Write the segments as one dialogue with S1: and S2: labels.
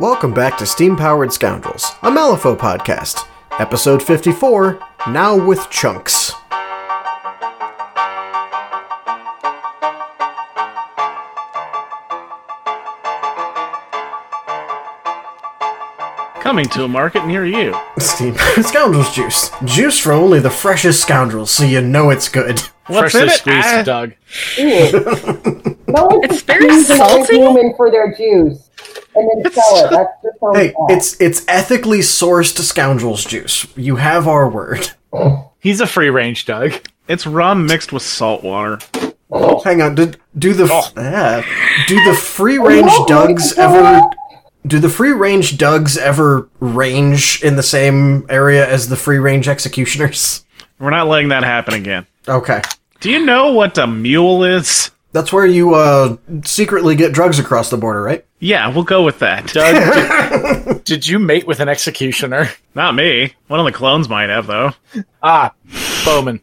S1: welcome back to Steam Powered Scoundrels, a Malifaux podcast, episode 54, now with chunks.
S2: Coming to a market near you.
S1: Steam Scoundrels juice. Juice from only the freshest scoundrels, so you know it's good.
S2: What's
S3: Freshly
S2: in it?
S3: squeezed,
S2: Ah,
S3: Doug.
S4: Ew. No one's
S2: It's very salty.
S4: women for their juice and then sell it. That's just so
S1: Hey,
S4: bad.
S1: it's it's ethically sourced scoundrels juice. You have our word.
S3: He's a free range, Doug.
S2: it's rum mixed with salt water.
S1: Hang on, do, do the f ah, do the free range
S4: Oh,
S1: dugs
S4: my
S1: ever?
S4: God.
S1: Do the free range dugs ever range in the same area as the free range executioners?
S2: We're not letting that happen again.
S1: Okay,
S2: Do you know what a mule is?
S1: that's where you uh, secretly get drugs across the border, right?
S2: Yeah, we'll go with that.
S3: Doug, did, did you mate with an executioner?
S2: Not me. One of the clones might have though.
S3: Ah, Bowman.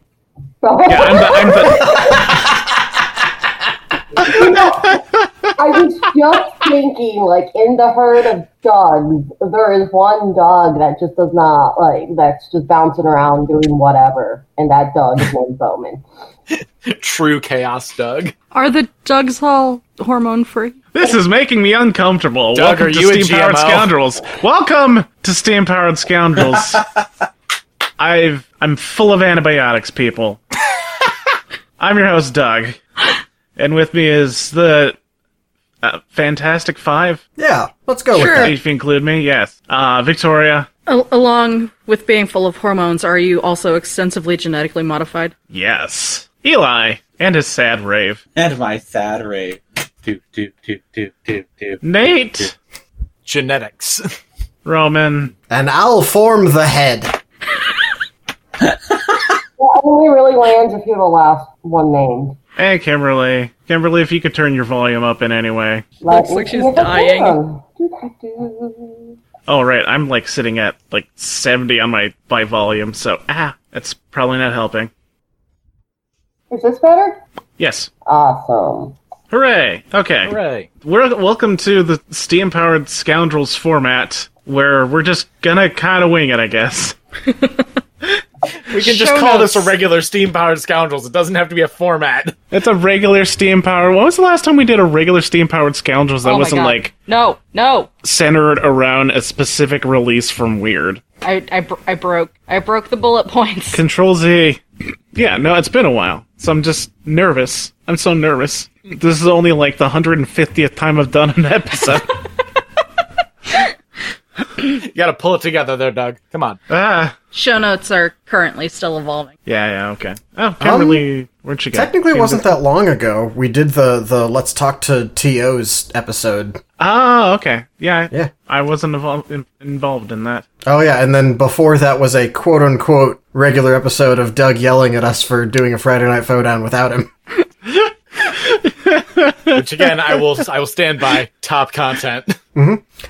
S4: So-
S2: Yeah, I'm the, I'm the
S4: I was just thinking, like, in the herd of dogs, there is one dog that just does not, like, that's just bouncing around doing whatever. And that dog is named Bowman.
S3: True chaos, Doug.
S5: Are the Dugs all hormone free?
S2: This is making me uncomfortable.
S3: Doug,
S2: Welcome
S3: are
S2: to
S3: you a
S2: Steam Powered
S3: GMO?
S2: Scoundrels. Welcome to Steam Powered Scoundrels. I've I'm full of antibiotics, people. I'm your host, Doug, and with me is the uh, Fantastic Five.
S1: Yeah, let's go with
S5: Sure.
S1: that.
S2: If you include me, yes. Uh, Victoria,
S5: A- along with being full of hormones, are you also extensively genetically modified?
S2: yes. Eli and his sad rave.
S6: And my sad rave. Do, do, do, do, do, do.
S2: Nate,
S3: Genetics.
S2: Roman.
S1: And I'll form the head.
S4: Well, only really lands if you're the last one named.
S2: Hey, Kimberly. Kimberly, if you could turn your volume up in any way.
S5: Looks
S4: Let me
S5: like
S4: see
S5: she's
S4: if I
S5: dying.
S4: can. Do-do-do.
S2: Oh, right. I'm like sitting at like 70 on my, my volume, so ah, that's probably not helping.
S4: Is this better?
S2: Yes.
S4: Awesome.
S2: Hooray. Okay.
S3: Hooray.
S2: We're, welcome to the steam powered scoundrels format where we're just gonna kind of wing it, I guess.
S3: We can just
S5: Show
S3: call
S5: notes.
S3: this a regular steam powered scoundrels. It doesn't have to be a format.
S2: It's a regular steam powered. When was the last time we did a regular steam powered scoundrels that
S5: Oh my
S2: wasn't
S5: God.
S2: like
S5: No, no.
S2: centered around a specific release from Weird?
S5: I, I, br- I broke. I broke the bullet points.
S2: Control Z. Yeah, no, it's been a while. So I'm just nervous. I'm so nervous. This is only like the 150th time I've done an episode.
S3: You gotta pull it together there, Doug. Come on.
S2: ah.
S5: Show notes are currently still evolving.
S2: Yeah, yeah, okay. Oh, Kimberly, where'd she go?
S1: Um, Technically, it
S2: Kimberly-
S1: wasn't that long ago. We did the the Let's Talk to TOs episode.
S2: Oh, okay. Yeah.
S1: Yeah.
S2: I wasn't evol- in- involved in that.
S1: Oh yeah, and then before that was a quote unquote regular episode of Doug yelling at us for doing a Friday Night Down without him.
S3: Which again, I will I will stand by top content.
S1: And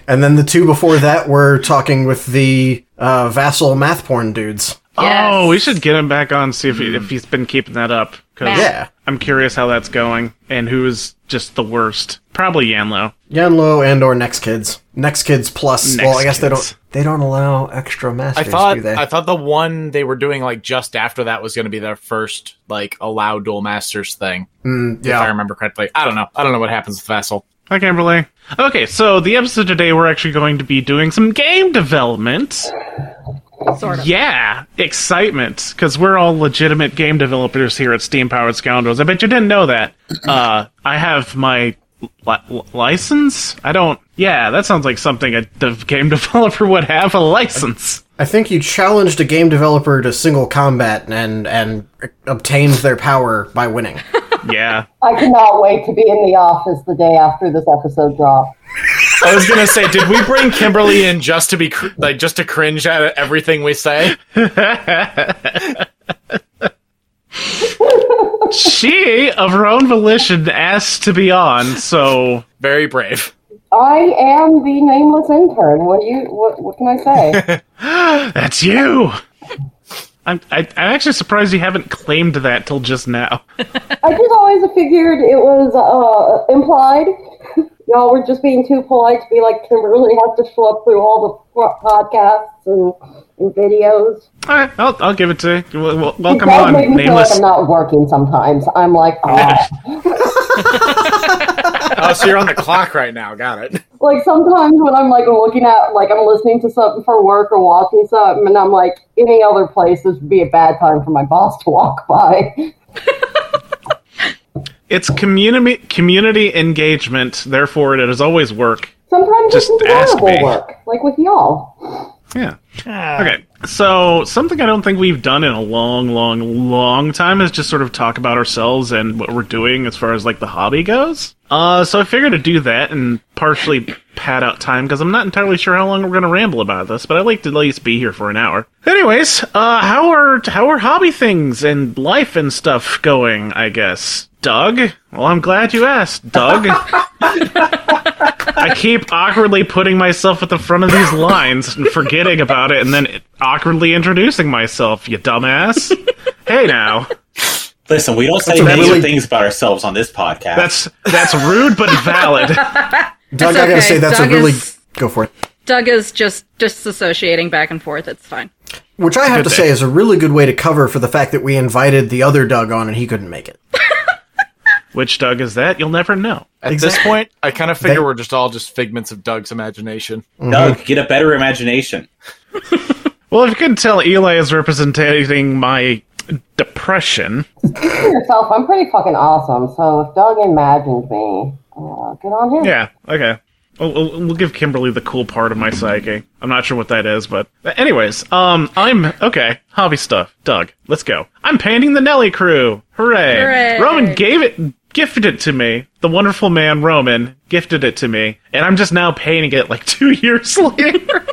S1: then the two before that were talking with the uh, vassal math porn dudes.
S5: Yes.
S2: Oh, we should get him back on see if, he, if he's been keeping that up. Cause
S5: Matt.
S1: Yeah,
S2: I'm curious how that's going and who is just the worst. Probably Yanlo.
S1: Yanlo and or Next Kids. Next Kids plus.
S2: Next
S1: well, I guess they
S2: Kids.
S1: don't. They don't allow extra masters,
S3: I thought
S1: do they?
S3: I thought the one they were doing like just after that was gonna be their first like allow dual masters thing.
S1: Mm,
S3: If I
S1: yeah.
S3: remember correctly. I don't know. I don't know what happens with Vassal.
S2: Hi, Kimberly. Okay, so the episode today, we're actually going to be doing some game development.
S5: Sort of.
S2: Yeah, excitement, because we're all legitimate game developers here at Steam Powered Scoundrels. I bet you didn't know that. Uh, I have my li- li- license? I don't. Yeah, that sounds like something a dev- game developer would have a license.
S1: I think you challenged a game developer to single combat and and obtained their power by winning.
S2: Yeah.
S4: I cannot wait to be in the office the day after this episode drops.
S3: I was gonna say, did we bring Kimberly in just to be cr- like just to cringe at everything we say?
S2: she, of her own volition, asked to be on, so.
S3: Very brave.
S4: I am the nameless intern. What do you? What, what can I say?
S2: That's you! I'm, I, I'm actually surprised you haven't claimed that till just now.
S4: I just always figured it was uh, implied. No, we're just being too polite to be like Kimberly has to show up through all the po- podcasts and, and videos.
S2: All right, I'll, I'll give it to you. Well, well, welcome
S4: It does
S2: on,
S4: make me feel like
S2: nameless.
S4: I'm not working sometimes. I'm like, ah.
S3: Oh, so you're on the clock right now. Got it.
S4: like sometimes when I'm like looking at, like I'm listening to something for work or watching something, and I'm like, any other place, this would be a bad time for my boss to walk by.
S2: It's community community engagement. Therefore, it is always work.
S4: Sometimes
S2: Just
S4: it's
S2: ask me.
S4: horrible work, like with y'all.
S2: Yeah. Okay. So something I don't think we've done in a long, long, long time is just sort of talk about ourselves and what we're doing as far as like the hobby goes. Uh, so I figured to do that and partially pad out time because I'm not entirely sure how long we're gonna ramble about this, but I would like to at least be here for an hour. Anyways, uh, how are how are hobby things and life and stuff going? I guess. Doug? Well, I'm glad you asked, Doug. I keep awkwardly putting myself at the front of these lines and forgetting about it, and then awkwardly introducing myself. You dumbass. hey, now
S6: Listen, we don't say
S1: a
S6: negative
S1: really-
S6: things about ourselves on this podcast.
S2: that's that's rude but valid.
S1: Doug, I
S5: okay.
S1: gotta say that's
S5: Doug
S1: a really
S5: is-
S1: go for it.
S5: Doug is just disassociating back and forth. It's fine.
S1: Which I have to
S2: Good
S1: say
S2: day.
S1: is a really good way to cover for the fact that we invited the other Doug on and he couldn't make it.
S2: Which Doug is that? You'll never know.
S3: At this point, I kind of figure
S1: They-
S3: we're just all just figments of Doug's imagination.
S1: Mhm.
S6: Doug, get a better imagination.
S2: Well, if you can tell, Eli is representing my depression.
S4: Yourself, I'm pretty fucking awesome. So if Doug imagined me, uh, good on him.
S2: Yeah. Okay. We'll, we'll we'll give Kimberly the cool part of my psyche. I'm not sure what that is, but anyways, um, I'm okay. Hobby stuff. Doug, let's go. I'm painting the Nelly crew. Hooray!
S5: Hooray.
S2: Roman gave it, gifted it to me. The wonderful man Roman gifted it to me, and I'm just now painting it like two years later.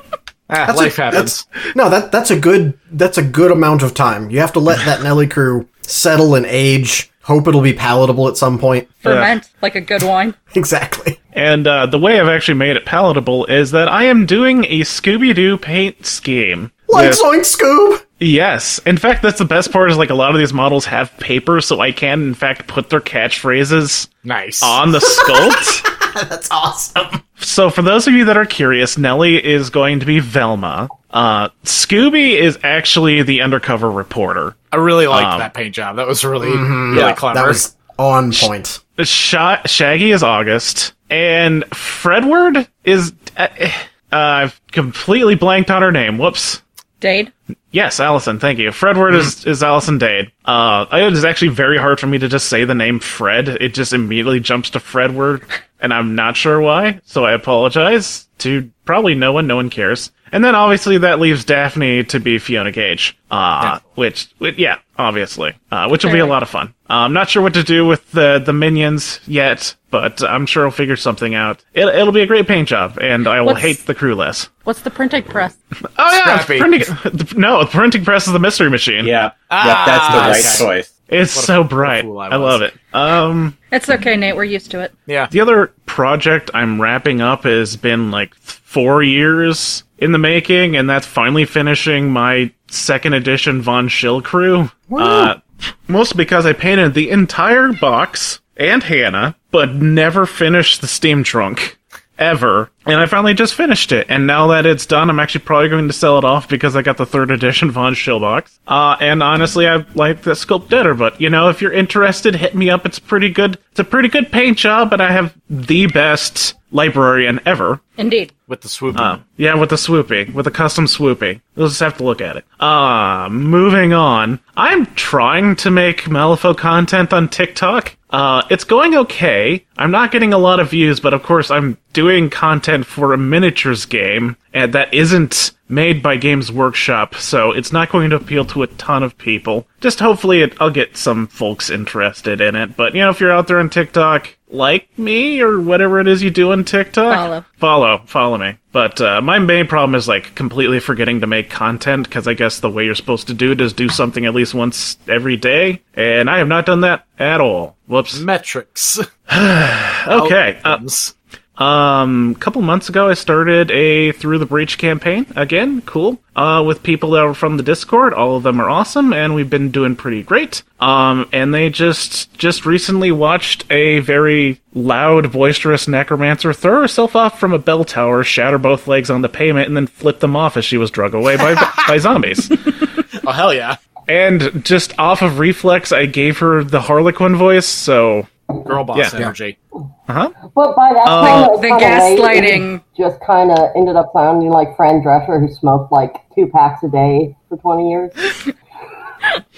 S3: Ah,
S1: a-
S3: life happens.
S1: No, that that's a good that's a good amount of time. You have to let that Nelly crew settle and age. Hope it'll be palatable at some point.
S5: Ferment like a good wine.
S1: Exactly.
S2: and uh, the way I've actually made it palatable is that I am doing a Scooby Doo paint scheme.
S1: Like
S2: with-
S1: Zoink Scoob.
S2: Yes. In fact, that's the best part is like a lot of these models have paper, so I can in fact put their catchphrases
S3: Nice.
S2: on the sculpt.
S1: That's awesome.
S2: so for those of you that are curious, Nellie is going to be Velma. Uh, Scooby is actually the undercover reporter.
S3: I really liked that paint job. That was really, really
S1: mm-hmm.
S3: clever.
S1: That was on point.
S2: Sha- Shaggy is August, and Fredward is. Uh, eh, uh, I've completely blanked on her name. Whoops.
S5: Dade.
S2: Yes, Allison. Thank you. Fredward is is Allison Dade. Uh, it is actually very hard for me to just say the name Fred. It just immediately jumps to Fredward, and I'm not sure why. So I apologize to probably no one. No one cares. And then obviously that leaves Daphne to be Fiona Gage. Uh, which, which, yeah, obviously, uh, which will be a lot of fun. Uh, I'm not sure what to do with the the minions yet, but I'm sure I'll figure something out. It, it'll be a great paint job, and I will
S5: What's-
S2: hate the crew less.
S5: What's the printing press?
S2: Oh yeah,
S3: Scrappy.
S2: printing. the- No, the printing press is the mystery machine.
S6: Yeah.
S3: Ah,
S6: yep, that's the right
S3: okay.
S6: choice.
S2: it's
S3: What a-
S2: so
S3: what a
S2: bright.
S3: fool I
S2: I, love
S3: was.
S2: it. Um,
S5: It's okay, Nate. We're used to it.
S3: yeah.
S2: the other project I'm wrapping up has been like four years in the making, and that's finally finishing my second edition Von Schill crew. Uh, mostly because I painted the entire box and Hannah, but never finished the steam trunk. Ever. And I finally just finished it. And now that it's done, I'm actually probably going to sell it off because I got the third edition Von Schill box. Uh, and honestly, I like the sculpt better, but you know, if you're interested, hit me up. It's pretty good. It's a pretty good paint job, and I have the best librarian ever.
S5: Indeed.
S3: With the swoop.
S2: Yeah, with the swoopy, with the custom swoopy. We'll just have to look at it. Uh, moving on. I'm trying to make Malifaux content on TikTok. Uh, it's going okay. I'm not getting a lot of views, but of course I'm doing content for a miniatures game, and that isn't made by Games Workshop, so it's not going to appeal to a ton of people. Just hopefully it, I'll get some folks interested in it. But you know, if you're out there on TikTok, like me or whatever it is you do on TikTok,
S5: Follow.
S2: follow, follow me. But uh, my main problem is like completely forgetting to make content because I guess the way you're supposed to do it is do something at least once every day, and I have not done that at all. Whoops.
S3: Metrics.
S2: Okay. Uh,
S3: Outcomes.
S2: Um, a couple months ago, I started a Through the Breach campaign. Again, cool. Uh, with people that were from the Discord. All of them are awesome, and we've been doing pretty great. Um, and they just just recently watched a very loud, boisterous necromancer throw herself off from a bell tower, shatter both legs on the pavement, and then flip them off as she was drug away by by zombies.
S3: Oh hell yeah,
S2: And just off of reflex, I gave her the Harlequin voice. So
S3: girl boss
S2: Yeah.
S3: energy.
S4: But by that time, it was
S5: Oh, The
S4: kinda late, and
S5: gaslighting.
S4: it Just kind of ended up sounding like Fran Drescher, who smoked like two packs a day for 20 years.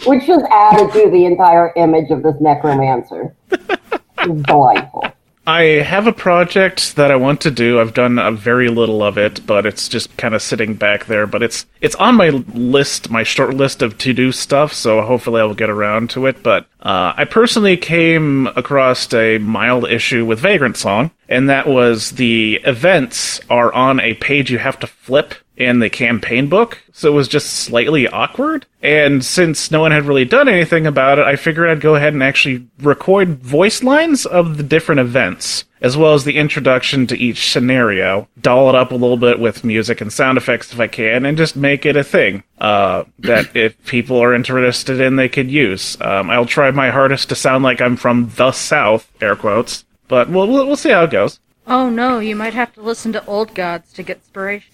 S4: Which just added to the entire image of this necromancer. It was delightful.
S2: I have a project that I want to do. I've done a very little of it, but it's just kind of sitting back there. But it's it's on my list, my short list of to do stuff. So hopefully I will get around to it. But uh, I personally came across a mild issue with Vagrant Song, and that was the events are on a page you have to flip in the campaign book, so it was just slightly awkward. And since no one had really done anything about it, I figured I'd go ahead and actually record voice lines of the different events, as well as the introduction to each scenario, doll it up a little bit with music and sound effects if I can, and just make it a thing uh, that if people are interested in, they could use. Um, I'll try my hardest to sound like I'm from the South, air quotes, but we'll, we'll, we'll see how it goes.
S7: Oh no, you might have to listen to old gods to get inspiration.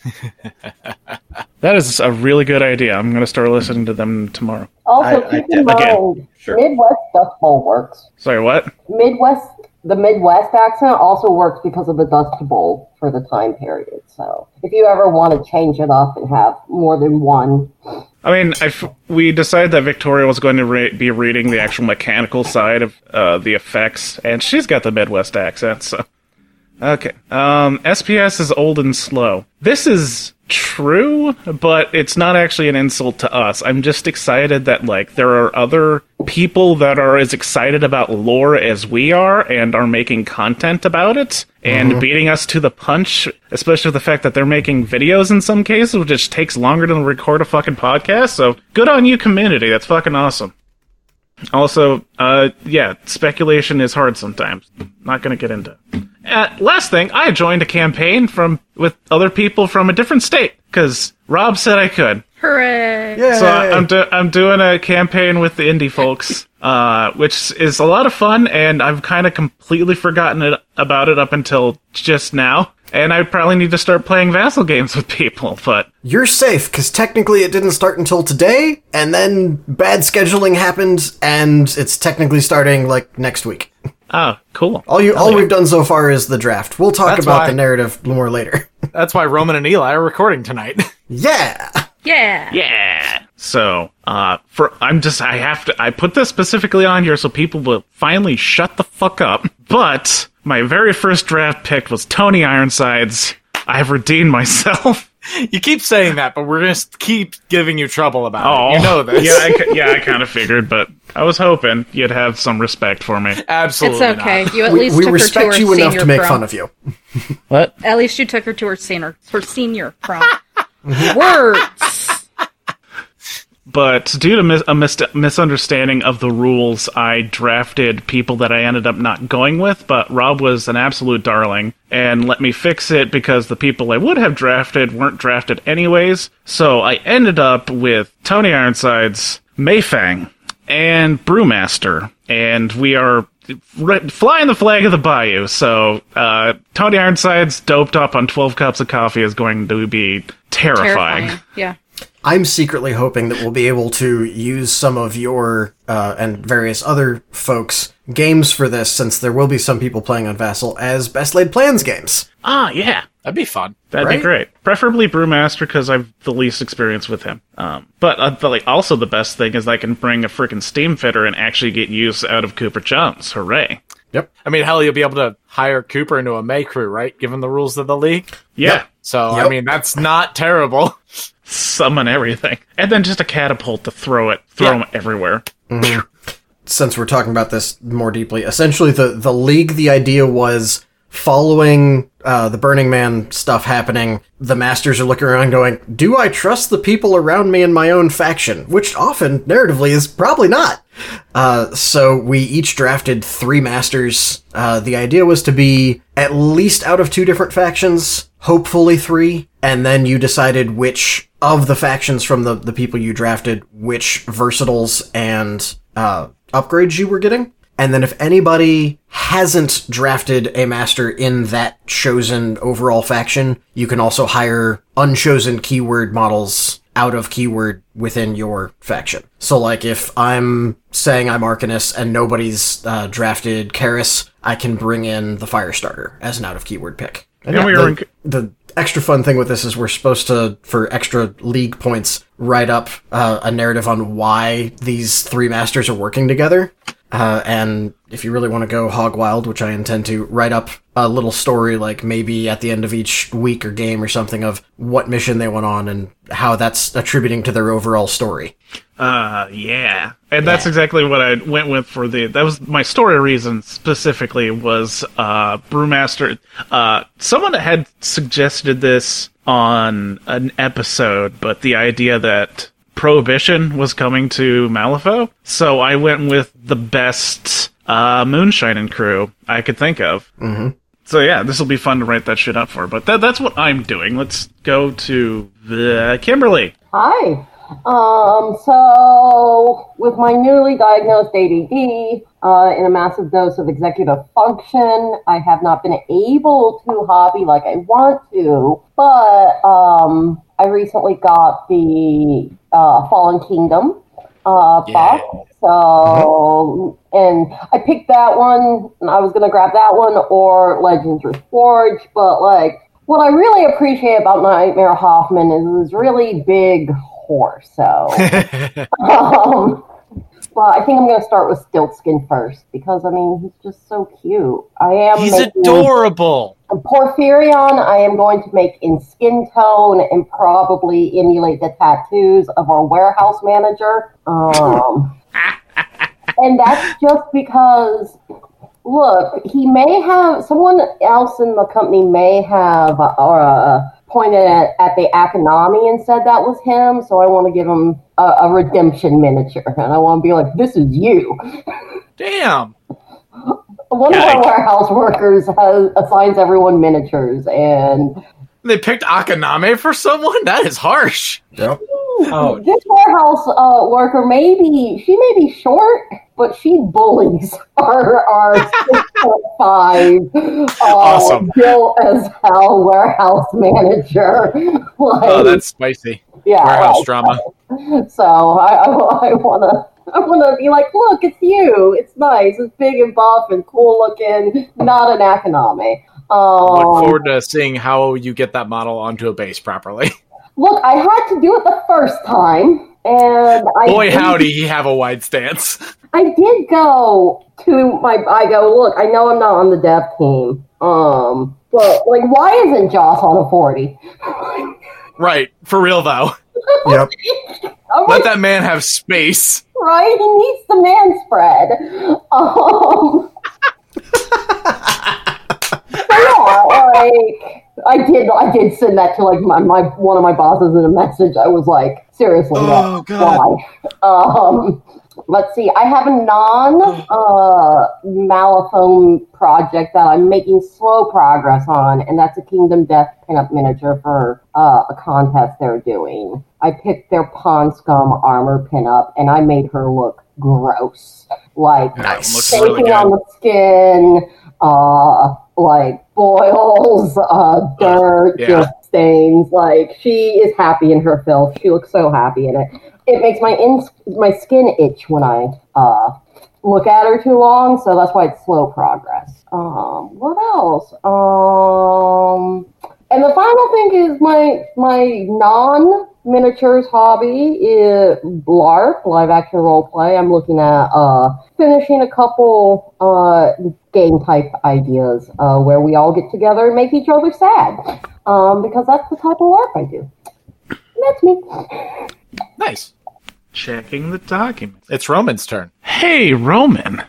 S2: That is a really good idea. I'm going to start listening to them tomorrow.
S4: Also,
S6: I- I
S4: keep in
S6: did-
S2: again,
S4: mind,
S6: sure.
S4: Midwest Dust Bowl works.
S2: Sorry, what?
S4: Midwest, the Midwest accent also works because of the Dust Bowl for the time period. So, if you ever want to change it up and have more than one,
S2: I mean, I f- we decided that Victoria was going to re- be reading the actual mechanical side of uh, the effects, and she's got the Midwest accent, so. Okay. Um, SPS is old and slow. This is true, but it's not actually an insult to us. I'm just excited that, like, there are other people that are as excited about lore as we are and are making content about it and beating us to the punch, especially with the fact that they're making videos in some cases, which just takes longer to record a fucking podcast. So good on you, community. That's fucking awesome. Also, uh, yeah, speculation is hard sometimes. Not gonna get into. it. Uh, last thing, I joined a campaign from with other people from a different state because Rob said I could.
S7: Hooray!
S1: Yeah.
S2: So I, I'm do- I'm doing a campaign with the indie folks, uh, which is a lot of fun, and I've kind of completely forgotten it about it up until just now. And I probably need to start playing vassal games with people, but
S1: You're safe because technically it didn't start until today, and then bad scheduling happened, and it's technically starting like next week.
S2: oh, cool.
S1: All you, all we've done so far is the draft. We'll talk
S3: That's
S1: about
S3: why-
S1: the narrative more later.
S3: That's why Roman and Eli are recording tonight.
S1: yeah,
S7: Yeah.
S2: Yeah. So, uh, for I'm just I have to I put this specifically on here so people will finally shut the fuck up. But my very first draft pick was Tony Ironsides. I have redeemed myself.
S3: you keep saying that, but we're gonna s- keep giving you trouble about
S2: Oh,
S3: it. You know this.
S2: Yeah, I, ki- yeah, I kind of figured, but I was hoping you'd have some respect for me.
S3: Absolutely.
S7: It's okay.
S3: Not.
S7: You at
S1: we,
S7: least
S1: we
S7: took her
S1: respect
S7: to
S1: you
S7: her
S1: enough
S7: senior
S1: to make
S7: prom.
S1: fun of you.
S8: What?
S7: At least you took her to her senior her senior prom. Words.
S2: But due to mis- a mis- misunderstanding of the rules, I drafted people that I ended up not going with, but Rob was an absolute darling and let me fix it because the people I would have drafted weren't drafted anyways. So I ended up with Tony Ironsides, Mayfang, and Brewmaster, and we are re- flying the flag of the bayou. So uh, Tony Ironsides, doped up on 12 cups of coffee, is going to be terrifying.
S7: Terrifying. Yeah.
S1: I'm secretly hoping that we'll be able to use some of your uh, and various other folks' games for this, since there will be some people playing on Vassal as best laid plans games.
S2: Ah, yeah.
S3: That'd be fun.
S2: That'd
S1: Right?
S2: be great. Preferably Brewmaster because I've the least experience with him. Um, but uh, the, like, also the best thing is I can bring a freaking steam fitter and actually get use out of Cooper Jones. Hooray!
S3: I mean, hell, you'll be able to hire Cooper into a May crew, right? Given the rules of the league.
S2: Yeah,
S3: So I
S1: Yep.
S3: mean, that's not terrible.
S2: summon everything, and then just a catapult to throw it, throw
S3: Yeah.
S2: him everywhere.
S1: since we're talking about this more deeply, essentially the the league, the idea was following uh, the Burning Man stuff happening. The masters are looking around, going, "Do I trust the people around me in my own faction?" Which often, narratively, is probably not. Uh, so we each drafted three masters. Uh, the idea was to be at least out of two different factions, hopefully three, and then you decided which of the factions from the, the people you drafted, which versatiles and uh, upgrades you were getting. And then if anybody hasn't drafted a master in that chosen overall faction, you can also hire unchosen keyword models out of keyword within your faction. So like if I'm saying I'm Arcanist and nobody's uh, drafted Karis, I can bring in the Firestarter as an out of keyword pick. And,
S2: And we
S1: the,
S2: were in-
S1: the extra fun thing with this is we're supposed to, for extra league points, write up uh, a narrative on why these three masters are working together. Uh, and if you really want to go hog wild, which I intend to, write up a little story, like maybe at the end of each week or game or something, of what mission they went on and how that's attributing to their overall story.
S2: Uh, yeah. And that's exactly what I went with for the. That was my story reason specifically was uh, Brewmaster. Uh, someone had suggested this on an episode, but the idea that Prohibition was coming to Malifaux. So I went with the best uh, Moonshine and crew I could think of. Mm-hmm. So yeah, this will be fun to write that shit up for. But that, that's what I'm doing. Let's go to the Kimberly.
S4: Hi. Um, so with my newly diagnosed ADD uh, and a massive dose of executive function, I have not been able to hobby like I want to, but um, I recently got the uh, Fallen Kingdom uh, box. So, and I picked that one, and I was gonna grab that one or Legends Reforged, but like what I really appreciate about Nightmare Hoffman is his really big horse. So, um, but I think I'm gonna start with Stiltskin first because I mean he's just so cute. I am
S3: He's
S4: making-
S3: adorable.
S4: Porphyrion, I am going to make in skin tone and probably emulate the tattoos of our warehouse manager. Um, and that's just because, look, he may have someone else in the company may have uh, pointed at, at the Akonami and said that was him. So I want to give him a, a redemption miniature, and I want to be like, "This is you."
S3: Damn.
S4: One of our warehouse workers has, assigns everyone miniatures, and
S3: They picked Akaname for someone? That is harsh.
S1: Yep.
S6: Oh,
S4: this warehouse uh, worker maybe she may be short, but she bullies our our six foot five uh,
S3: Awesome.
S4: Bill as hell warehouse manager. like,
S3: Oh, that's spicy.
S4: yeah,
S3: Warehouse
S4: like,
S3: drama.
S4: So I, I, I wanna. I want to be like, look, it's you. It's nice. It's big and buff and cool looking. Not an Akoname. Um,
S3: Look forward to seeing how you get that model onto a base properly.
S4: Look, I had to do it the first time, and I
S3: Boy,
S4: did,
S3: howdy, he have a wide stance.
S4: I did go to my. I go look. I know I'm not on the dev team, um, but like, why isn't Joss on a forty?
S3: Right, for real though.
S1: Yep.
S4: I'm
S3: Let
S4: like,
S3: that man have space.
S4: right? He needs the man spread. Um, so yeah, like I did. I did send that to like my, my one of my bosses in a message. I was like, seriously,
S3: Oh,
S4: wh-
S3: God.
S4: why? Um, let's see. I have a non uh, Malifaux project that I'm making slow progress on, and that's a Kingdom Death pinup miniature for uh, a contest they're doing. I picked their Pawn Scum armor pinup, and I made her look gross, like
S3: Nice. Looks
S4: shaking
S3: really
S4: on
S3: good.
S4: the skin, uh, like boils, uh, dirt,
S3: Yeah.
S4: just stains. Like she is happy in her filth. She looks so happy in it. It makes my ins- my skin itch when I uh, look at her too long, so that's why it's slow progress. Um, what else? Um, and the final thing is my my non miniatures hobby is LARP, live action role play. I'm looking at uh, finishing a couple uh, game type ideas uh, where we all get together and make each other sad, um, because that's the type of LARP I do. And that's me.
S3: Nice.
S2: Checking the documents.
S3: It's Roman's turn.
S2: Hey, Roman.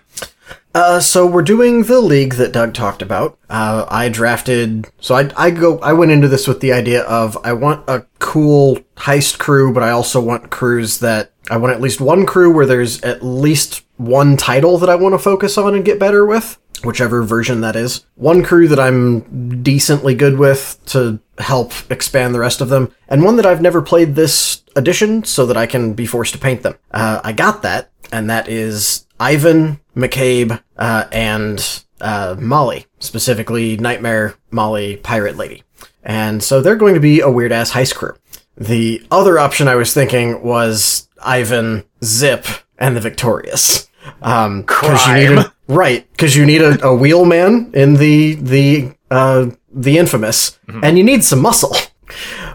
S1: Uh, so we're doing the league that Doug talked about. Uh, I drafted, so I, I go, I went into this with the idea of I want a cool heist crew, but I also want crews that I want at least one crew where there's at least one title that I want to focus on and get better with, whichever version that is. One crew that I'm decently good with to help expand the rest of them, and one that I've never played this edition so that I can be forced to paint them. Uh, I got that, and that is Ivan, McCabe, uh, and uh, Molly, specifically Nightmare Molly Pirate Lady. And so they're going to be a weird ass heist crew. The other option I was thinking was Ivan, Zip, and the Victorious. Um, cause you need a, right, because you need a, a wheelman in the the uh, the infamous, and you need some muscle.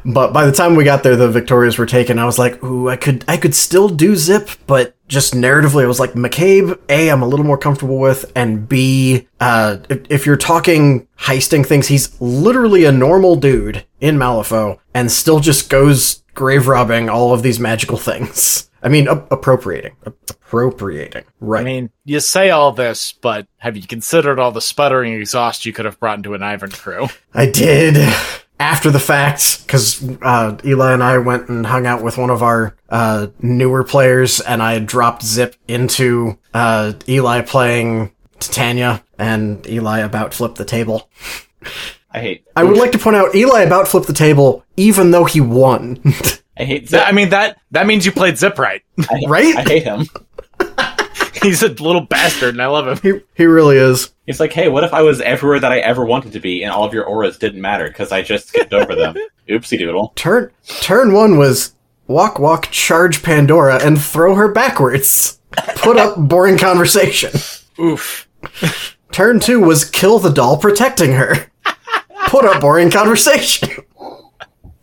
S1: But by the time we got there, the Victorias were taken. I was like, ooh, I could, I could still do Zip, but just narratively, I was like, McCabe, A, I'm a little more comfortable with, and B, uh, if, if you're talking heisting things, he's literally a normal dude in Malifaux and still just goes grave robbing all of these magical things. I mean, ap- appropriating, Ap- appropriating, right?
S3: I mean, you say all this, but have you considered all the sputtering exhaust you could have brought into an Ivan crew?
S1: I did after the fact because uh, Eli and I went and hung out with one of our uh, newer players, and I dropped Zip into uh, Eli playing Titania, and Eli about flipped the table.
S6: I hate.
S1: I would like to point out Eli about flipped the table, even though he won.
S6: I hate Zip.
S3: That- I mean that that means you played Zip right.
S6: I-
S1: right?
S6: I hate him.
S3: He's a little bastard, and I love him.
S1: he he really is.
S6: It's like, hey, what if I was everywhere that I ever wanted to be, and all of your auras didn't matter because I just skipped over them? Oopsie doodle.
S1: Turn turn one was walk walk charge Pandora and throw her backwards. Put up boring conversation.
S3: Oof.
S1: Turn two was kill the doll protecting her. Put up boring conversation.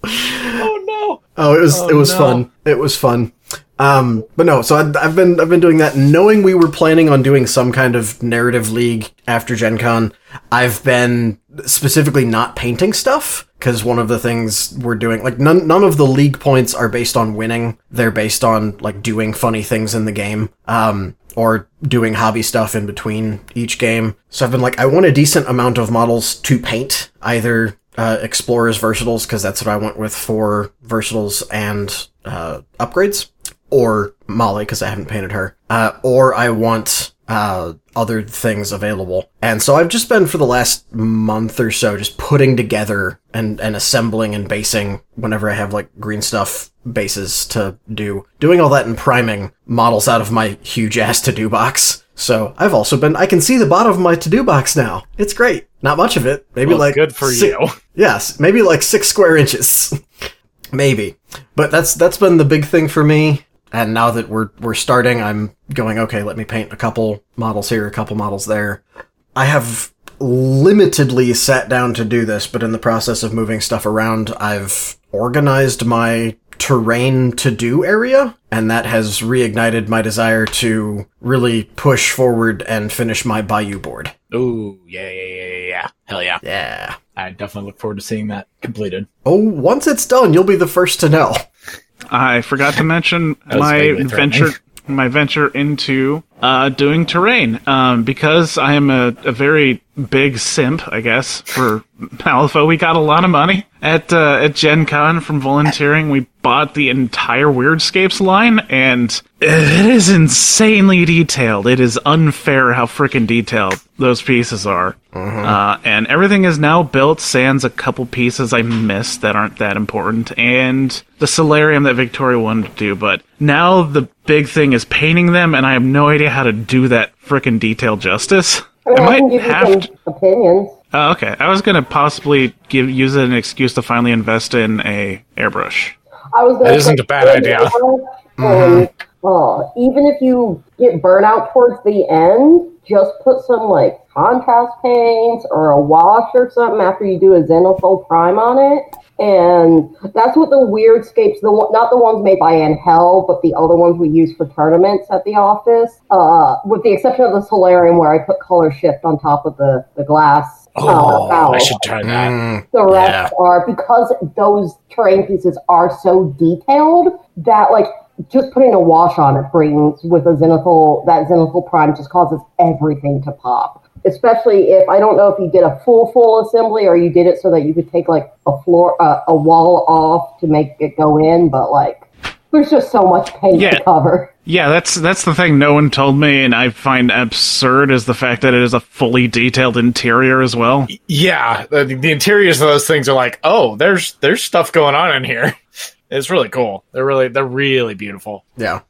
S3: Oh no.
S1: Oh, it was it was
S3: no.
S1: fun. It was fun. Um, but no, so I, I've been I've been doing that, knowing we were planning on doing some kind of narrative league after Gen Con. I've been specifically not painting stuff because one of the things we're doing, like none none of the league points are based on winning. They're based on like doing funny things in the game. Um, or doing hobby stuff in between each game. So I've been like, I want a decent amount of models to paint, either uh, explorers versatiles because that's what I went with for versatiles and uh, upgrades, or Molly because I haven't painted her, uh, or I want uh, other things available. And so I've just been for the last month or so just putting together and, and assembling and basing whenever I have like green stuff bases to do, doing all that and priming models out of my huge ass to do box. So I've also been, I can see the bottom of my to do box now. It's great. Not much of it. Maybe
S3: Well,
S1: like
S3: good for
S1: si-
S3: you.
S1: Yes, maybe like six square inches, maybe. But that's that's been the big thing for me. And now that we're we're starting, I'm going okay. Let me paint a couple models here, a couple models there. I have limitedly sat down to do this, but in the process of moving stuff around, I've organized my terrain to do area, and that has reignited my desire to really push forward and finish my Bayou board.
S3: Ooh, yeah, yeah, yeah, yeah, yeah. Hell yeah.
S1: Yeah.
S3: I definitely look forward to seeing that completed.
S1: Oh, once it's done, you'll be the first to know.
S2: I forgot to mention
S6: That was
S2: my
S6: vaguely threatening.
S2: venture my venture into uh, doing terrain um, because I am a, a very big simp, I guess, for Malifaux. We got a lot of money at uh, at Gen Con from volunteering. We bought the entire Weirdscapes line, and it is insanely detailed. It is unfair how freaking detailed those pieces are. Uh, and everything is now built, sans a couple pieces I missed that aren't that important, and the solarium that Victoria wanted to do. But now the big thing is painting them, and I have no idea how to do that frickin' detail justice.
S4: I, mean,
S2: I
S4: I can
S2: might
S4: give
S2: have
S4: you
S2: to.
S4: some opinions.
S2: Oh, okay, I was gonna possibly give use it as an excuse to finally invest in a airbrush.
S4: I was gonna
S3: That isn't
S4: say-
S3: a bad idea. Mm-hmm.
S4: Um, oh, even if you get burnout towards the end, just put some like contrast paints or a wash or something after you do a Xenophil Prime on it. And that's what the weirdscapes, the one- not the ones made by Angel, but the other ones we use for tournaments at the office. Uh, with the exception of the solarium where I put color shift on top of the the glass. uh,
S3: Oh, I
S4: bowl.
S3: should try that.
S1: Mm.
S4: The rest are because those terrain pieces are so detailed that like just putting a wash on it brings with a xenophil that xenophil prime just causes everything to pop. Especially if I don't know if you did a full full assembly or you did it so that you could take like a floor uh, a wall off to make it go in, but like there's just so much paint
S2: Yeah.
S4: to cover.
S2: Yeah, that's that's the thing no one told me, and I find absurd is the fact that it is a fully detailed interior as well.
S3: Yeah, the, the interiors of those things are like, oh, there's there's stuff going on in here. It's really cool. They're really they're really beautiful.
S1: Yeah.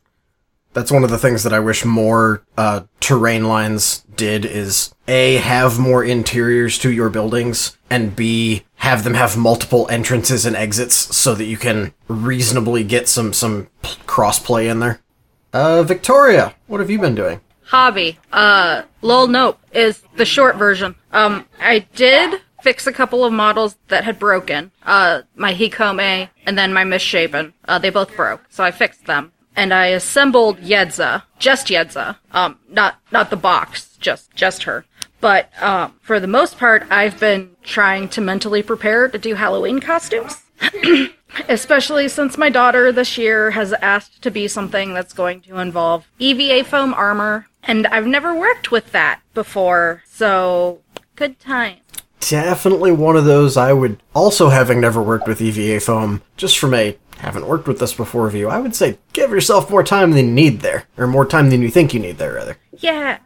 S1: That's one of the things that I wish more uh, terrain lines did is A, have more interiors to your buildings, and B, have them have multiple entrances and exits so that you can reasonably get some, some p- crossplay in there. Uh, Victoria, what have you been doing?
S7: hobby uh lol nope is the short version um i did fix a couple of models that had broken uh my hikome and then my misshapen uh they both broke so i fixed them and i assembled yedza just yedza um not not the box just just her but um for the most part i've been trying to mentally prepare to do halloween costumes Especially since my daughter this year has asked to be something that's going to involve EVA foam armor, and I've never worked with that before, so good time.
S1: Definitely one of those I would, also having never worked with EVA foam, just from a haven't worked with this before view, I would say give yourself more time than you need there, or more time than you think you need there, rather.
S7: Yeah,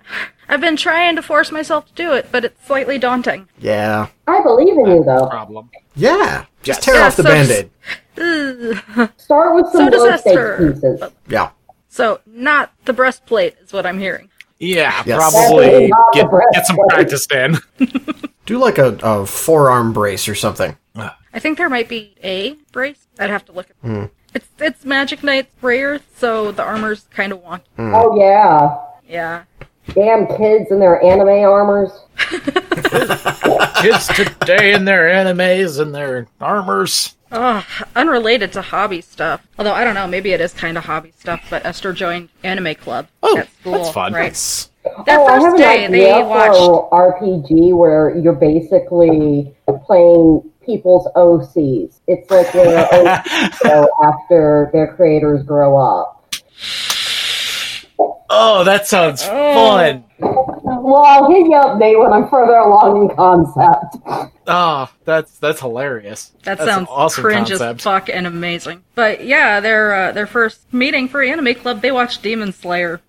S7: I've been trying to force myself to do it, but it's slightly daunting.
S1: Yeah.
S4: I believe in you though.
S3: Problem.
S1: Yeah. Just tear
S7: Yeah,
S1: off the
S7: so-
S1: band aid.
S7: Ugh.
S4: Start with
S7: So
S4: some
S7: does
S4: low stakes
S7: Esther.
S4: pieces.
S1: Yeah.
S7: So, not the breastplate is what I'm hearing.
S3: Yeah,
S1: Yes.
S3: probably
S4: Definitely not the
S3: get,
S4: breast
S3: get some
S4: plate.
S3: practice in.
S1: Do like a, a forearm brace or something.
S7: I think there might be a brace. I'd have to look. At It's it's Magic Knight's rare, so the armor's kind of wonky.
S4: Oh yeah.
S7: Yeah.
S4: Damn kids in their anime armors.
S3: Kids today in their animes and their armors.
S7: Ugh, unrelated to hobby stuff. Although I don't know, maybe it is kind of hobby stuff. But Esther joined anime club
S3: Oh,
S7: at school.
S3: that's fun.
S7: Right?
S1: Nice.
S7: That
S4: Oh, I have
S7: first
S4: an
S7: day they
S4: idea
S7: watched.
S4: for RPG where you're basically playing people's OCs. It's like where OCs go after their creators grow up.
S3: Oh, that sounds fun.
S4: Well, I'll hit you up, Nate, when I'm further along in concept.
S3: Ah, that's that's hilarious.
S7: That
S3: That's an
S7: sounds
S3: awesome
S7: cringe
S3: concept.
S7: as fuck and amazing. But yeah, their uh, their first meeting for anime club, they watched Demon Slayer.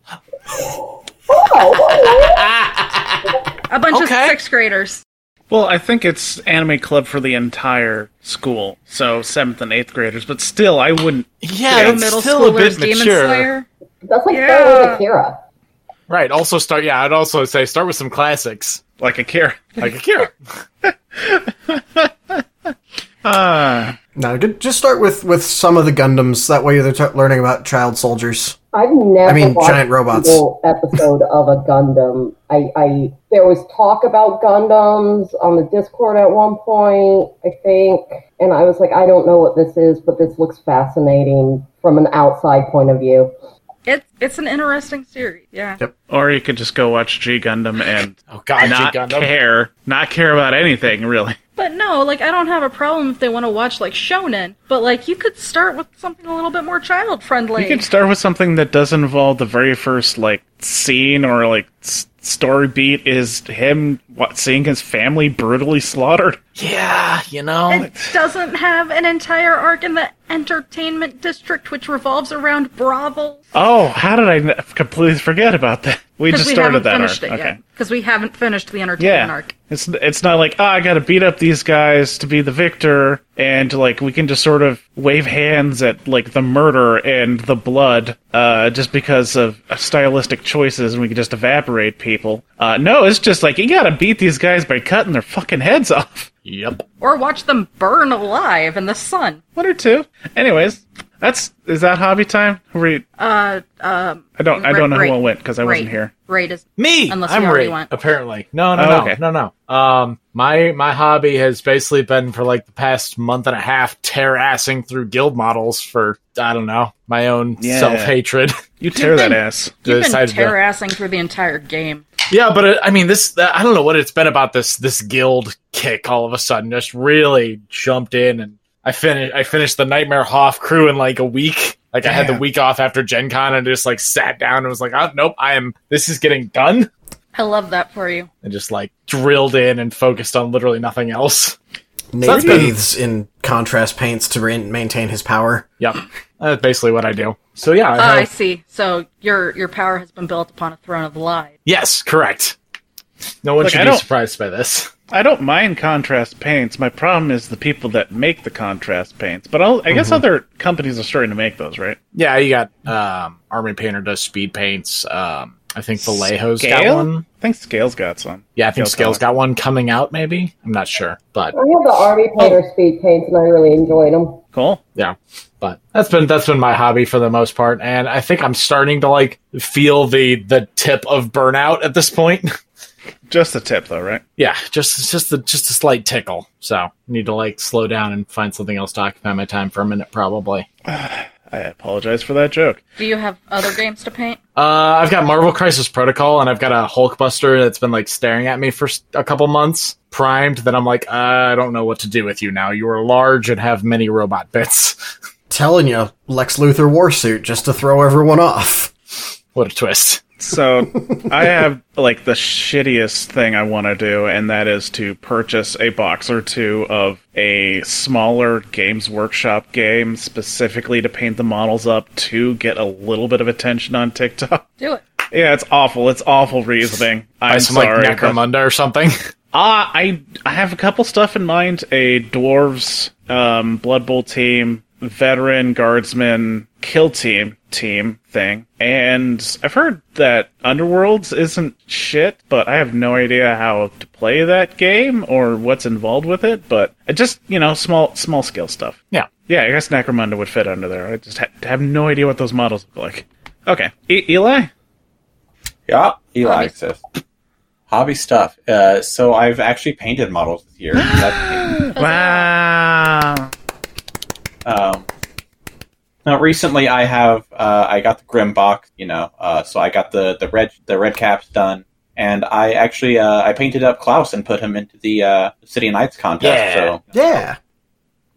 S7: A bunch
S3: Okay.
S7: of sixth graders.
S2: Well, I think it's anime club for the entire school, so seventh and eighth graders. But still, I wouldn't.
S3: Yeah, that's
S7: Middle
S3: still a
S7: schoolers,
S3: bit
S7: Demon
S3: mature.
S7: Slayer.
S4: That's like
S7: Yeah.
S4: starting with Akira.
S3: Right. Also start. Yeah, I'd also say start with some classics
S2: Like a care.
S3: like Akira.
S2: Uh,
S1: No, ju- just start with, with some of the Gundams. That way they're t- learning about child soldiers.
S4: I've never
S1: I mean,
S4: watched
S1: giant robots.
S4: a single episode of a Gundam. I, I there was talk about Gundams on the Discord at one point, I think, and I was like, I don't know what this is, but this looks fascinating from an outside point of view.
S7: It's it's an interesting series. Yeah.
S2: or you could just go watch G Gundam and
S3: Oh God,
S2: not
S3: G Gundam.
S2: care, not care about anything really.
S7: But no, like I don't have a problem if they want to watch like shonen, but like you could start with something a little bit more child friendly.
S2: You could start with something that does involve the very first like scene or like s- story beat is him what, seeing his family brutally slaughtered.
S3: Yeah, you know.
S7: It doesn't have an entire arc in the entertainment district, which revolves around brothels.
S2: Oh, how did I n- completely forget about that? We just
S7: Because we
S2: started
S7: haven't
S2: that
S7: finished
S2: arc.
S7: it
S2: Okay.
S7: yet. Because we haven't finished the entertainment
S2: Yeah.
S7: arc.
S2: It's it's not like, oh, I got to beat up these guys to be the victor and like we can just sort of wave hands at like the murder and the blood uh just because of stylistic choices and we can just evaporate people. Uh no, it's just like you got to beat these guys by cutting their fucking heads off.
S3: Yep.
S7: Or watch them burn alive in the sun.
S2: One or two. Anyways, that's is that hobby time? Re-
S7: Uh, um,
S2: I don't I
S7: Right,
S2: don't know
S7: right,
S2: who all went cuz I wasn't
S7: Raid.
S2: here.
S7: Raid is.
S3: Me.
S7: Unless you
S3: I'm
S7: already
S3: Ray,
S7: went.
S3: Apparently, no, no,
S2: Oh,
S3: no,
S2: okay.
S3: no, no. Um, my my hobby has basically been for like the past month and a half tear assing through guild models for I don't know my own
S2: Yeah.
S3: self hatred.
S2: You tear that ass.
S7: You've been
S3: Decided to-
S7: tear assing through the entire game.
S3: Yeah, but it, I mean, this I don't know what it's been about this this guild kick. All of a sudden, just really jumped in, and I finished I finished the Nightmare Hoff crew in like a week. Like I had the
S1: Damn.
S3: week off after Gen Con and just like sat down and was like, oh, nope, I am. This is getting done.
S7: I love that for you.
S3: And just like drilled in and focused on literally nothing else.
S1: Nate
S3: that's been-
S1: bathes in contrast paints to rain- maintain his power.
S3: Yep, that's basically what I do. So yeah, I
S7: Ah, I
S3: have-
S7: see. So your your power has been built upon a throne of lies.
S3: yes, correct. No one
S2: Look, I
S3: should be
S2: don't-
S3: surprised by this.
S2: I don't mind contrast paints. My problem is the people that make the contrast paints. But I'll, I
S3: Mm-hmm.
S2: guess other companies are starting to make those, right?
S3: Yeah, you got um, Army Painter does speed paints. Um, I think Vallejo's got one.
S2: I think Scale's got some.
S3: Yeah, I think
S2: Scale
S3: Scale's got one coming out. Maybe I'm not sure, but
S4: I have the army painter speed paints, and I really enjoyed them.
S2: Cool.
S3: yeah. But that's been that's been my hobby for the most part, and I think I'm starting to like feel the the tip of burnout at this point.
S2: Just a tip, though, right?
S3: yeah, just it's just the just a slight tickle. So I need to like slow down and find something else to occupy my time for a minute, probably.
S2: I apologize for that joke.
S7: Do you have other games to paint?
S3: Uh, I've got Marvel Crisis Protocol, and I've got a Hulkbuster that's been like staring at me for s- a couple months, primed. That I'm like, I don't know what to do with you now. You are large and have many robot bits.
S1: Telling you, Lex Luthor war suit just to throw everyone off.
S3: what a twist!
S2: So I have like the shittiest thing I want to do, and that is to purchase a box or two of a smaller Games Workshop game specifically to paint the models up to get a little bit of attention on TikTok.
S7: Do it.
S2: Yeah, it's awful. It's awful reasoning. I'm
S3: Buy some
S2: sorry.
S3: like
S2: but-
S3: Necromunda or something.
S2: Ah, I I have a couple stuff in mind: a dwarves, um, Blood Bowl team, veteran guardsman, kill team team thing, and I've heard that Underworlds isn't shit, but I have no idea how to play that game or what's involved with it. But I just you know, small small scale stuff.
S3: yeah,
S2: Yeah, I guess Necromunda would fit under there. I just ha- have no idea what those models look like. Okay, e- Eli.
S6: Yeah, Eli
S7: Hobby.
S6: exists. Hobby stuff. Uh, so I've actually painted models this year. That's neat.
S2: Wow.
S6: um, now recently I have uh, I got the Grim box, you know, uh, so I got the the red the red caps done, and I actually uh, I painted up Klaus and put him into the uh, City Knights contest.
S3: Yeah.
S6: So
S1: Yeah.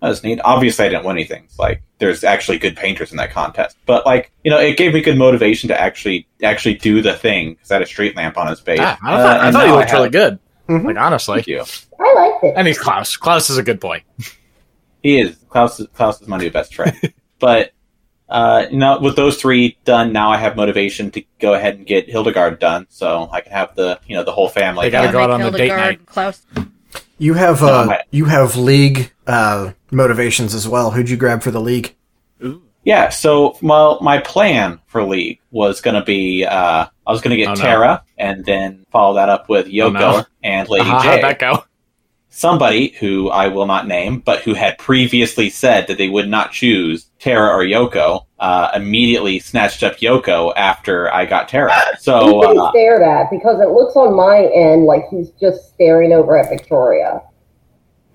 S6: That was neat. Obviously, I didn't win anything. It's Like, there's actually good painters in that contest, but like, you know, it gave me good motivation to actually actually do the thing because I had a street lamp on his face.
S3: Ah, I
S6: Uh,
S3: thought, I
S6: and
S3: thought he
S6: now
S3: looked
S6: have-
S3: really good.
S1: Mhm.
S3: Like honestly,
S6: Mm-hmm. Thank you.
S4: I liked it.
S3: and he's Klaus. Klaus is a good boy.
S6: He is Klaus. Is, Klaus is my new best friend. but uh, now with those three done, now I have motivation to go ahead and get Hildegard done, so I can have the you know the whole family.
S3: They gotta
S6: done.
S3: go out on the
S7: Hildegard
S3: date night.
S7: and Klaus.
S1: You have
S6: Oh,
S1: uh,
S6: my-
S1: you have league uh, motivations as well. Who'd you grab for the league?
S6: Yeah, so well, my plan for League was going to be uh, I was going to get
S3: Oh, no. Oh,
S6: Tara and then follow that up with Yoko
S3: no.
S6: and Lady
S3: Uh-huh,
S6: J.
S3: how'd that go?
S6: somebody who I will not name, but who had previously said that they would not choose Tara or Yoko, uh, immediately snatched up Yoko after I got Tara. So
S4: He's getting
S6: uh,
S4: stared at because it looks on my end like he's just staring over at Victoria.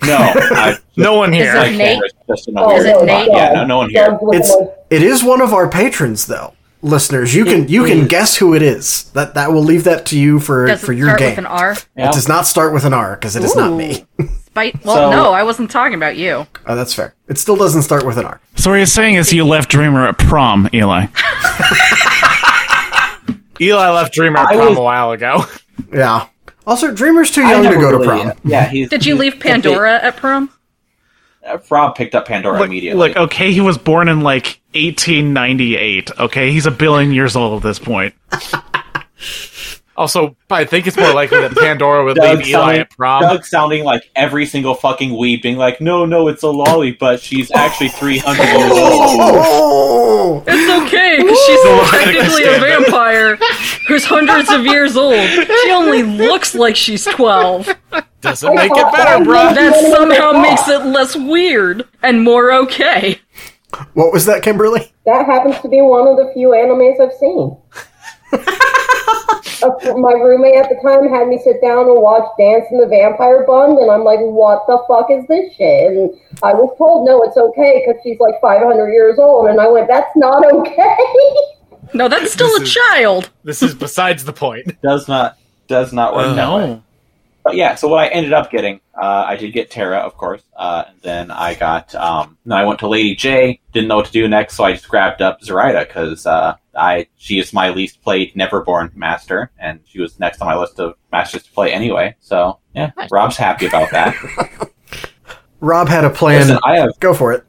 S6: no, I,
S3: No one
S7: Is
S3: here.
S7: it-
S6: I
S7: Nate?
S6: can't. Just an
S4: Oh,
S7: Is it
S6: weird
S7: Nate?
S6: spot. Yeah, no, no one here.
S4: Doug's
S7: Oh
S4: with
S1: It's
S4: like,
S1: it is one of our patrons though. Listeners, you can you can guess who it is. That that will leave that to you for
S7: Does
S1: for
S7: it
S1: your
S7: start
S1: game.
S7: with an R?
S1: It does not start with an R because it is not me.
S7: Spite. Well,
S6: So-
S7: no, I wasn't talking about you.
S1: Oh, that's fair. It still doesn't start with an R.
S2: So what you're saying is you left Dreamer at prom, Eli.
S3: Eli left Dreamer at
S6: I
S3: prom
S6: was-
S3: a while ago.
S1: Yeah. Also, Dreamer's too
S6: I
S1: young to
S6: never
S1: go to
S6: really- uh,
S1: prom.
S6: Yeah, he's,
S7: Did you
S6: he's-
S7: leave Pandora at prom?
S6: Uh, Rob picked up Pandora
S2: Look,
S6: immediately.
S2: look, okay, he was born in like 1898. Okay, he's a billion years old at this point.
S3: Also, I think it's more likely that Pandora would
S6: Doug
S3: leave Eli
S6: sounding,
S3: at prom.
S6: Doug sounding like every single fucking weeb, being like, "No, no, it's a lolly, but she's actually three hundred years old."
S1: Oh!
S7: It's okay because she's technically a
S3: stand.
S7: vampire who's hundreds of years old. She only looks like she's twelve.
S3: Doesn't make it better, bro.
S7: That somehow makes it less weird and more okay.
S1: What was that, Kimberly?
S4: that happens to be one of the few animes I've seen. Uh, My roommate at the time had me sit down and watch Dance in the Vampire Bund, and I'm like, "What the fuck is this shit?" And I was told, "No, it's okay," because she's like 500 years old, and I went, "That's not okay."
S7: No, that's still
S3: This
S7: a
S3: is-
S7: child.
S3: This is besides the point.
S6: Does not, does not work. that way. But yeah, so what I ended up getting Uh, I did get Terra, of course, uh, and then I got. Um, then I went to Lady J. Didn't know what to do next, so I just grabbed up Zoraida because uh, I she is my least played Neverborn master, and she was next on my list of masters to play anyway. So yeah, Rob's happy about that.
S1: Rob had a plan.
S6: Listen, I have
S1: Go for it.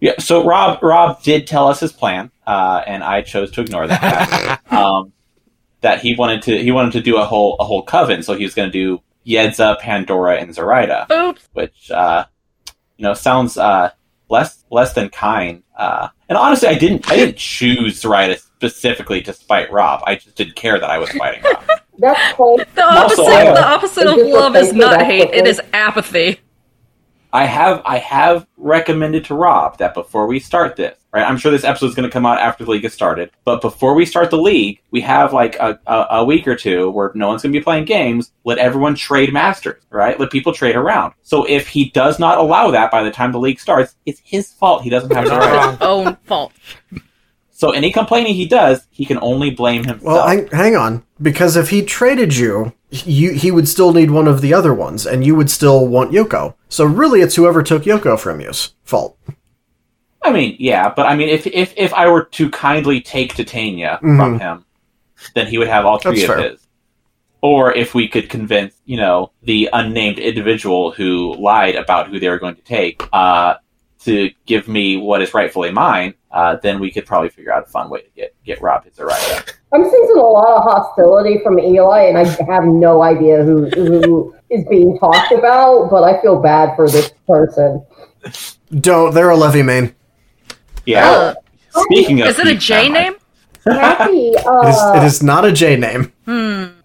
S6: yeah. So Rob Rob did tell us his plan, uh, and I chose to ignore that. um, that he wanted to he wanted to do a whole a whole coven, so he was going to do Yedza, Pandora, and Zoraida
S7: Oops.
S6: which uh, you know sounds uh, less less than kind. Uh, and honestly, I didn't I didn't choose Zoraida specifically to spite Rob. I just didn't care that I was fighting Rob.
S4: That's cold.
S7: The
S6: Also,
S7: opposite.
S6: I-
S7: the opposite of
S4: Is this a
S7: love is
S4: thing
S7: not
S4: that-
S7: hate. It is apathy.
S6: I have I have recommended to Rob that before we start this, right? I'm sure this episode is going to come out after the league has started, but before we start the league, we have like a, a, a week or two where no one's going to be playing games. Let everyone trade masters, right? Let people trade around. So if he does not allow that by the time the league starts, it's his fault. He doesn't have
S3: You're
S6: Zoraida.
S3: not wrong.
S7: Own fault.
S6: So any complaining he does, he can only blame himself.
S1: Well, hang, hang on, because if he traded you, you he would still need one of the other ones, and you would still want Yoko. So really, it's whoever took Yoko from you's fault.
S6: I mean, yeah, but I mean, if if if I were to kindly take Titania from him, then he would have all three
S1: Mm-hmm. That's
S6: of
S1: fair.
S6: his. Or if we could convince, you know, the unnamed individual who lied about who they were going to take uh, to give me what is rightfully mine, uh, then we could probably figure out a fun way to get get Rob his Zoraida.
S4: I'm sensing a lot of hostility from Eli, and I have no idea who who is being talked about. But I feel bad for this person.
S1: Don't. They're a levy main.
S6: Yeah. Speaking of,
S7: Oh. Is it a
S6: Pete
S7: J
S6: Samuel,
S7: name?
S4: Happy,
S1: It is,
S4: uh,
S1: it is not a J name.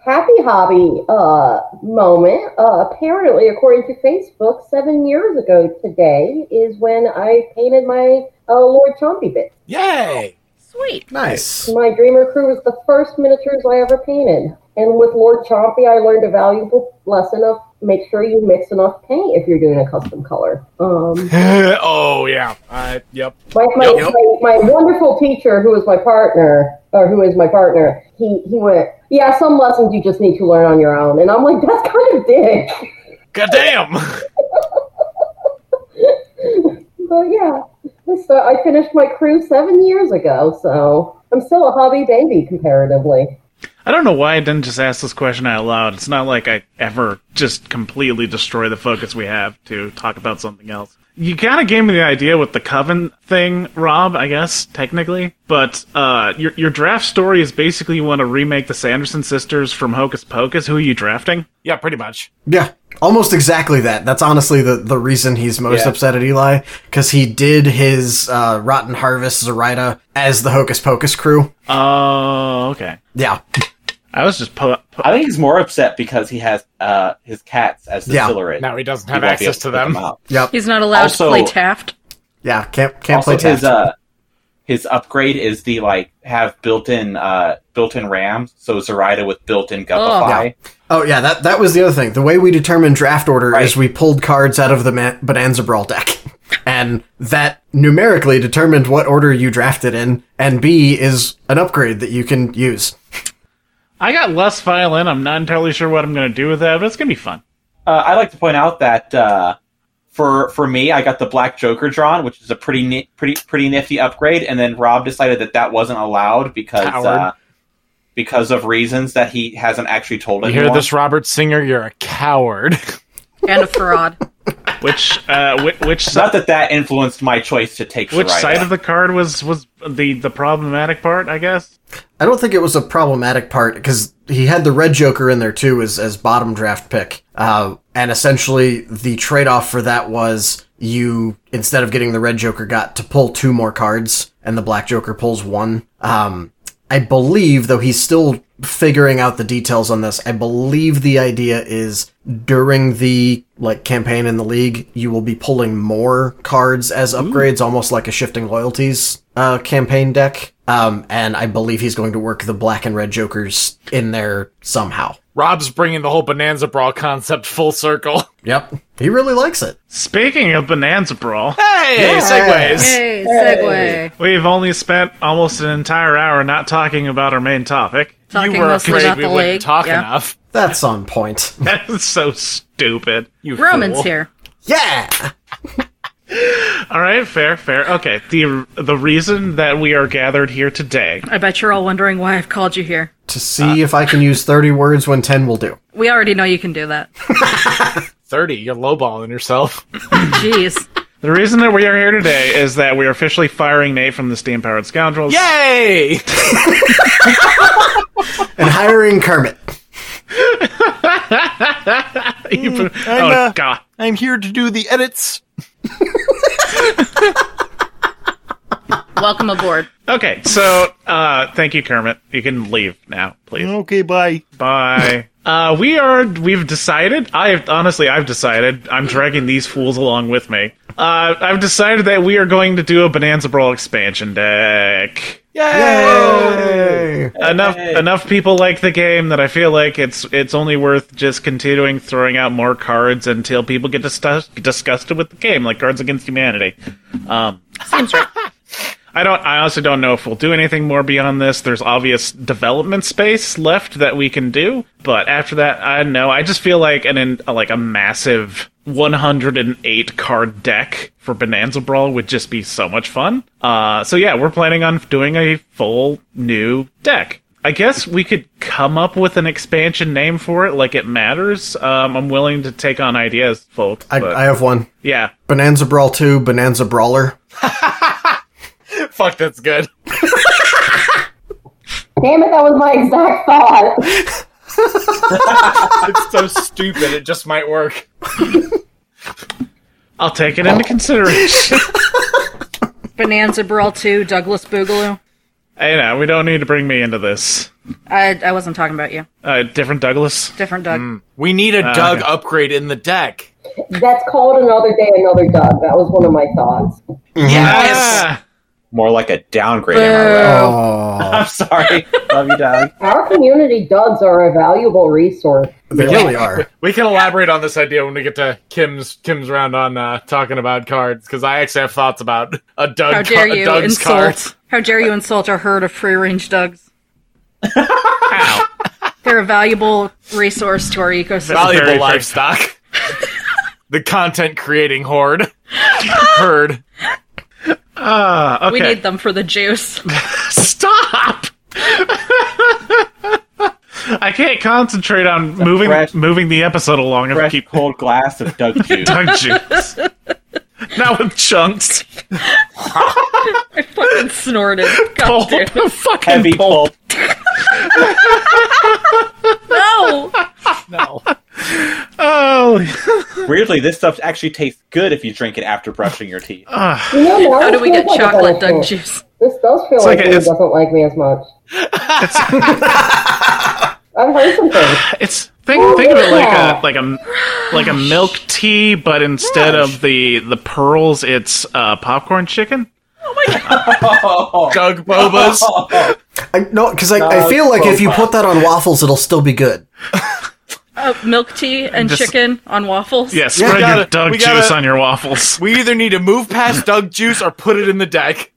S4: happy hobby uh, moment. Uh, apparently, according to Facebook, seven years ago today is when I painted my uh, Lord Chompy bit.
S3: Yay!
S7: Sweet.
S1: Nice.
S4: My Dreamer Crew was the first miniatures I ever painted. And with Lord Chompy, I learned a valuable lesson of make sure you mix enough paint if you're doing a custom color. Um,
S3: oh yeah. I yep.
S4: my, my,
S1: Yep.
S4: my, my wonderful teacher, who was my partner, or who is my partner, he, he went, Yeah, some lessons you just need to learn on your own. And I'm like, That's kind of dick.
S3: God damn.
S4: But yeah, so I finished my crew seven years ago, so I'm still a hobby baby comparatively.
S2: I don't know why I didn't just ask this question out loud. It's not like I ever just completely destroy the focus we have to talk about something else. You kind of gave me the idea with the coven thing, Rob. I guess technically, but uh, your your draft story is basically you want to remake the Sanderson sisters from Hocus Pocus. Who are you drafting?
S3: Yeah, pretty much.
S1: Yeah, almost exactly that. That's honestly the, the reason he's most
S6: Yeah.
S1: upset at Eli, because he did his uh, Rotten Harvest Zoraida as the Hocus Pocus crew.
S2: Oh, okay.
S1: Yeah,
S2: I was just po- po-
S6: I think he's more upset because he has uh, his cats as
S1: Yeah.
S6: distillery.
S3: Now he doesn't
S6: He
S3: have
S6: won't be
S3: access
S6: able
S3: to
S6: put
S3: them.
S6: out.
S1: yep,
S7: He's not allowed
S6: Also-
S7: to play Taft.
S1: yeah. Can't can't
S6: also
S1: play Taft.
S6: his uh his upgrade is the like have built-in uh built-in RAM, so Zoraida with built-in Guppify.
S1: oh yeah, that that was the other thing. The way we determined draft order is
S6: Right.
S1: we pulled cards out of the Ma- Bonanza Brawl deck, and that numerically determined what order you drafted in, and B is an upgrade that you can use.
S2: I got less violin. I'm not entirely sure what I'm going to do with that, but it's going to be fun.
S6: Uh, I like to point out that uh, for for me, I got the Black Joker drawn, which is a pretty ni- pretty pretty nifty upgrade, and then Rob decided that that wasn't allowed because
S3: Coward.
S6: uh, because of reasons that he hasn't actually told
S3: You
S6: anyone.
S3: hear this, Robert Singer? You're a coward.
S7: And a fraud.
S2: Which uh, which, which side?
S6: Not that that influenced my choice to take
S2: Which
S6: Zoraida.
S2: side of the card was was the the problematic part? I guess.
S1: I don't think it was a problematic part because he had the red Joker in there too as as bottom draft pick, uh, and essentially the trade off for that was you instead of getting the red Joker got to pull two more cards, and the black Joker pulls one. Um, I believe, though he's still figuring out the details on this, I believe the idea is during the like campaign in the league, you will be pulling more cards as upgrades, almost like a shifting loyalties uh, campaign deck. Um, and I believe he's going to work the black and red jokers in there somehow.
S3: Rob's bringing the whole Bonanza Brawl concept full circle.
S1: Yep, he really likes it.
S2: Speaking of Bonanza Brawl,
S3: Hey, segues.
S7: Hey, segue.
S2: we've only spent almost an entire hour not talking about our main topic.
S7: Talking
S3: you were
S7: mostly
S3: afraid
S7: about
S3: we
S7: the
S3: wouldn't
S7: league.
S3: talk
S7: yeah.
S3: enough.
S1: That's on point.
S2: That is so s- stupid.
S3: You
S7: Roman's
S3: fool.
S7: here.
S1: Yeah.
S2: All right, fair, fair. Okay, the the reason that we are gathered here today.
S5: I bet you're all wondering why I've called you here.
S1: To see if I can use 30 words when 10 will do.
S5: We already know you can do that.
S3: Thirty. You're lowballing yourself.
S5: Jeez.
S2: The reason that we are here today is that we are officially firing Nate from the Steam Powered Scoundrels.
S3: Yay!
S1: And hiring Kermit.
S2: You put- oh,
S3: I'm, uh,
S2: God.
S3: I'm here to do the edits.
S7: Welcome aboard.
S2: Okay, so uh, thank you, Kermit. You can leave now, please.
S3: Okay, bye.
S2: Bye. Uh, we are. We've decided. I honestly, I've decided. I'm dragging these fools along with me. Uh, I've decided that we are going to do a Bonanza Brawl expansion deck.
S1: Yay!
S2: Enough,
S6: Hey.
S2: enough people like the game that I feel like it's it's only worth just continuing throwing out more cards until people get disgust- disgusted with the game, like Cards Against Humanity.
S7: Seems right.
S2: I don't. I also don't know if we'll do anything more beyond this. There's obvious development space left that we can do, but after that, I don't know. I just feel like an in, like a massive 108 card deck for Bonanza Brawl would just be so much fun. Uh, so yeah, we're planning on doing a full new deck. I guess we could come up with an expansion name for it, like it matters. Um, I'm willing to take on ideas, folks.
S1: I,
S2: but-
S1: I have one.
S2: yeah,
S1: Bonanza Brawl 2, Bonanza Brawler.
S3: Fuck, that's good.
S4: Damn it, that was my exact thought.
S3: It's so stupid. It just might work.
S2: I'll take it into consideration.
S5: Bonanza Brawl 2, Douglas Boogaloo.
S2: Hey, now we don't need to bring me into this.
S5: I, I wasn't talking about you.
S2: Uh, different Douglas.
S5: Different Doug.
S3: We need a Doug
S2: Ah, okay.
S3: upgrade in the deck.
S4: That's called another day, another dog. That was one of my thoughts.
S2: Mm-hmm.
S3: Yes.
S5: Uh,
S2: Ah,
S6: More like a downgrade. Am I right?
S1: Oh,
S6: I'm sorry. Love you, Doug.
S4: Our community dogs are a valuable resource.
S1: they really are.
S3: We can elaborate on this idea when we get to Kim's Kim's round on uh, talking about cards because I actually have thoughts about a uh, Doug
S5: How dare
S3: car- a
S5: you
S3: Doug's
S5: insult?
S3: card.
S5: How dare you insult a herd of free range Dugs? They're a valuable resource to our ecosystem.
S2: Very
S3: Valuable
S2: fair.
S3: livestock. the content creating horde herd.
S2: ah,
S5: We
S2: okay.
S5: need them for the juice.
S2: Stop. I can't concentrate on moving
S6: fresh-
S2: moving the episode along if I
S6: Fresh
S2: keep
S6: cold glass of Doug juice.
S2: tongue juice. Not with chunks.
S5: I fucking snorted. God
S2: Pulp.
S5: damn it.
S2: Fucking
S6: Heavy
S2: pulp.
S6: pulp.
S5: No!
S3: No.
S2: Oh,
S6: Weirdly, this stuff actually tastes good if you drink it after brushing your teeth.
S3: Uh,
S4: You know, now
S5: How
S4: it
S5: do we get
S4: feels like a
S5: chocolate Doug
S4: benefit.
S5: juice?
S4: This does feel
S2: like
S4: like,
S2: a-
S4: he
S2: it's-
S4: doesn't like me as much. I've heard some things.
S2: it's think think of it like a like a like a milk tea, but instead of the the pearls, it's uh, popcorn chicken.
S5: Oh
S3: Doug Bobas.
S1: I, no, because I, I feel like if you put that on waffles, it'll still be good.
S5: Uh, milk tea and
S2: just-
S5: chicken on waffles?
S2: Yeah, spread
S3: gotta-
S2: your Doug
S3: we
S2: juice
S3: gotta-
S2: on your waffles.
S3: We either need to move past Doug Juice or put it in the deck.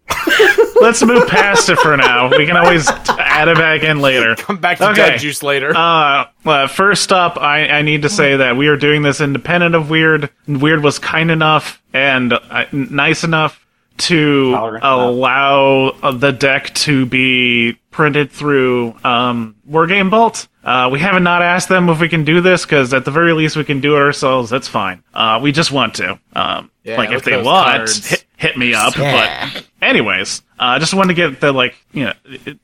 S2: Let's move past it for now. We can always add it back in later.
S3: Come back to
S2: Okay.
S3: Doug Juice later.
S2: Uh, uh, first up, I, I need to say that we are doing this independent of Weird. Weird was kind enough and uh, nice enough to
S6: Tolerant enough.
S2: allow uh, the deck to be printed through um, Wargame Bolt. Uh, we haven't not asked them if we can do this because at the very least we can do it ourselves. That's fine. Uh, we just want to. Um,
S3: Yeah,
S2: like
S3: look
S2: if
S3: at
S2: they
S3: those
S2: want,
S3: cards.
S2: hit, hit me up. But anyways, I uh, just wanted to get the like you know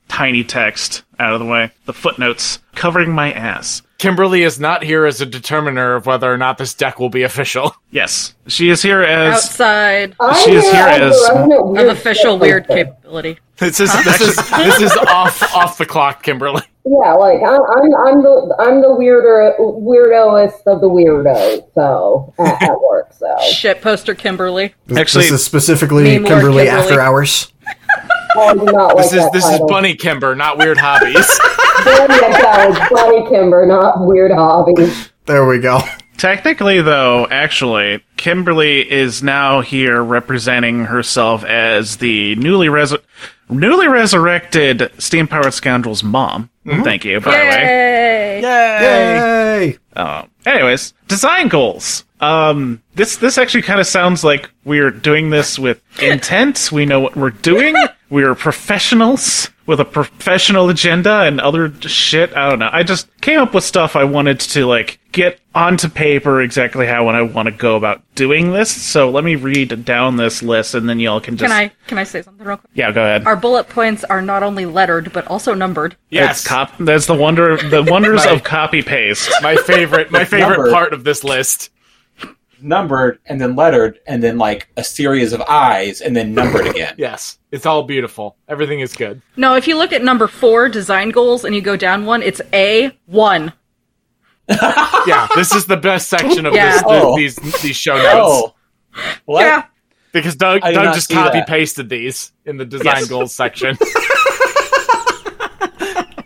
S2: tiny text out of the way, the footnotes covering my ass.
S3: Kimberly is not here as a determiner of whether or not this deck will be official.
S2: Yes, she is here as
S5: Outside
S4: I'm
S2: She is here
S4: of the
S2: as-
S4: resident weird
S5: of official
S4: shit
S5: weird
S4: person.
S5: capability.
S3: This is this is this is off off the clock, Kimberly.
S4: Yeah, like I'm, I'm, I'm the, I'm the weirder, weirdest of the weirdos. So at, at work, so
S5: Shit poster Kimberly.
S2: actually.
S1: this is specifically
S5: Name Lord
S1: Kimberly,
S5: Kimberly.
S1: After Hours.
S4: I do not like
S3: This is
S4: that
S3: this is
S4: title.
S3: Bunny Kimber, not Weird Hobbies.
S4: Damn it, that was Bunny Kimber, not Weird Hobbies.
S1: There we go.
S2: Technically, though, actually, Kimberly is now here representing herself as the newly res- newly resurrected steam powered scoundrel's mom. Thank you, by the way.
S5: Yay!
S1: Yay!
S2: Uh, Anyways, design goals. Um, this this actually kind of sounds like we're doing this with intent. We know what we're doing. We are professionals with a professional agenda and other shit. I don't know. I just came up with stuff I wanted to like get onto paper exactly how and I want to go about doing this. So let me read down this list and then y'all can just
S5: Can I can I say something real quick?
S2: yeah go ahead.
S5: Our bullet points are not only lettered but also numbered.
S3: Yes,
S2: It's cop- that's the wonder the wonders of copy paste.
S3: my favorite. My favorite
S6: Number.
S3: part of this list.
S6: numbered and then lettered and then like a series of eyes and then numbered again.
S3: Yes, it's all beautiful. Everything is good.
S5: No, if you look at number four, design goals, and you go down one, it's A one.
S3: Yeah, this is the best section of
S5: Yeah.
S3: this, the-
S6: Oh.
S3: these these show notes
S6: Oh, what?
S5: Yeah.
S3: because Doug
S6: I did
S3: Doug
S6: not
S3: just
S6: see
S3: copy
S6: that.
S3: pasted these in the design
S2: Yes.
S3: goals section.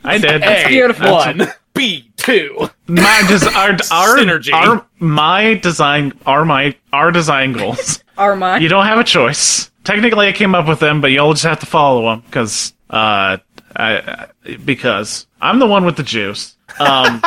S2: I did.
S5: beautiful.
S3: One B two.
S2: my des- our, our
S3: Synergy.
S2: our my design are my our design goals.
S5: Are mine.
S2: you don't have a choice. Technically, I came up with them, but y'all just have to follow them because uh, I, I- because I'm the one with the juice. Um,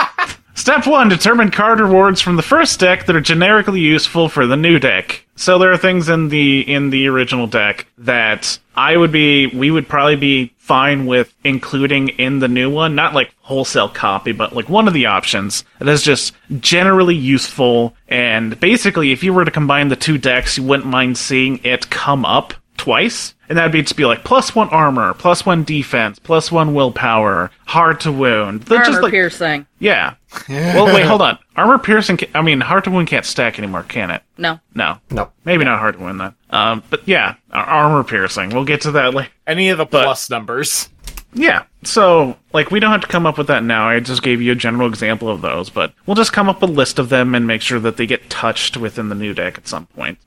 S2: step one: determine card rewards from the first deck that are generically useful for the new deck. So there are things in the in the original deck that I would be we would probably be fine with including in the new one, not like wholesale copy, but like one of the options that is just generally useful. And basically, if you were to combine the two decks, you wouldn't mind seeing it come up twice. And that'd be to be like plus one armor, plus one defense, plus one willpower, hard to wound. They're
S5: Armor
S2: just like
S5: piercing.
S2: yeah. well, wait, hold on. Armor piercing. Can, I mean, hard to wound can't stack anymore, can it?
S5: No.
S2: No.
S1: No.
S2: Maybe not hard to wound then. Um, but yeah, ar- armor piercing. We'll get to that later.
S3: Any of the plus numbers.
S2: Yeah. So, like, we don't have to come up with that now. I just gave you a general example of those, but we'll just come up with a list of them and make sure that they get touched within the new deck at some point.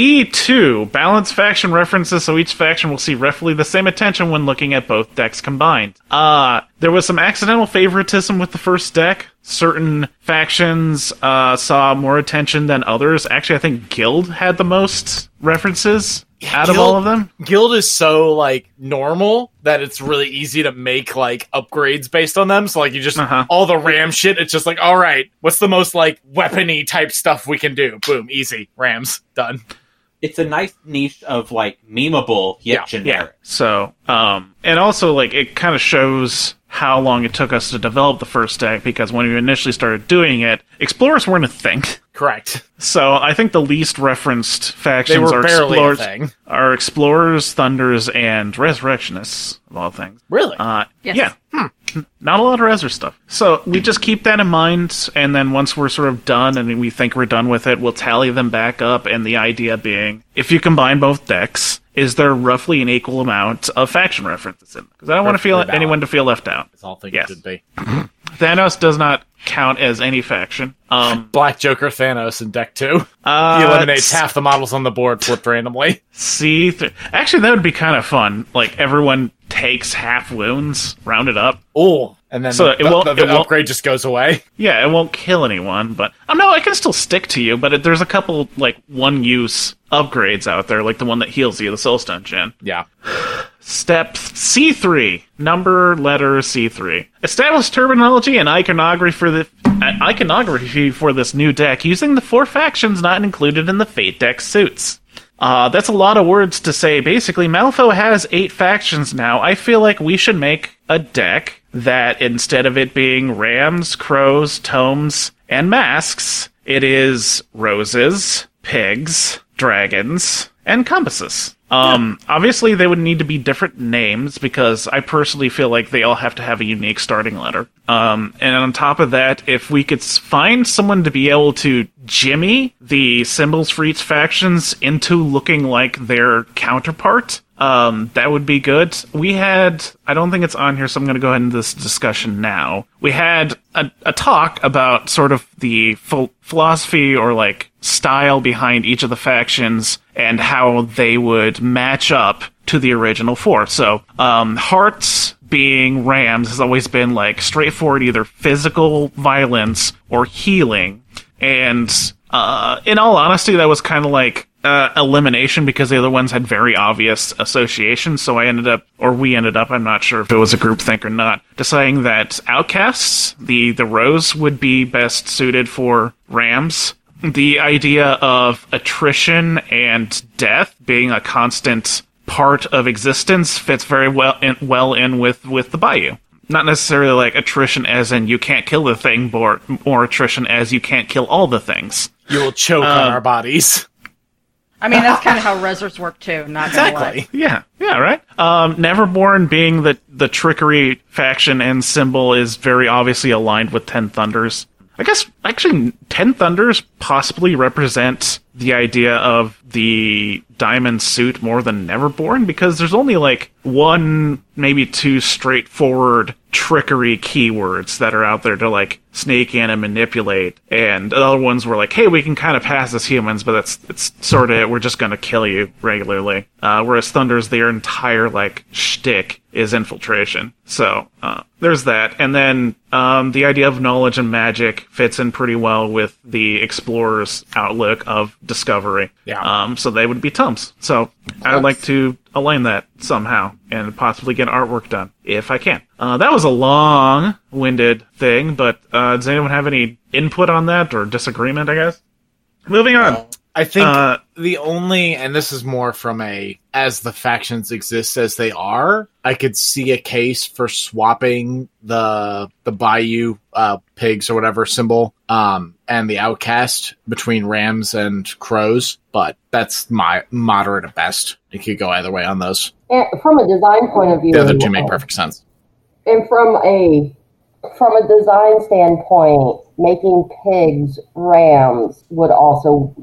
S2: B2, balance faction references, so each faction will see roughly the same attention when looking at both decks combined. Uh, there was some accidental favoritism with the first deck. Certain factions uh, saw more attention than others. Actually, I think Guild had the most references out of
S3: Guild-
S2: all of them.
S3: Guild is so like normal that it's really easy to make like upgrades based on them. So like you just
S2: Uh-huh.
S3: all the ram shit. It's just like all right, what's the most like weapony type stuff we can do? Boom, easy rams done.
S6: It's a nice niche of like memeable yet
S3: Yeah,
S2: Yeah.
S6: generic.
S2: So, um, and also like it kind of shows how long it took us to develop the first deck because when we initially started doing it, explorers weren't a thing.
S3: Correct.
S2: So I think the least referenced factions
S3: They were
S2: are
S3: barely a
S2: explorers,
S3: thing.
S2: are explorers, thunders, and resurrectionists of all things.
S3: Really?
S2: Uh,
S5: Yes.
S2: Yeah. Hmm. Not a lot of Rezzer stuff. So we just keep that in mind, and then once we're sort of done and we think we're done with it, we'll tally them back up. And the idea being, if you combine both decks, is there roughly an equal amount of faction references in? Because I don't want to
S3: Perfectly
S2: feel
S3: balanced.
S2: anyone to feel left out.
S3: That's all things
S2: Yes.
S3: should be.
S2: Thanos does not count as any faction. Um,
S3: Black Joker Thanos in deck two.
S2: uh,
S3: He eliminates
S2: s-
S3: half the models on the board flipped randomly.
S2: C three. Actually, that would be kind of fun. Like everyone takes half wounds, rounded up.
S3: Oh, and then
S2: So
S3: the,
S2: it won't-
S3: the- the
S2: it won't-
S3: upgrade just goes away.
S2: Yeah, it won't kill anyone, but oh no, I can still stick to you. But it, there's a couple like one use upgrades out there, like the one that heals you, the Soulstone Gen.
S3: Yeah.
S2: Step C three, number letter C three. Establish terminology and iconography for the uh, iconography for this new deck using the four factions not included in the Fate deck suits. Uh, that's a lot of words to say. Basically, Malfo has eight factions now. I feel like we should make a deck that instead of it being rams, crows, tomes, and masks, it is roses, pigs, dragons, and compasses. Um, obviously they would need to be different names because I personally feel like they all have to have a unique starting letter. Um, and on top of that, if we could s- find someone to be able to jimmy the symbols for each factions into looking like their counterpart, um, that would be good. We had, I don't think it's on here, so I'm going to go ahead into this discussion now. We had a, a talk about sort of the phil- philosophy or like style behind each of the factions and how they would match up to the original four. So, um, hearts being rams has always been like straightforward, either physical violence or healing. And uh, in all honesty, that was kind of like uh, elimination because the other ones had very obvious associations. So I ended up, or we ended up, I'm not sure if it was a group think or not, deciding that outcasts, the the rows would be best suited for Rams. The idea of attrition and death being a constant part of existence fits very well in, well in with with the Bayou. Not necessarily like attrition as in you can't kill the thing, but or attrition as you can't kill all the things.
S3: You'll choke
S2: Uh,
S3: on our bodies.
S7: I mean, that's kind of how reserves work too. Not gonna lie.
S2: Yeah, yeah, right. Um, Neverborn being the the trickery faction and symbol is very obviously aligned with Ten Thunders. I guess actually Ten Thunders possibly represent the idea of the diamond suit more than Neverborn because there's only like one, maybe two straightforward trickery keywords that are out there to like snake in and manipulate, and the other ones were like, hey, we can kind of pass as humans, but that's it's sort of we're just gonna kill you regularly. Uh, whereas Thunder's their entire like shtick is infiltration. So uh, there's that, and then um, the idea of knowledge and magic fits in pretty well with the explorer's outlook of discovery.
S3: Yeah.
S2: Um, so they would be Tums. So I would like to align that somehow and possibly get artwork done if I can. Uh, that was a long winded thing, but uh, does anyone have any input on that or disagreement, I guess? Moving on.
S3: I think
S2: Uh,
S3: the only, and this is more from a as the factions exist as they are. I could see a case for swapping the the Bayou uh, pigs or whatever symbol, um, and the outcast between Rams and Crows. But that's my moderate at best. It could go either way on those.
S4: And from a design point of view,
S3: The other two make perfect sense.
S4: and from a from a design standpoint, making pigs rams would also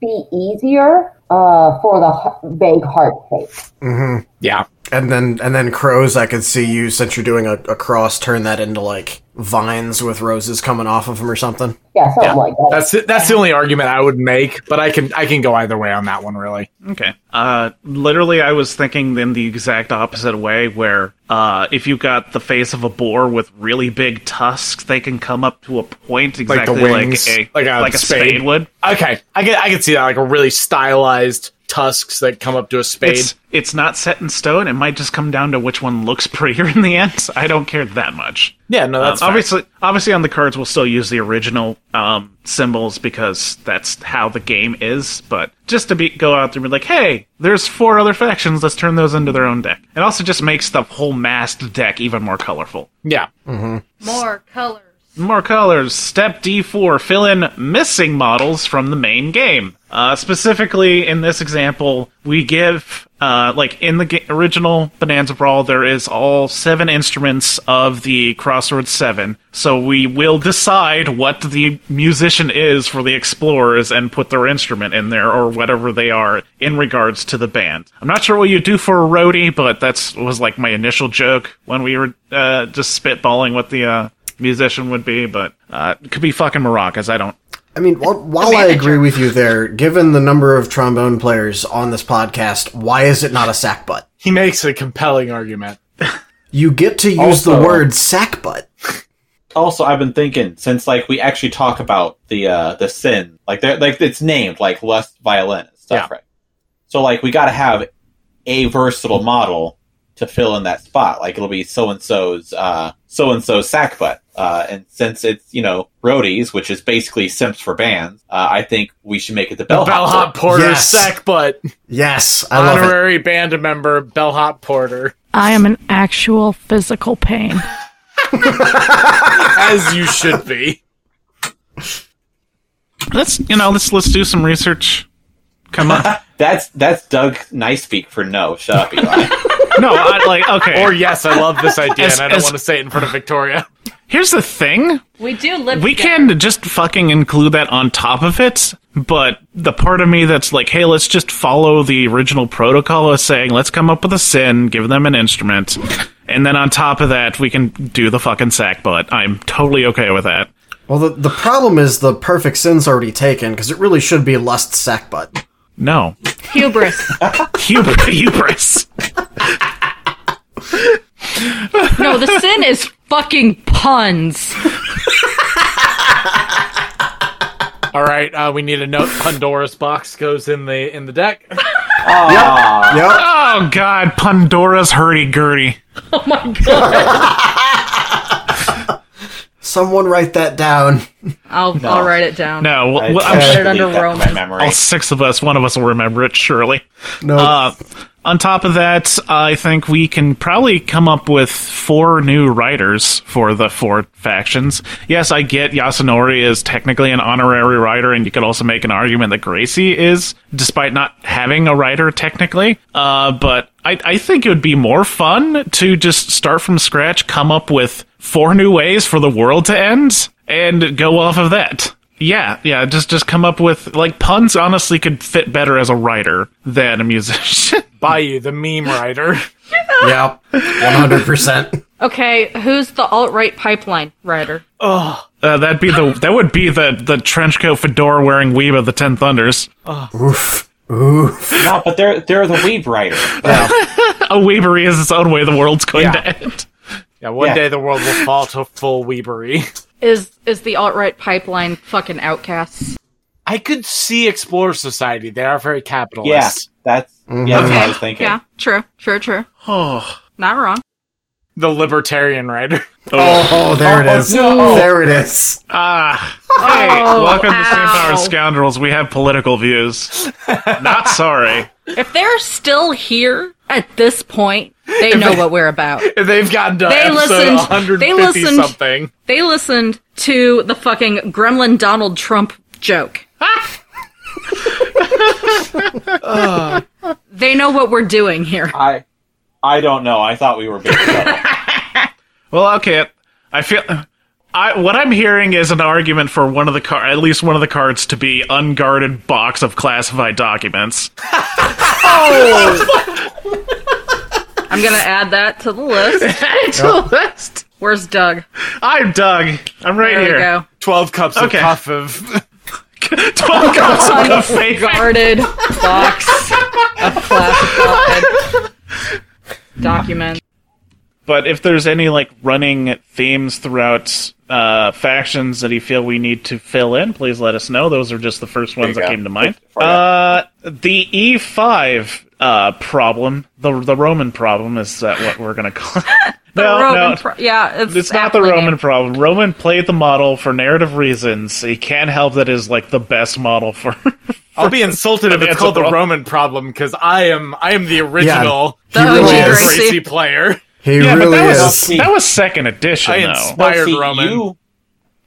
S4: be easier uh, for the h- vague heart shape.
S3: Yeah,
S1: And then and then crows, I could see you since you're doing a, a cross, turn that into like vines with roses coming off of them or something.
S4: Yeah, something like that.
S3: that's the, that's the only argument I would make. But I can I can go either way on that one. Really,
S2: Okay. Uh, literally, I was thinking then the exact opposite way, where uh, if you got the face of a boar with really big tusks, they can come up to a point
S3: like the
S2: exactly like,
S3: wings,
S2: a like a, spade. would.
S3: Okay, I could I could see that like a really stylized tusks that come up to a spade.
S2: It's it's not set in stone. It might just come down to which one looks prettier in the end. I don't care that much.
S3: yeah, no, that's
S2: Um,
S3: fine.
S2: obviously obviously on the cards we'll still use the original um, symbols because that's how the game is. But just to be go out there and be like, hey, there's four other factions. Let's turn those into their own deck. It also just makes the whole massed deck even more colorful.
S3: yeah.
S7: More colors.
S2: More colors. Step D4. Fill in missing models from the main game. Uh, specifically, in this example, we give, uh, like in the ga- original Bonanza Brawl, there is all seven instruments of the Crossroads Seven. So we will decide what the musician is for the explorers and put their instrument in there or whatever they are in regards to the band. I'm not sure what you do for a roadie, but that's was like my initial joke when we were uh, just spitballing what the uh, musician would be, but uh, it could be fucking maracas. I don't.
S1: I mean, while, while I agree with you there, given the number of trombone players on this podcast, why is it not a sackbutt?
S3: He makes a compelling argument.
S1: You get to use
S6: Also-
S1: the word sackbutt.
S6: Also, I've been thinking since like we actually talk about the uh the sin, like they're like it's named like lust, violin, and stuff,
S3: Yeah.
S6: right? So like we got to have a versatile model to fill in that spot. Like it'll be so and so's uh so and so's sack butt. Uh, and since it's you know roadies, which is basically simps for bands, uh, I think we should make it the
S3: The
S6: bellhop.
S3: Bellhop Porter
S1: Yes.
S3: sack butt.
S1: Yes, I love it.
S3: Honorary band member, Bellhop Porter.
S8: I am an actual physical pain.
S3: As you should be.
S2: Let's you know. Let's let's do some research. Come on.
S6: That's that's Doug Nice speak for no. Shut up, Eli.
S2: no, I, like okay.
S3: Or yes, I love this idea
S2: As-
S3: and I don't
S2: as-
S3: want to say it in front of Victoria.
S2: Here's the thing.
S7: We do live.
S2: We
S7: together.
S2: can just fucking include that on top of it, but the part of me that's like, hey, let's just follow the original protocol of saying, let's come up with a sin, give them an instrument, and then on top of that, we can do the fucking sack butt. I'm totally okay with that.
S1: Well, the, the problem is the perfect sin's already taken because it really should be lust sackbutt.
S2: No.
S7: hubris.
S2: Hubris. hubris.
S7: no, the sin is fucking puns.
S3: All right, uh, we need a note. Pandora's box goes in the in the deck.
S6: Aw.
S1: Yep.
S2: Oh god, Pandora's hurdy gurdy.
S5: Oh my god!
S1: Someone write that down.
S5: I'll I'll write it down.
S2: No, well,
S6: I
S2: well, I'm sure
S5: it under
S6: leave that to
S5: Roman.
S6: my memory.
S2: all six of us, one of us will remember it, surely.
S1: No.
S2: Uh, on top of that, I think we can probably come up with four new writers for the four factions. Yes, I get Yasunori is technically an honorary writer, and you could also make an argument that Gracie is, despite not having a writer technically. Uh, but I, I think it would be more fun to just start from scratch, come up with four new ways for the world to end, and go off of that. Yeah, yeah, just just come up with like puns honestly could fit better as a writer than a musician.
S3: Bayou, the meme writer.
S1: yep. 100%.
S7: Okay, who's the alt right pipeline writer?
S2: Uh, that'd be the that would be the the trench coat fedora wearing weeb of the Ten Thunders.
S1: Oof. Oof.
S6: no, but they're they're the weeb writer.
S2: A weebery is its own way the world's going to end.
S3: Yeah, one
S6: Yeah.
S3: day the world will fall to full weebery.
S7: Is is the alt right pipeline fucking outcasts?
S3: I could see Explorer Society. They are very
S6: Yeah,
S3: capitalist.
S6: that's
S3: Mm-hmm.
S6: yeah. That's what I was thinking.
S7: Yeah, true, true, true.
S2: Oh,
S7: Not wrong.
S3: The libertarian writer.
S1: Oh, there it is.
S3: no.
S1: There it is.
S2: ah. Hey,
S7: Oh,
S2: welcome to Sand Power
S7: ow.
S2: Scoundrels. We have political views. Not sorry.
S7: If they're still here at this point, they know what we're about.
S3: They've gotten to
S7: They
S3: episode
S7: listened.
S3: 150
S7: They listened.
S3: something.
S7: They listened to the fucking gremlin Donald Trump joke.
S2: Ah!
S7: they know what we're doing here.
S6: I I don't know. I thought we were big. trouble.
S2: Well, okay. I feel. I, what I'm hearing is an argument for one of the car, at least one of the cards, to be unguarded box of classified documents.
S7: I'm gonna add that to the list. Where's Doug?
S2: I'm Doug. I'm right
S7: There we
S2: here.
S7: go.
S3: 12 cups
S2: Okay.
S3: of puff of.
S2: Twelve cups of the faith.
S7: Guarded box of classified documents.
S2: But if there's any like running themes throughout uh, factions that you feel we need to fill in, please let us know. Those are just the first ones that
S6: you go.
S2: came to mind.
S6: For ya.
S2: Uh, the E5 uh, problem, the the Roman problem, is that what we're gonna call it?
S7: The
S2: no,
S7: Roman
S2: no,
S7: pro- yeah, it's,
S2: It's not the
S7: aptly
S2: Roman
S7: named.
S2: problem. Roman played the model for narrative reasons. He can't help that is like the best model for.
S3: I'll be insulted if
S2: That's
S3: it's called
S2: a
S3: the
S2: problem.
S3: Roman problem because I am I am the original
S1: He
S7: The
S1: really
S7: OG
S1: is.
S7: Gracie.
S3: crazy player.
S1: He
S2: yeah, but
S1: really
S2: that
S1: is.
S2: was that was second edition
S3: I
S2: though.
S3: ins-
S6: No,
S3: Fired
S6: see,
S3: Roman.
S6: You,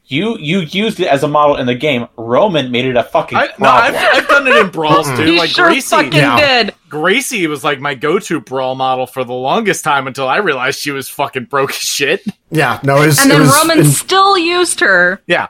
S6: you you used it as a model in the game. Roman made it a fucking
S3: I, no, I've,
S6: problem.
S3: I've done it in brawls too.
S7: You
S3: like
S7: sure
S3: Gracie,
S7: fucking did.
S3: Gracie was like my go-to brawl model for the longest time until I realized she was fucking broke as shit.
S1: Yeah, no, it was.
S7: And
S1: it
S7: then
S1: was
S7: Roman
S1: in-
S7: still used her.
S3: Yeah,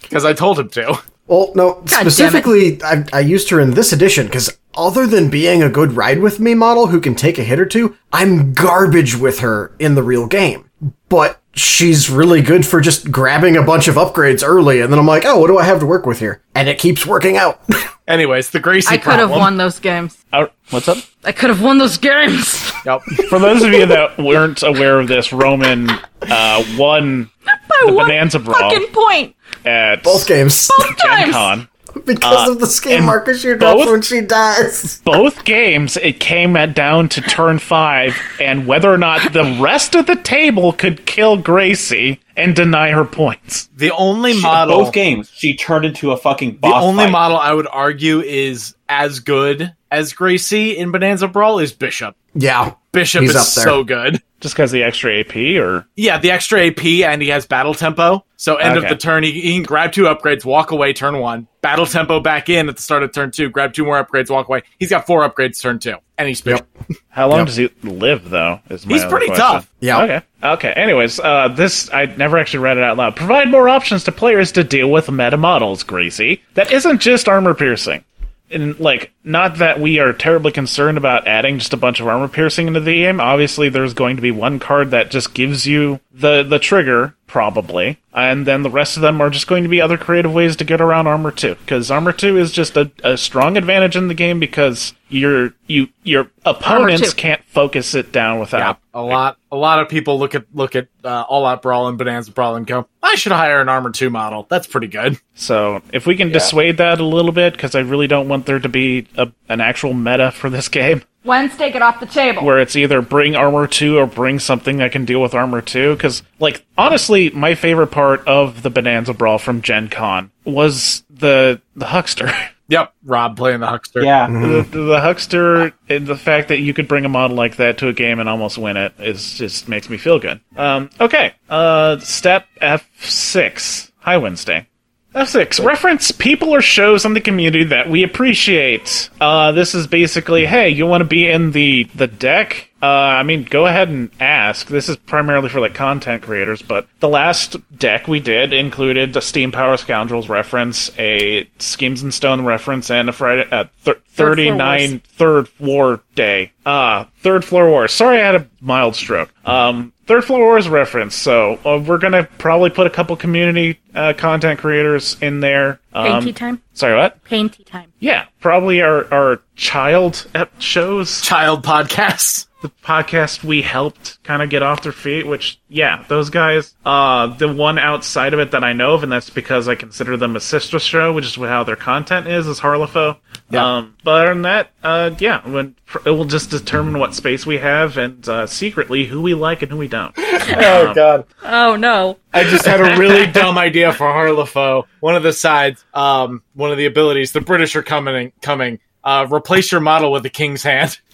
S3: because I told him to.
S1: well, no, specifically, I, I used her in this edition because other than being a good ride with me model who can take a hit or two, I'm garbage with her in the real game. But she's really good for just grabbing a bunch of upgrades early, and then I'm like, oh, what do I have to work with here? And it keeps working out.
S3: Anyways, the Gracie
S7: I could have
S3: problem.
S7: won those games.
S2: Uh, what's up?
S7: I could have won those games.
S3: Yep.
S2: For those of you that weren't aware of this, Roman uh, won the
S7: One
S2: Bonanza Brawl
S7: fucking point.
S2: at
S1: Both games.
S2: Gen
S7: Times.
S2: Con.
S1: because of the scheme
S2: and
S1: markers you're both-
S2: both-
S1: when she dies.
S2: Both games, it came at down to turn five, and whether or not the rest of the table could kill Gracie and deny her points.
S3: The only
S6: She-
S3: model.
S6: Both games, she turned into a fucking
S3: the
S6: boss.
S3: only
S6: fight.
S3: model I would argue is as good as Gracie in Bonanza Brawl is Bishop.
S1: Yeah.
S3: Bishop
S1: He's
S3: is
S1: up there.
S3: so good.
S2: Just because the extra AP, or
S3: Yeah, the extra AP and he has battle tempo. So end
S2: Okay.
S3: of the turn, he, he can grab two upgrades, walk away, turn one. Battle tempo back in at the start of turn two, grab two more upgrades, walk away. He's got four upgrades turn two, and he's Bishop.
S2: how long
S1: Yep.
S2: does he live? Though is my
S3: He's
S2: other
S3: pretty
S2: question.
S3: tough.
S1: Yeah.
S2: Okay. Okay. Anyways, uh, this I never actually read it out loud. Provide more options to players to deal with meta models, Gracie. That isn't just armor piercing. And like, not that we are terribly concerned about adding just a bunch of armor piercing into the game. Obviously, there's going to be one card that just gives you the the trigger probably. And then the rest of them are just going to be other creative ways to get around armor two, because armor two is just a, a strong advantage in the game because your you your opponents
S7: 2.
S2: can't focus it down without.
S3: A lot, a lot of people look at look at uh, All Out Brawl and Bonanza Brawl and go, "I should hire an Armor Two model. That's pretty good."
S2: So if we can dissuade that a little bit, because I really don't want there to be a, an actual meta for this game.
S7: Wednesday, get off the table.
S2: where it's either bring armor 2 or bring something that can deal with armor 2 because like honestly my favorite part of the bonanza brawl from gen con was the the huckster
S3: Yep, Rob playing the huckster.
S6: Yeah.
S2: the, the huckster and the fact that you could bring a model like that to a game and almost win it is just makes me feel good um, okay uh, step f6 hi wednesday F6. Reference people or shows on the community that we appreciate. Uh, this is basically, hey, you want to be in the, the deck? Uh, I mean, go ahead and ask. This is primarily for like content creators, but the last deck we did included a Steam Power Scoundrels reference, a Schemes and Stone reference, and a Friday uh, thir- 39 Third Floor Day. Ah, Third Floor War. Sorry, I had a mild stroke. Um, Third Floor Wars reference. So uh, we're gonna probably put a couple community uh, content creators in there. Um,
S7: Painty time.
S2: Sorry, what?
S7: Painty time.
S2: Yeah, probably our our child ep- shows
S3: Child podcasts.
S2: the podcast we helped kind of get off their feet. Which yeah, those guys. Uh, the one outside of it that I know of, and that's because I consider them a sister show, which is how their content is, is Harlefo.
S3: Yeah.
S2: Um, but other than that, uh, yeah, when, it will just determine what space we have and uh, secretly who we like and who we don't.
S3: Oh God.
S5: Oh no.
S3: I just had a really dumb idea for Harlefo. One of the sides, um, one of the abilities, the British are coming. Coming. Uh, replace your model with the king's hand.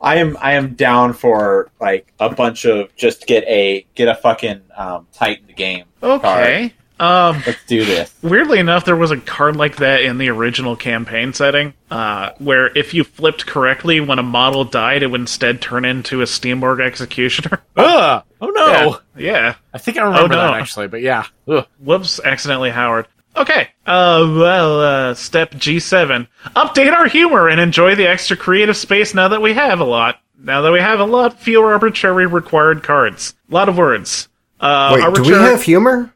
S6: I am I am down for like a bunch of just get a get a fucking um, tighten the game. card.
S2: Okay. Um,
S6: Let's do this.
S2: weirdly enough, there was a card like that in the original campaign setting, uh, where if you flipped correctly, when a model died, it would instead turn into a Steamborg Executioner.
S3: Ugh. Oh no.
S2: yeah.
S3: I think I remember
S2: Oh, no.
S3: that actually, but yeah. Ugh.
S2: Whoops, accidentally Howard. Okay. Uh, well, uh, step G7. Update our humor and enjoy the extra creative space now that we have a lot. Now that we have a lot fewer arbitrary required cards. A lot of words. Uh,
S1: Wait, do we
S2: arbitrary-
S1: have humor?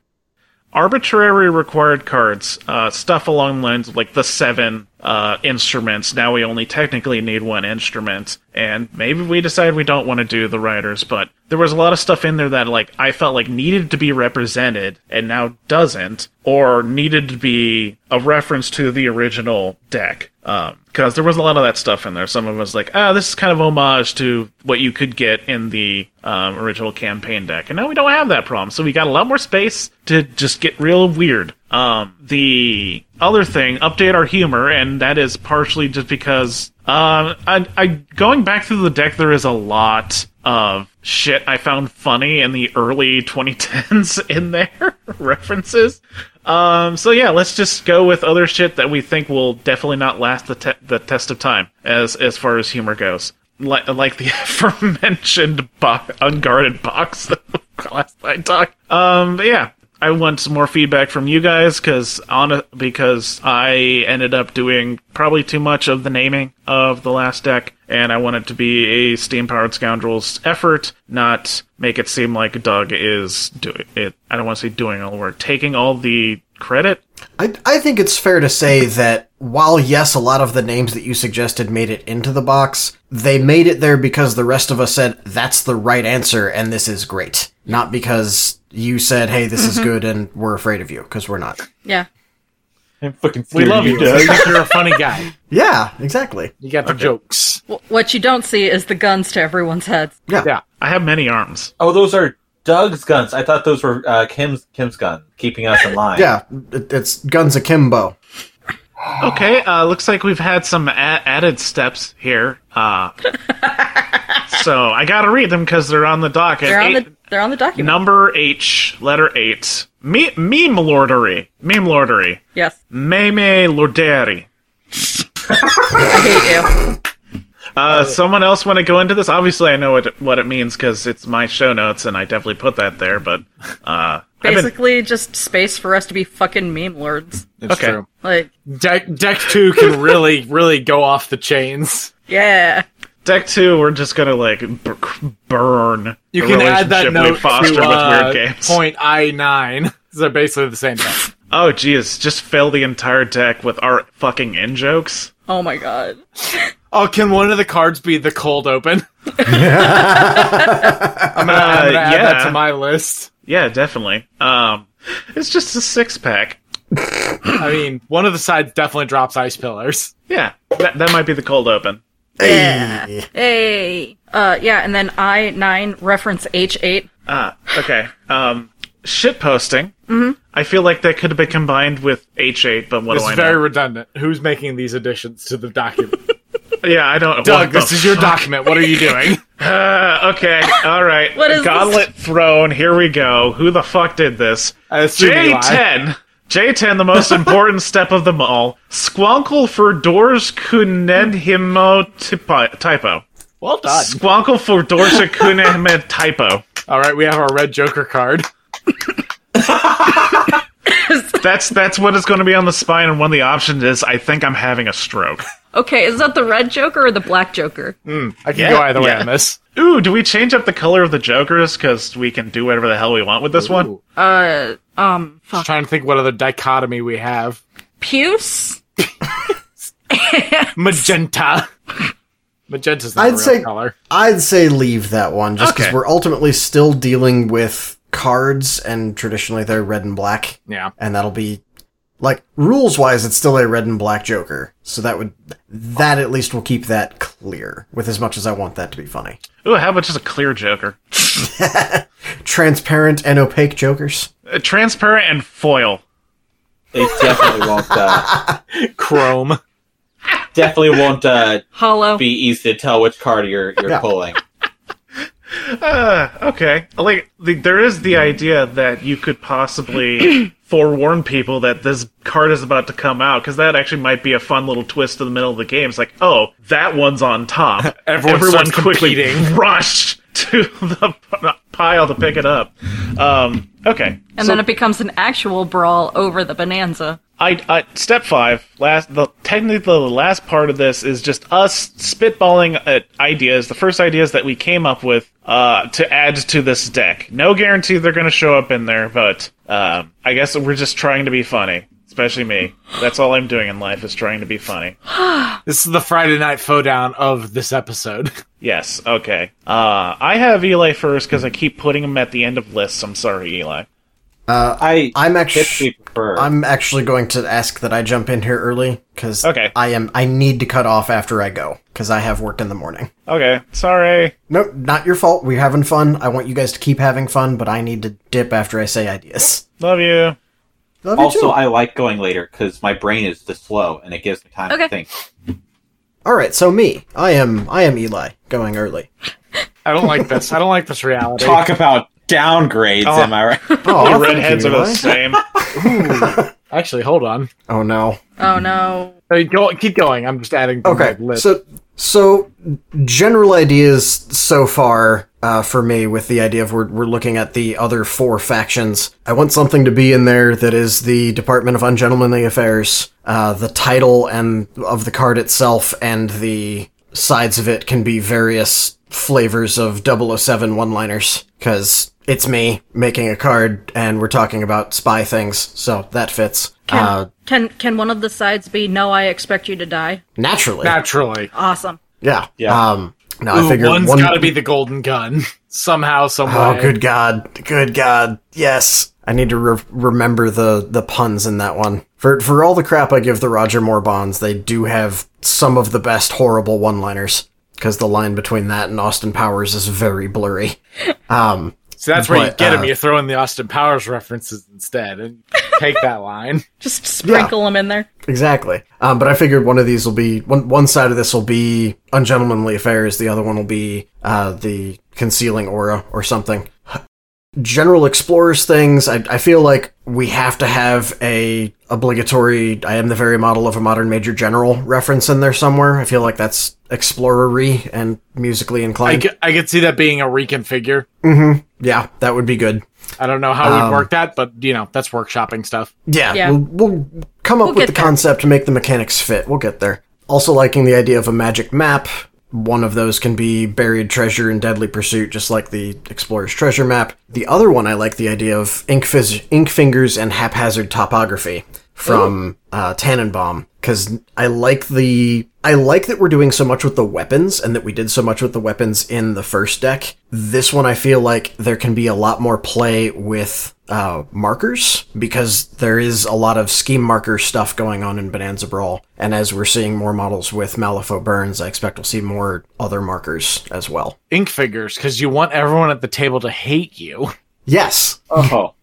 S2: arbitrary required cards, uh, stuff along the lines of like the seven uh, instruments. Now we only technically need one instrument, and maybe we decide we don't want to do the writers. But there was a lot of stuff in there that like I felt like needed to be represented and now doesn't, or needed to be a reference to the original deck. Um, because there was a lot of that stuff in there. Some of it was like, ah, this is kind of homage to what you could get in the um, original campaign deck. And now we don't have that problem. So we got a lot more space to just get real weird. Um, the other thing, update our humor, and that is partially just because, um, I, I, going back through the deck, there is a lot of shit I found funny in the early 2010s in there references. Um, so yeah, let's just go with other shit that we think will definitely not last the te- the test of time as as far as humor goes. Like, like the aforementioned bo- unguarded box that last I talked. Um, but yeah, I want some more feedback from you guys because on because I ended up doing probably too much of the naming of the last deck, and I want it to be a steam powered scoundrels effort, not make it seem like Doug is doing it. I don't want to say doing all the work, taking all the credit.
S1: I, I think it's fair to say that while yes, a lot of the names that you suggested made it into the box, they made it there because the rest of us said that's the right answer and this is great, not because you said hey this is good and we're afraid of you because we're not.
S5: Yeah.
S6: I'm fucking
S3: We love you.
S6: Doug.
S3: You're a funny guy.
S1: Yeah, exactly.
S3: You got the jokes.
S5: W- what you don't see is the guns to everyone's heads.
S1: Yeah.
S3: Yeah.
S2: I have many arms.
S6: Oh, those are Doug's guns. I thought those were uh, Kim's Kim's gun, keeping us in line.
S1: Yeah, it, it's guns akimbo.
S2: Okay, uh, looks like we've had some a- added steps here. Uh, so I gotta read them because they're on the docket.
S5: They're on
S2: Eight-
S5: the they're on the document.
S2: Number H, letter eight. Me- meme lordery. Meme lordery.
S5: Yes.
S2: Meme lordery.
S5: I hate you.
S3: Oh,
S2: Uh, someone else want to go into this? Obviously, I know what, what it means because it's my show notes and I definitely put that there, but, uh, I've been-
S5: Basically just space for us to be fucking meme lords.
S3: It's
S2: Okay.
S3: true.
S5: Like,
S3: Deck Deck Two can really, really go off the chains.
S5: yeah.
S2: Deck two, we're just gonna like b- burn.
S3: You
S2: the
S3: can add that
S2: relationship
S3: note
S2: we foster
S3: to uh,
S2: with weird games.
S3: point I nine. They're basically the same thing.
S2: Oh, geez, just fill the entire deck with our fucking in jokes.
S5: Oh my god.
S3: Oh, can one of the cards be the cold open? I'm gonna, I'm
S2: Uh,
S3: gonna add that
S2: yeah.
S3: to my list.
S2: Yeah, definitely. Um, it's just a six pack.
S3: I mean, one of the sides definitely drops ice pillars.
S2: Yeah, that, that might be the cold open.
S1: Yeah.
S5: Hey.
S7: Uh, yeah,
S5: And then I nine reference H eight.
S2: Ah, okay. Um, shit posting. Mm-hmm. I feel like that could have been combined with H eight, but what
S3: This
S2: do Oh, I
S3: is very
S2: know?
S3: redundant. Who's making these additions to the document?
S2: Yeah, I don't.
S3: Doug,
S2: what the
S3: this is your document. What are you doing?
S2: Uh, okay, all right.
S5: What is this?
S2: Gauntlet Throne? Here we go. Who the fuck did this?
S3: I assume
S2: J
S3: Eli.
S2: ten. J ten, the most important step of them all. Squonkle for doors kuned himo typo- typo.
S3: Well done.
S2: Squonkle for doors kuned typo.
S3: All right, we have our red Joker card.
S2: That's that's what it's going to be on the spine, and one of the options is I think I'm having a stroke.
S7: Okay, is that the red Joker or the black Joker?
S3: I can go either way on this.
S2: Ooh, do we change up the color of the jokers because we can do whatever the hell we want with this one?
S3: Ooh. Just trying to think what other dichotomy we have.
S7: Puce?
S3: Magenta. Magenta's not a
S1: I'd
S3: real
S1: say
S3: color.
S1: I'd say leave that one just because
S2: Okay.
S1: we're ultimately still dealing with cards, and traditionally they're red and black,
S3: Yeah.
S1: and that'll be like rules wise, it's still a red and black Joker. So that would that at least will keep that clear. With as much as I want that to be funny,
S2: Ooh, how about just a clear joker?
S1: transparent and opaque Jokers.
S2: Uh, transparent and foil.
S6: They definitely won't. Uh,
S3: Chrome.
S6: definitely won't uh,
S5: Hollow.
S6: be easy to tell which card you're you're
S1: Yeah.
S6: pulling.
S2: Okay, like the, there is the idea that you could possibly forewarn people that this card is about to come out because that actually might be a fun little twist in the middle of the game. It's like, oh, that one's on top.
S3: Everyone starts
S2: quickly
S3: competing.
S2: rushed to the p- pile to pick it up. Um, okay,
S5: And then it becomes an actual brawl over the bonanza.
S2: I, I step five last the technically the last part of this is just us spitballing at ideas the first ideas that we came up with uh, to add to this deck no guarantee they're going to show up in there but um, i guess we're just trying to be funny especially me that's all i'm doing in life is trying to be funny
S3: This is the Friday night down of this episode.
S2: yes okay uh, i have eli first because i keep putting him at the end of lists i'm sorry eli
S6: I
S1: I'm
S6: typically
S1: actually
S6: prefer.
S1: I'm actually going to ask that I jump in here early because
S2: Okay.
S1: I am I need to cut off after I go because I have work in the morning.
S2: okay sorry
S1: Nope, not your fault. We're having fun. I want you guys to keep having fun, but I need to dip after I say ideas.
S2: love you
S1: Love you
S6: also,
S1: too.
S6: I like going later because my brain is this slow and it gives me time
S7: Okay.
S6: to think.
S1: All right, so me, I am, I am Eli, going early.
S3: I don't like this. I don't like this reality.
S6: Talk about downgrades, am I right?
S1: Oh,
S2: the redheads are the same
S3: Actually, hold on.
S1: Oh no.
S7: Oh no.
S3: Hey, go, keep going. I'm just adding to
S1: Okay,
S3: my list.
S1: so so general ideas so far uh, for me with the idea of we're we're looking at the other four factions. I want something to be in there that is the Department of Ungentlemanly Affairs. Uh, the title and of the card itself and the sides of it can be various flavors of 007 one-liners because it's me making a card and we're talking about spy things, so that fits. Uh,
S7: Can can one of the sides be no I expect you to die?
S1: naturally,
S3: Naturally.
S7: Awesome.
S1: yeah.
S6: Yeah.
S1: Um, no, I
S3: Ooh,
S1: figure
S3: one's
S1: one-
S3: got to be the golden gun. Somehow,
S1: Oh,
S3: somehow.
S1: good God. Good God. Yes. I need to re- remember the, the puns in that one. For, for all the crap I give the Roger Moore Bonds, they do have some of the best horrible one liners. Because the line between that and Austin Powers is very blurry.
S3: So that's where you
S1: But,
S3: get him.
S1: uh,
S3: you throw in the Austin Powers references instead and take that line.
S5: Just sprinkle them in there.
S1: Exactly. Um, but I figured one of these will be one one side of this will be ungentlemanly affairs, the other one will be uh, the concealing aura or something. General explorers things. I, I feel like we have to have a obligatory. I am the very model of a modern major general reference in there somewhere. I feel like that's explorery and musically
S3: I
S1: inclined.
S3: could, I could see that being a reconfigure.
S1: yeah, that would be good.
S3: I don't know how
S1: Um,
S3: we'd work that, but you know that's workshopping stuff.
S1: Yeah,
S5: Yeah.
S1: We'll, we'll come up with
S7: get
S1: the
S7: there.
S1: concept to make the mechanics fit. We'll get there. Also, liking the idea of a magic map One of those can be buried treasure and deadly pursuit, just like the explorer's treasure map. The other one I like the idea of ink, fizz- ink fingers and haphazard topography from uh, Tannenbaum because I like the I like that we're doing so much with the weapons and that we did so much with the weapons in the first deck. This one I feel like there can be a lot more play with uh, markers because there is a lot of scheme marker stuff going on in Bonanza Brawl, and as we're seeing more models with Malifaux Burns, I expect we'll see more other markers as well.
S3: Ink fingers, because you want everyone at the table to hate you.
S1: Yes,
S6: Oh,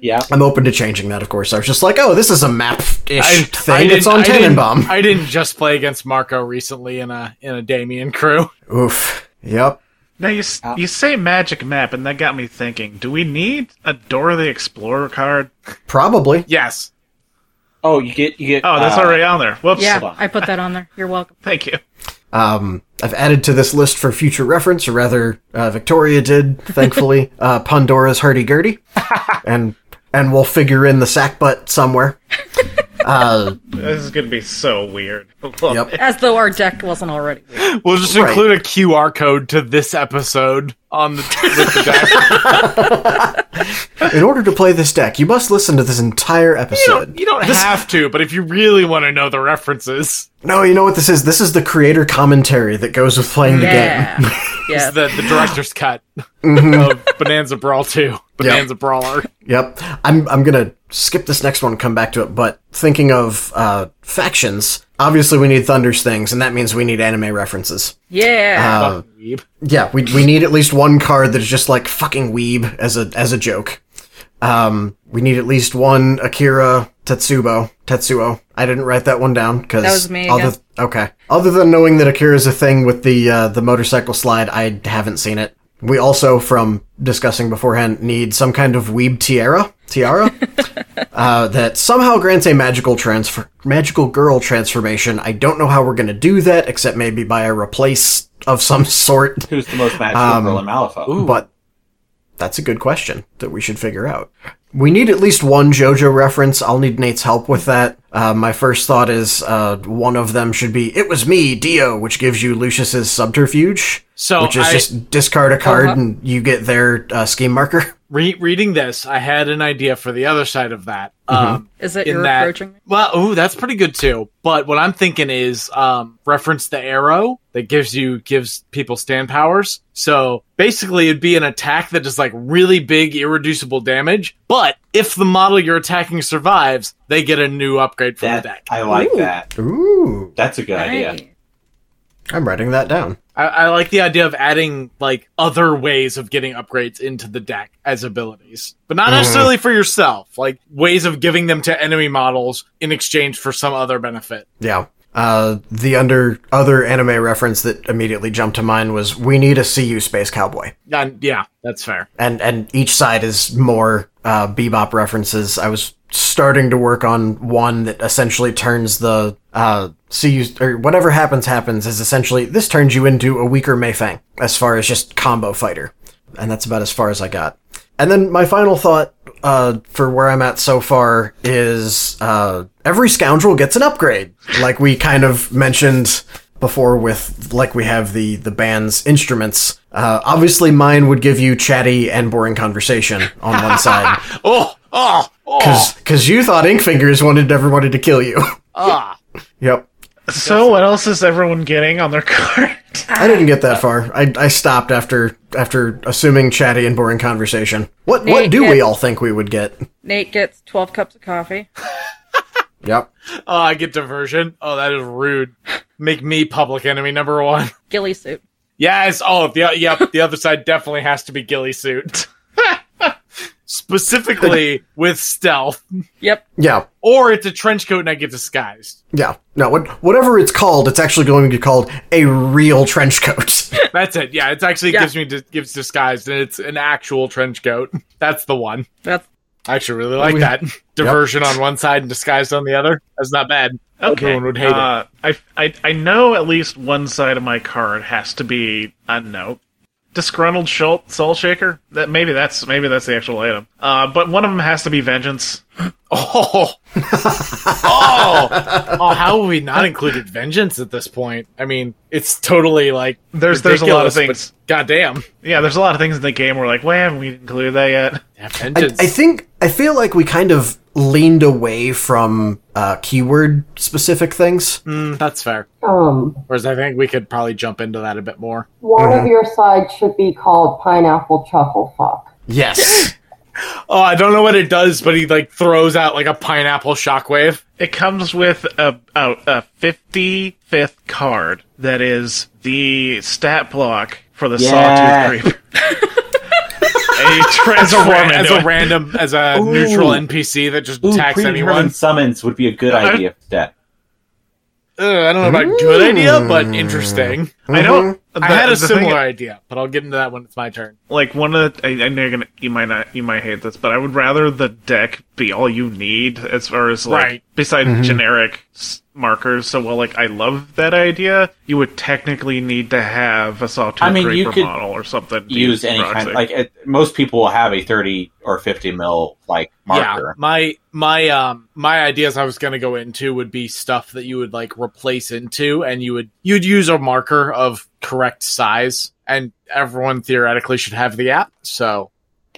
S6: yeah.
S1: I'm open to changing that. Of course, I was just like, oh, this is a map ish thing. it's
S3: didn't-
S1: on
S3: I didn't-
S1: Tannenbaum.
S3: I didn't just play against Marco recently in a in a Damien crew.
S1: Oof. Yep.
S2: Now you s
S3: Uh,
S2: you say magic map, and that got me thinking. Do we need a Dora the Explorer card?
S1: Probably.
S3: Yes.
S6: Oh, you get you get.
S2: Oh, that's
S6: uh,
S2: already on there. Whoops.
S6: on.
S5: Yeah, I put that on there. You're welcome.
S2: Thank you.
S1: Um, I've added to this list for future reference, or rather, uh, Victoria did, thankfully, uh, Pandora's Hurdy Gurdy. and and we'll figure in the sack butt somewhere.
S2: This is gonna be so weird. Well,
S1: Yep.
S5: As though our deck wasn't already.
S3: We'll just
S1: Right.
S3: include a QR code to this episode on the, with the deck.
S1: In order to play this deck, you must listen to this entire
S3: you
S1: episode.
S3: don't, you don't have to, but if you really want to know the references,
S1: no, you know what this is? This is the creator commentary that goes with playing the game.
S5: Yeah. yeah.
S3: the, the director's cut of Bonanza Brawl 2, Bonanza Brawler.
S1: Yep. I'm I'm gonna skip this next one and come back to it, but thinking of uh, factions, obviously we need Thunder's things, and that means we need anime references.
S5: Yeah.
S1: Uh, Yeah, we we need at least one card that is just like fucking weeb as a as a joke. Um, we need at least one Akira Tetsubo Tetsuo. I didn't write that one down because
S5: That was me
S1: Other,
S5: again.
S1: okay, other than knowing that Akira is a thing with the uh, the motorcycle slide, I haven't seen it. We also, from discussing beforehand, need some kind of weeb tiara tiara uh, that somehow grants a magical transfer magical girl transformation. I don't know how we're gonna do that, except maybe by a replace of some sort
S6: Who's the most magical
S1: Um,
S6: girl in Malifaux?
S1: but that's a good question that we should figure out. We need at least one JoJo reference. I'll need Nate's help with that. Uh, my first thought is uh, one of them should be "It was me, Dio," which gives you Lucius's subterfuge,
S3: So
S1: which is
S3: I-
S1: just discard a card
S5: Uh-huh.
S1: and you get their uh, scheme marker.
S3: Re- reading this, I had an idea for the other side of that. Um,
S5: Is it
S3: in
S5: you're
S3: that-
S5: approaching me?
S3: Well, oh, that's pretty good too. But what I'm thinking is um, reference the arrow that gives you gives people stand powers. So basically, it'd be an attack that is like really big, irreducible damage. But if the model you're attacking survives, they get a new upgrade from the
S6: That
S3: deck.
S6: I like that.
S1: Ooh,
S6: That's a good idea.
S5: Hey.
S1: I'm writing that down.
S3: I, I like the idea of adding like other ways of getting upgrades into the deck as abilities, but not necessarily for yourself. Like ways of giving them to enemy models in exchange for some other benefit.
S1: Yeah. Uh, the under other anime reference that immediately jumped to mind was "We need a CU space cowboy."
S3: And, yeah, that's fair.
S1: and and each side is more uh, bebop references. I was starting to work on one that essentially turns the uh, see you or whatever happens happens is essentially this turns you into a weaker Mayfang as far as just combo fighter, and that's about as far as I got. And then my final thought uh, for where I'm at so far is uh, every scoundrel gets an upgrade, like we kind of mentioned before with like we have the the band's instruments. Uh, obviously, mine would give you chatty and boring conversation on one side
S3: Oh, oh, oh,
S1: because you thought Ink Fingers wanted everybody to kill you.
S3: ah.
S1: yep,
S2: So what else is everyone getting on their card?
S1: I didn't get that far. I, I stopped after after assuming chatty and boring conversation. What what do we all think we would get?
S5: Nate gets 12 cups of coffee.
S1: Yep.
S3: Oh, I get diversion. Oh, that is rude. Make me public enemy number one.
S5: Ghillie suit.
S3: Yes. Oh, the yep. The other side definitely has to be ghillie suit. Specifically with stealth,
S5: Yep.
S1: Yeah.
S3: or it's a trench coat and I get disguised.
S1: Yeah. No, what, whatever it's called, it's actually going to be called a real trench coat.
S3: That's it. Yeah, it actually
S5: Yeah.
S3: gives me dis- gives disguised, and it's an actual trench coat. That's the one.
S5: That's
S3: I actually really like that diversion on one side and disguised on the other. That's not bad. Everyone would hate it.
S2: uh, I, I I know at least one side of my card has to be I don't know disgruntled soul, soul shaker. That maybe that's maybe that's the actual item. Uh, but one of them has to be vengeance.
S3: Oh, oh, oh! How have we not included vengeance at this point? I mean, it's totally like
S2: There's- there's a lot of
S3: ridiculous,
S2: things.
S3: but Goddamn,
S2: Yeah, there's a lot of things in the game where like, why haven't we included that yet?
S3: yeah,
S1: I,
S3: vengeance.
S1: I think I feel like we kind of leaned away from uh, keyword specific things.
S3: Mm, that's fair.
S4: Um,
S3: Whereas I think we could probably jump into that a bit more.
S4: one of your sides should be called pineapple chuckle fuck.
S1: Yes.
S3: Oh, I don't know what it does, but he like throws out like a pineapple shockwave.
S2: It comes with a a, a 55th card that is the stat block for the
S6: Yeah.
S2: Sawtooth Creep. and you transform
S3: as
S2: into
S3: a
S2: it.
S3: random, as a
S6: Ooh.
S3: neutral NPC that just
S6: Ooh,
S3: attacks anyone.
S6: predetermined summons would be a good idea for that.
S3: Ugh, I don't know about good idea, but interesting.
S2: I don't.
S3: I had
S2: Mm-hmm.
S3: a
S2: the thing-
S3: similar idea, but I'll get into that when it's my turn.
S2: like one of the, I, I know you're gonna you might not you might hate this, but I would rather the deck be all you need as far as like
S3: Right.
S2: beside generic s- markers. So while like I love that idea, you would technically need to have a sawtooth
S6: I mean, you
S2: creeper
S6: could
S2: model or something. to
S6: Use any kind.
S2: proxy.
S6: Like it, most people will have a thirty or fifty mil like marker.
S3: Yeah, my my um my ideas I was gonna go into would be stuff that you would like replace into, and you would you'd use a marker of correct size, and everyone theoretically should have the app. So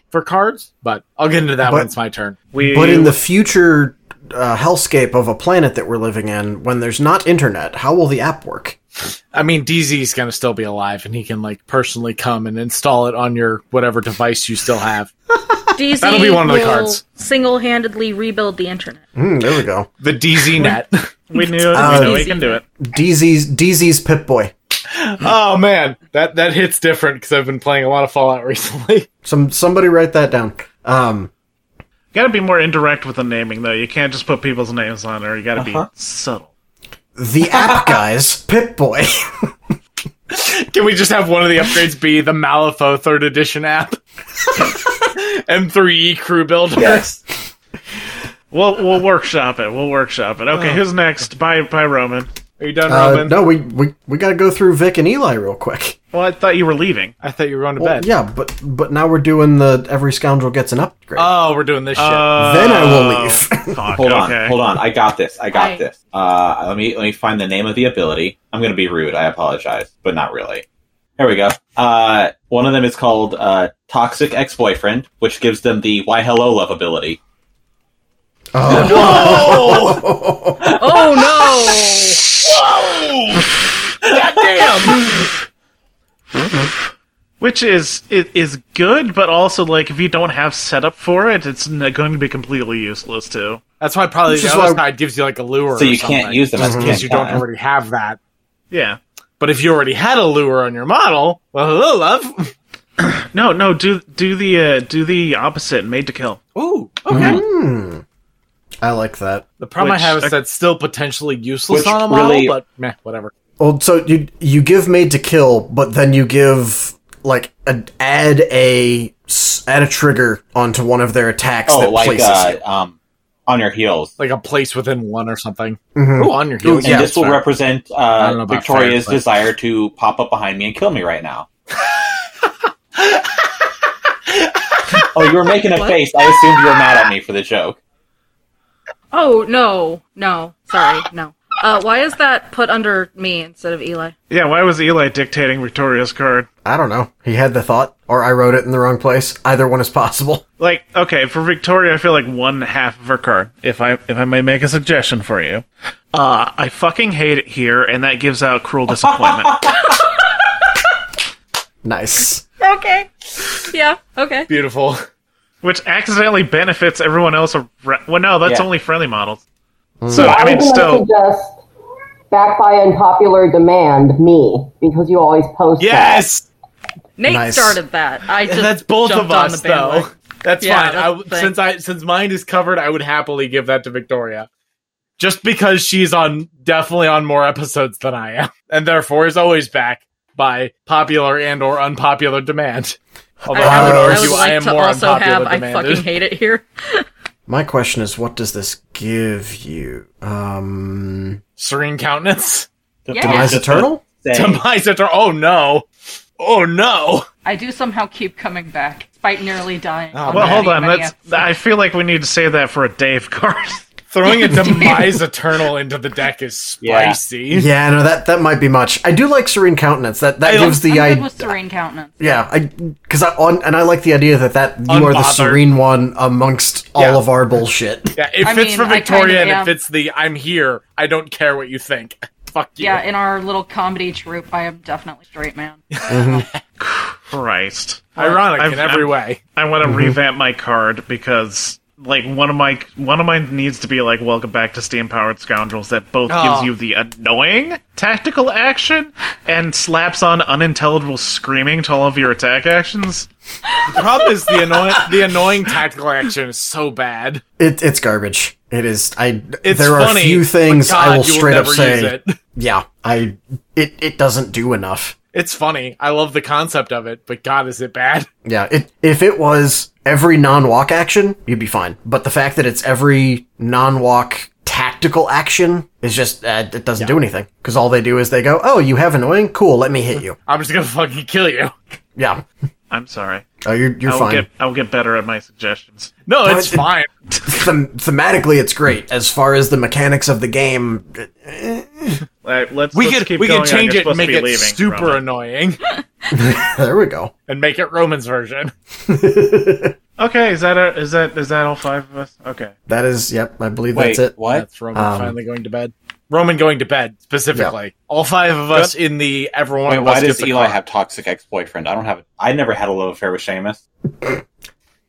S3: for cards, but I'll get into that when
S1: But-
S3: it's my turn.
S2: we
S1: but in the future uh, hellscape of a planet that we're living in, when there's not internet, how will the app work?
S3: I mean, DZ's gonna still be alive, and he can like personally come and install it on your whatever device you still have.
S7: DZ
S3: That'll be one of the
S7: will
S3: cards.
S7: Single-handedly rebuild the internet.
S1: Mm, there we go.
S3: The DZ net.
S2: we knew it,
S1: Uh,
S2: we know we can do it.
S1: DZ's DZ's Pip Boy.
S3: oh man, that that hits different because I've been playing a lot of Fallout recently.
S1: Some somebody write that down. Um,
S2: Got to be more indirect with the naming though. You can't just put people's names on it. or You got to be subtle.
S1: the app guys, Pip Boy.
S3: Can we just have one of the upgrades be the Malifaux third edition app? M3E crew builder. Yes.
S2: We'll we'll workshop it. We'll workshop it. Okay, who's next? Bye bye, Roman.
S3: Are you done,
S1: Uh,
S3: Roman?
S1: no, we, we we gotta go through Vic and Eli real quick.
S2: Well, I thought you were leaving.
S3: I thought you were going to
S1: Well,
S3: bed.
S1: yeah, but but now we're doing the every scoundrel gets an upgrade.
S3: Oh, we're doing this shit.
S1: then I will leave.
S2: Oh,
S6: Oh.
S2: Fuck,
S6: Hold
S2: okay.
S6: on, hold on. I got this. I got
S7: Hi.
S6: this. Uh, let me let me find the name of the ability. I'm going to be rude. I apologize, but not really. There we go. Uh, one of them is called uh, Toxic Ex-Boyfriend, which gives them the Why Hello Love ability.
S7: Oh no!
S2: Which is it is good, but also like if you don't have setup for it, it's n- going to be completely useless too.
S3: That's why probably
S1: This
S3: the
S1: is
S3: other
S1: why-
S3: side gives you like a lure.
S6: So
S3: or
S6: you
S3: something,
S6: can't use them as a
S3: because you don't
S6: cannon.
S3: already have that.
S2: Yeah.
S3: But if you already had a lure on your model, well, hello, love.
S2: No, no. Do do the uh, do the opposite. Made to kill.
S3: Ooh, okay.
S1: I like that.
S3: The problem
S2: Which-
S3: I have is that's still potentially useless
S6: Which
S3: on a model,
S6: really-
S3: but meh, whatever.
S1: Well, so you you give made to kill, but then you give like a, add a s- add a trigger onto one of their attacks
S6: Oh,
S1: that
S6: like
S1: places
S6: uh,
S1: you.
S6: um, on your heels.
S3: Like a place within one or something.
S1: Mhm.
S3: Mm-hmm. Ooh, on your
S1: Ooh,
S3: heels.
S1: yeah,
S6: and this will
S3: Sorry.
S6: represent
S3: don't know
S6: uh,
S3: about
S6: Victoria's
S3: fair, but-
S6: desire to pop up behind me and kill me right now. oh, you were making a face. I assumed you were mad at me for the joke.
S7: Oh no! No, sorry, no. Uh, why is that put under me instead of Eli?
S2: Yeah. Why was Eli dictating Victoria's card?
S1: I don't know. He had the thought, or I wrote it in the wrong place. Either one is possible.
S2: Like okay, for Victoria, I feel like one half of her card. If I if I may make a suggestion for you, uh, I fucking hate it here, and that gives out cruel disappointment.
S1: Nice.
S7: Okay. Yeah. Okay.
S3: Beautiful.
S2: which accidentally benefits everyone else. Ar- well, no, that's
S6: Yeah.
S2: only friendly models. So I mean,
S4: was gonna
S2: still,
S4: suggest back by unpopular demand me because you always post. that.
S3: Yes!
S7: Nate
S1: Nice.
S7: started that. I just
S3: that's both
S7: jumped
S3: of us
S7: on the bandwagon.
S3: though. That's
S7: Yeah,
S3: fine.
S7: that's
S3: I
S7: the
S3: w
S7: thing.
S3: since I since mine is covered, I would happily give that to Victoria, just because she's on definitely on more episodes than I am, and therefore is always back by popular and or unpopular demand. Although
S7: I, I would, I would
S3: argue
S7: like to also have I fucking hate it here.
S1: My question is, what does this give you? Um,
S3: Serene countenance.
S1: Demise Eternal.
S6: Say-
S3: Demise after. Oh no. Oh no.
S7: I do somehow keep coming back. It's
S5: despite nearly dying.
S3: Oh,
S2: Well,
S3: man.
S2: hold on.
S5: Many
S2: That's.
S5: episodes.
S2: I feel like we need to save that for a Dave card.
S3: Throwing a demise eternal into the deck is spicy.
S1: Yeah, no, that that might be much. I do like serene countenance. That that
S3: I
S1: gives the
S5: I'm
S1: idea.
S5: good with serene countenance.
S1: yeah, I because I on and I like the idea that that you are the
S3: Unbothered.
S1: serene one amongst all
S3: Yeah.
S1: of our bullshit.
S3: Yeah, it
S5: I
S3: fits
S5: mean,
S3: for
S5: I kinda
S3: Victoria and
S5: am.
S3: it fits the I'm here. I don't care what you think. Fuck you.
S5: Yeah, in our little comedy troupe, I am definitely straight man.
S2: Christ.
S3: Ironic
S2: I've-
S3: in every
S2: I'm-
S3: way.
S2: I want
S1: Mm-hmm.
S2: to revamp my card because like one of my one of mine needs to be like welcome back to steam powered scoundrels that both
S3: Aw.
S2: gives you the annoying tactical action and slaps on unintelligible screaming to all of your attack actions.
S3: The problem is the annoying the annoying tactical action is so bad.
S1: It, it's garbage. It is. I.
S3: It's
S1: there
S3: funny.
S1: are few
S3: but
S1: things
S3: God,
S1: I will
S3: you
S1: straight up
S3: never use
S1: say.
S3: it.
S1: Yeah, I. It it doesn't do enough.
S3: It's funny. I love the concept of it, but God, is it bad?
S1: Yeah, it, if it was every non-walk action, you'd be fine. But the fact that it's every non-walk tactical action is just uh, it doesn't do anything because all they do is they go, "Oh, you have annoying, cool, let me hit you."
S3: I'm just gonna fucking kill you.
S1: Yeah,
S2: I'm sorry.
S1: oh, you're you're
S2: I will
S1: fine.
S2: get I will get better at my suggestions.
S3: No,
S1: No,
S3: it's
S1: it-
S3: fine.
S1: Them- thematically, it's great as far as the mechanics of the game.
S2: All right, let's
S3: We
S2: let's
S3: could
S2: keep
S3: we
S2: going
S3: could
S2: on.
S3: change
S2: You're
S3: it
S2: supposed
S3: and
S2: to
S3: make
S2: be
S3: it
S2: leaving,
S3: super
S2: Roman.
S3: annoying
S1: There we go.
S3: and make it Roman's version.
S2: Okay, is that a, is that is that all five of us? Okay.
S1: That is, yep, I believe
S6: Wait,
S1: that's it.
S6: what?
S3: That's Roman
S1: Um,
S3: finally going to bed. Roman going to bed specifically. All five of us in the everyone.
S6: Wait,
S3: of
S6: why
S3: us
S6: does
S3: gets a
S6: Eli
S3: card.
S6: have toxic ex boyfriend? I don't have. I never had a love affair with Seamus.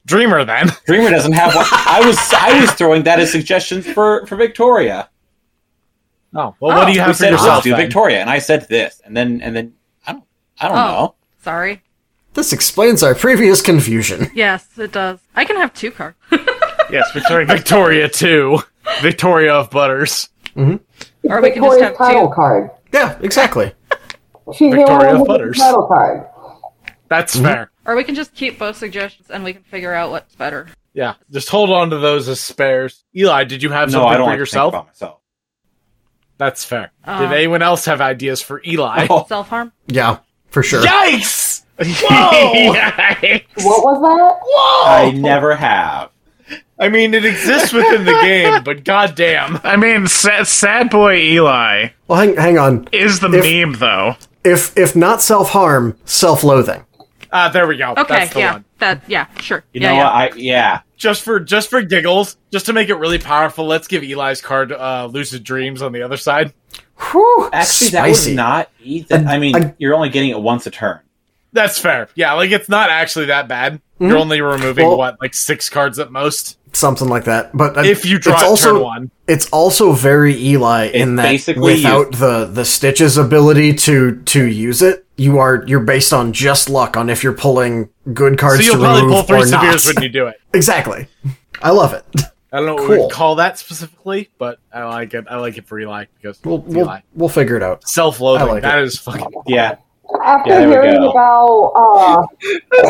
S3: Dreamer then?
S6: Dreamer doesn't have one. I was I was throwing that as suggestions for for Victoria.
S3: Oh well, what do you
S6: we
S3: have for
S6: said
S3: yourself?
S6: let's do
S3: then?
S6: Victoria, and I said this, and then and then I don't I don't
S5: Oh.
S6: know.
S5: Sorry.
S1: This explains our previous confusion.
S5: Yes, it does. I can have two cards.
S2: Yes, Victoria. gets-
S3: Victoria two, Victoria of Butters.
S5: Or we can just
S4: Victoria's
S5: have
S4: title
S5: two.
S4: card.
S1: Yeah, exactly.
S4: She's the
S3: Victoria
S4: only one with
S3: Butters.
S4: the title card.
S3: That's
S6: Mm-hmm.
S3: fair.
S5: Or we can just keep both suggestions and we can figure out what's better.
S3: Yeah, just hold on to those as spares. Eli, did you have
S6: No,
S3: something
S6: I don't
S3: for
S6: like
S3: yourself?
S6: To think about myself.
S3: That's fair.
S5: Um,
S3: did anyone else have ideas for Eli?
S6: Oh,
S5: Self harm?
S1: Yeah, for sure.
S3: Yikes! Whoa!
S4: What was that?
S3: Oh.
S6: I never have.
S3: I mean, it exists within the game, but goddamn,
S2: I mean, sad, sad boy Eli
S1: Well, hang, hang on.
S2: is the
S1: If-
S2: meme though.
S1: If if not self harm, self loathing.
S3: ah, there we go.
S5: Okay,
S3: That's the
S5: yeah.
S3: one.
S5: That yeah, sure.
S6: You
S5: yeah,
S6: know
S5: yeah.
S6: what? I yeah.
S3: Just for just for giggles, just to make it really powerful, let's give Eli's card uh, "Lucid Dreams" on the other side.
S1: Whew, spicy.
S6: Actually, that was not. Ethan. I mean,
S1: I-
S6: you're only getting it once a turn.
S3: That's fair. Yeah, like it's not actually that bad. You're only removing
S1: Mm-hmm. Well-
S3: what, like six cards at most.
S1: something like that. But uh,
S3: If you draw
S1: it's
S3: it
S1: also,
S3: turn one.
S1: it's also very Eli in that
S6: basically
S1: without the the Stitch's ability to to use it, you are you're based on just luck on if you're pulling good cards
S3: So
S1: to
S3: you'll probably
S1: remove
S3: pull three
S1: or not.
S3: severes when you do it.
S1: exactly. I love it.
S3: I don't know what
S1: Cool.
S3: we'd call that specifically, but I like it. I like it for Eli because
S1: We'll
S3: it's
S1: we'll,
S3: Eli.
S1: we'll figure it out.
S3: Self-loathing.
S1: I like
S3: that is fucking.
S6: Yeah.
S4: After
S6: Yeah, there we
S4: hearing
S6: go.
S4: about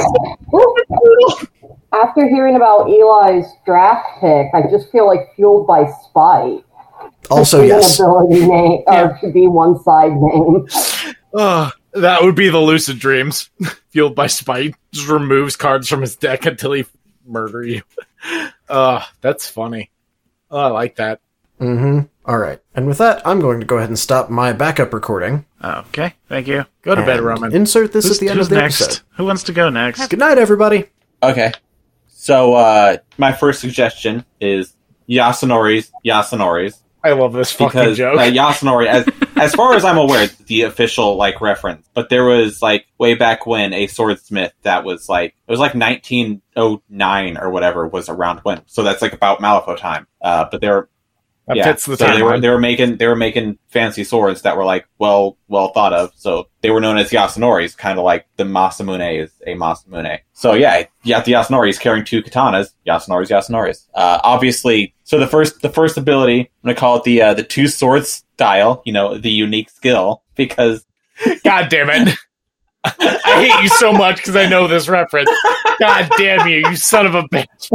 S4: uh, after hearing about Eli's draft pick, I just feel like fueled by spite.
S1: Also,
S4: His
S1: yes,
S4: inability name or to be one side name.
S3: Ugh, that would be the lucid dreams fueled by spite. Just removes cards from his deck until he murder you. Ugh, that's funny. Oh, I like that.
S1: mm-hmm. All right, and with that, I'm going to go ahead and stop my backup recording.
S2: Okay, thank you.
S3: Go to bed,
S1: and
S3: Roman.
S1: Insert this
S2: Who's,
S1: at the end
S2: who's
S1: of the
S2: next?
S1: episode.
S2: Who wants to go next?
S1: Good night, everybody.
S6: Okay. So uh my first suggestion is Yasunori's Yasunori's
S3: I love this fucking
S6: because
S3: joke.
S6: uh, Yasunori as as far as I'm aware it's the official like reference, but there was like way back when a swordsmith that was like it was like 1909 or whatever was around when. So that's like about Malifaux time. Uh but there
S3: that
S6: yeah.
S3: fits the
S6: so they were
S3: timeline.
S6: they were making they were making fancy swords that were like well well thought of. So they were known as Yasunori's, kind of like the Masamune is a Masamune. So yeah, yeah, the Yasunori is carrying two katanas. Yasunori's Yasunori's. Uh, obviously, so the first the first ability I'm gonna call it the uh, the two swords style. You know, the unique skill because
S3: God damn it. I hate you so much because I know this reference. God damn you, you son of a bitch.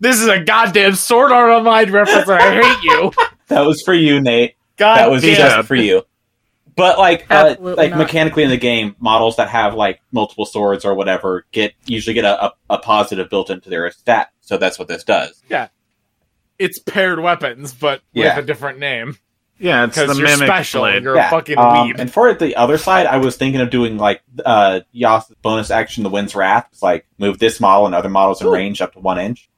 S3: This is a goddamn Sword Art Online reference, and I hate you.
S6: that was for you, Nate.
S3: God
S6: That was
S3: damn
S6: just for you. But like, uh,
S7: Absolutely
S6: like
S7: not.
S6: mechanically in the game, models that have like multiple swords or whatever get usually get a, a, a positive built into their stat. So that's what this does.
S3: It's paired weapons, but
S6: Yeah.
S3: with a different name
S2: Yeah, it's the
S3: because you're
S2: mimic
S3: special. and
S2: blade.
S3: You're a fucking
S6: um,
S3: weeb.
S6: and for the other side, I was thinking of doing like uh, Yas bonus action, the Wind's Wrath. It's like move this model and other models in range up to one inch.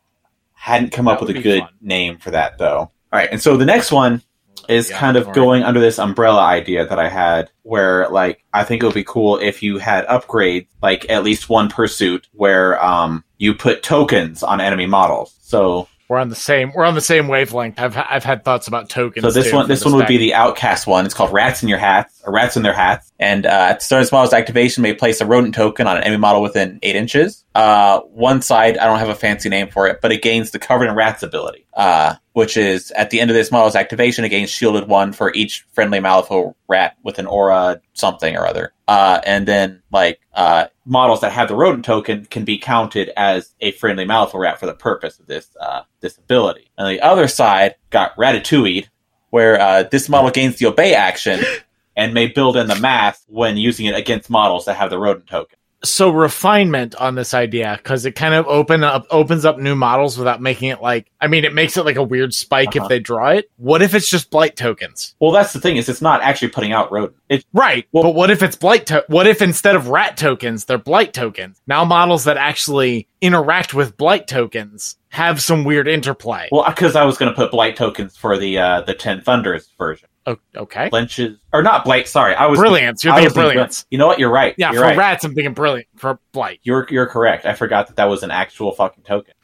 S6: Hadn't come
S3: That
S6: up
S3: would
S6: with a
S3: be
S6: good
S3: fun.
S6: name for that though. All right, and so the next one is
S3: Yeah,
S6: kind of
S3: sorry.
S6: going under this umbrella idea that I had, where like I think it would be cool if you had upgrades, like at least one pursuit, where um you put tokens on enemy models. So
S3: We're on the same. We're on the same wavelength. I've ha- I've had thoughts about tokens.
S6: so this
S3: too
S6: one,
S3: for
S6: this, one would
S3: pack.
S6: be the outcast one. It's called Rats in Your Hats, or Rats in Their Hats. And uh, at the start of this model's activation, may place a rodent token on an enemy model within eight inches. Uh, one side, I don't have a fancy name for it, but it gains the Covered in Rats ability, uh, which is at the end of this model's activation, it gains shielded one for each friendly Malifaux rat with an aura something or other. Uh, and then like uh, models that have the rodent token can be counted as a friendly Malifaux rat for the purpose of this uh, this ability. And the other side got ratatouille where uh, this model gains the obey action and may build in the math when using it against models that have the rodent token.
S3: so refinement on this idea because it kind of open up opens up new models without making it like I mean it makes it like a weird spike
S6: Uh-huh.
S3: if they draw it. What if it's just blight tokens?
S6: Well, that's the thing is it's not actually putting out rodent. It's
S3: Right. Well, but what if it's blight? To- what if instead of rat tokens, they're blight tokens? Now models that actually interact with blight tokens have some weird interplay.
S6: well because I was going to put blight tokens for the uh, the ten thunders version.
S3: O- okay.
S6: Lynches or not blight? Sorry, I was
S3: Brilliance. You're
S6: I
S3: thinking
S6: was thinking-
S3: brilliance.
S6: You know what? You're right.
S3: Yeah,
S6: you're
S3: for
S6: right.
S3: rats, I'm thinking brilliant. For blight.
S6: You're you're correct. I forgot that that was an actual fucking token.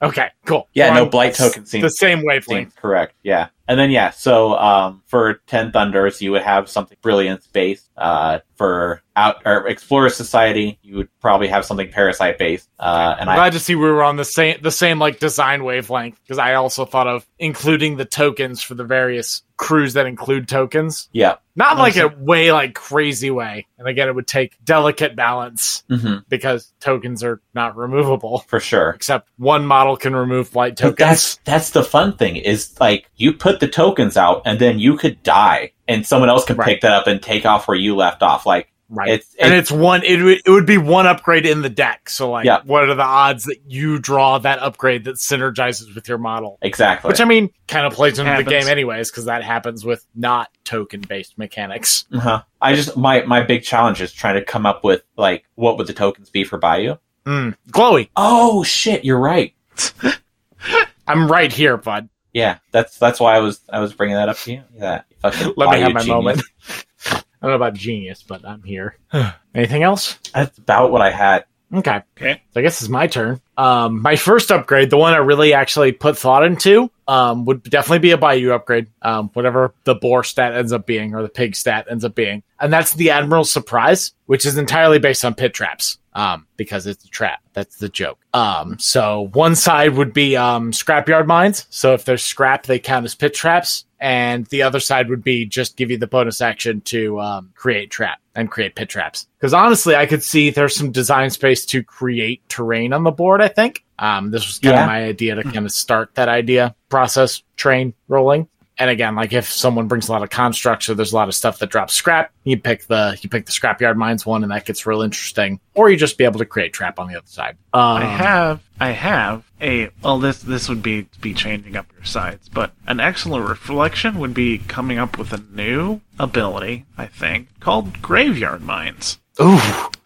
S3: Okay, cool.
S6: Yeah,
S3: So
S6: no
S3: I'm-
S6: blight token
S3: The
S6: seems
S3: same wavelength.
S6: seems correct. Yeah, and then yeah, so um, for ten thunders, you would have something brilliance based. Uh, for out or explorer society, you would probably have something parasite based. Uh, and
S3: I'm
S6: I
S3: glad to see we were on the same the same like design wavelength because I also thought of including the tokens for the various crews that include tokens,
S6: yeah,
S3: not in, like a way like crazy way. And again, it would take delicate balance
S6: hmm
S3: because tokens are not removable,
S6: for sure.
S3: except one model can remove blight
S6: But that's
S3: tokens.
S6: that's the fun thing is like you put the tokens out, and then you could die, and someone else can
S3: Right.
S6: pick that up and take off where you left off. Like
S3: Right,
S6: it's,
S3: and it's one. It would- it would be one upgrade in the deck. So like,
S6: Yeah.
S3: what are the odds that you draw that upgrade that synergizes with your model?
S6: exactly
S3: Which I mean, kind of plays into
S2: Happens.
S3: the game anyways, because that happens with not token based mechanics.
S6: Uh-huh. I just my my big challenge is trying to come up with like what would the tokens be for Bayou?
S3: Mm. Chloe,
S6: Oh shit, you're right.
S3: I'm right here, bud.
S6: Yeah, that's that's why I was I was bringing that up to you. Yeah, fucking
S3: Let me
S6: Bayou
S3: have my
S6: genius.
S3: moment. I don't know about genius, but I'm here. Anything else?
S6: That's about what I had.
S3: Okay.
S2: Okay.
S3: So I guess it's my turn. Um, my first upgrade, the one I really actually put thought into, um, would definitely be a Bayou upgrade. Um, whatever the boar stat ends up being or the pig stat ends up being, and that's the Admiral's Surprise, which is entirely based on pit traps. Um, because it's a trap. That's the joke. Um, so one side would be um scrapyard mines. So if there's scrap, they count as pit traps. And the other side would be just give you the bonus action to um, create trap and create pit traps. Because honestly, I could see there's some design space to create terrain on the board. I think um, this was kind
S6: Yeah.
S3: of my idea to kind of start that idea process train rolling. And again, like if someone brings a lot of constructs or there's a lot of stuff that drops scrap, you pick the you pick the scrapyard mines one, and that gets real interesting. Or you just be able to create trap on the other side. Um,
S2: I have, I have a. Well, this this would be be changing up your sides, but an excellent reflection would be coming up with a new ability, I think, called Graveyard Mines.
S3: Ooh,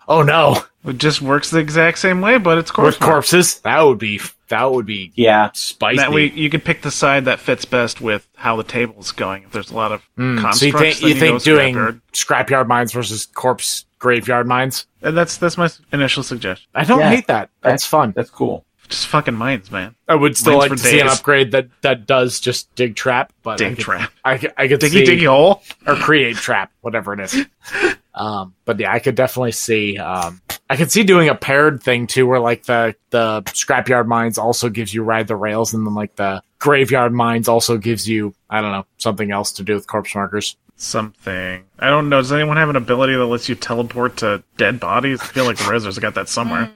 S3: oh no,
S2: It just works the exact same way, but it's corpse.
S3: with corpses, that would be that would be
S6: Yeah,
S3: spicy.
S2: That way, you can pick the side that fits best with how the table's going. If there's a lot of
S3: Mm,
S2: constructs,
S3: so you think
S2: then
S3: you think
S2: go
S3: doing
S2: scrapyard.
S3: scrapyard mines versus corpse graveyard mines?
S2: And Uh, that's that's my initial suggestion.
S3: I don't
S6: Yeah.
S3: hate that. That's fun.
S6: that's cool.
S2: Just fucking mines, man.
S3: I would still
S2: Mines
S3: like
S2: for
S3: to see an
S2: days.
S3: upgrade that that does just dig trap, but I
S2: Dig
S3: could-
S2: trap,
S3: I, could- I could
S2: diggy
S3: see
S2: diggy hole.
S3: or create trap, whatever it is. Um, but yeah, I could definitely see. Um, I could see doing a paired thing too, where like the the scrapyard mines also gives you ride the rails, and then like the graveyard mines also gives you I don't know something else to do with corpse markers.
S2: something. I don't know. Does
S3: Mm.
S2: anyone have an ability that lets you teleport to dead bodies? I feel like Rosa's got that somewhere.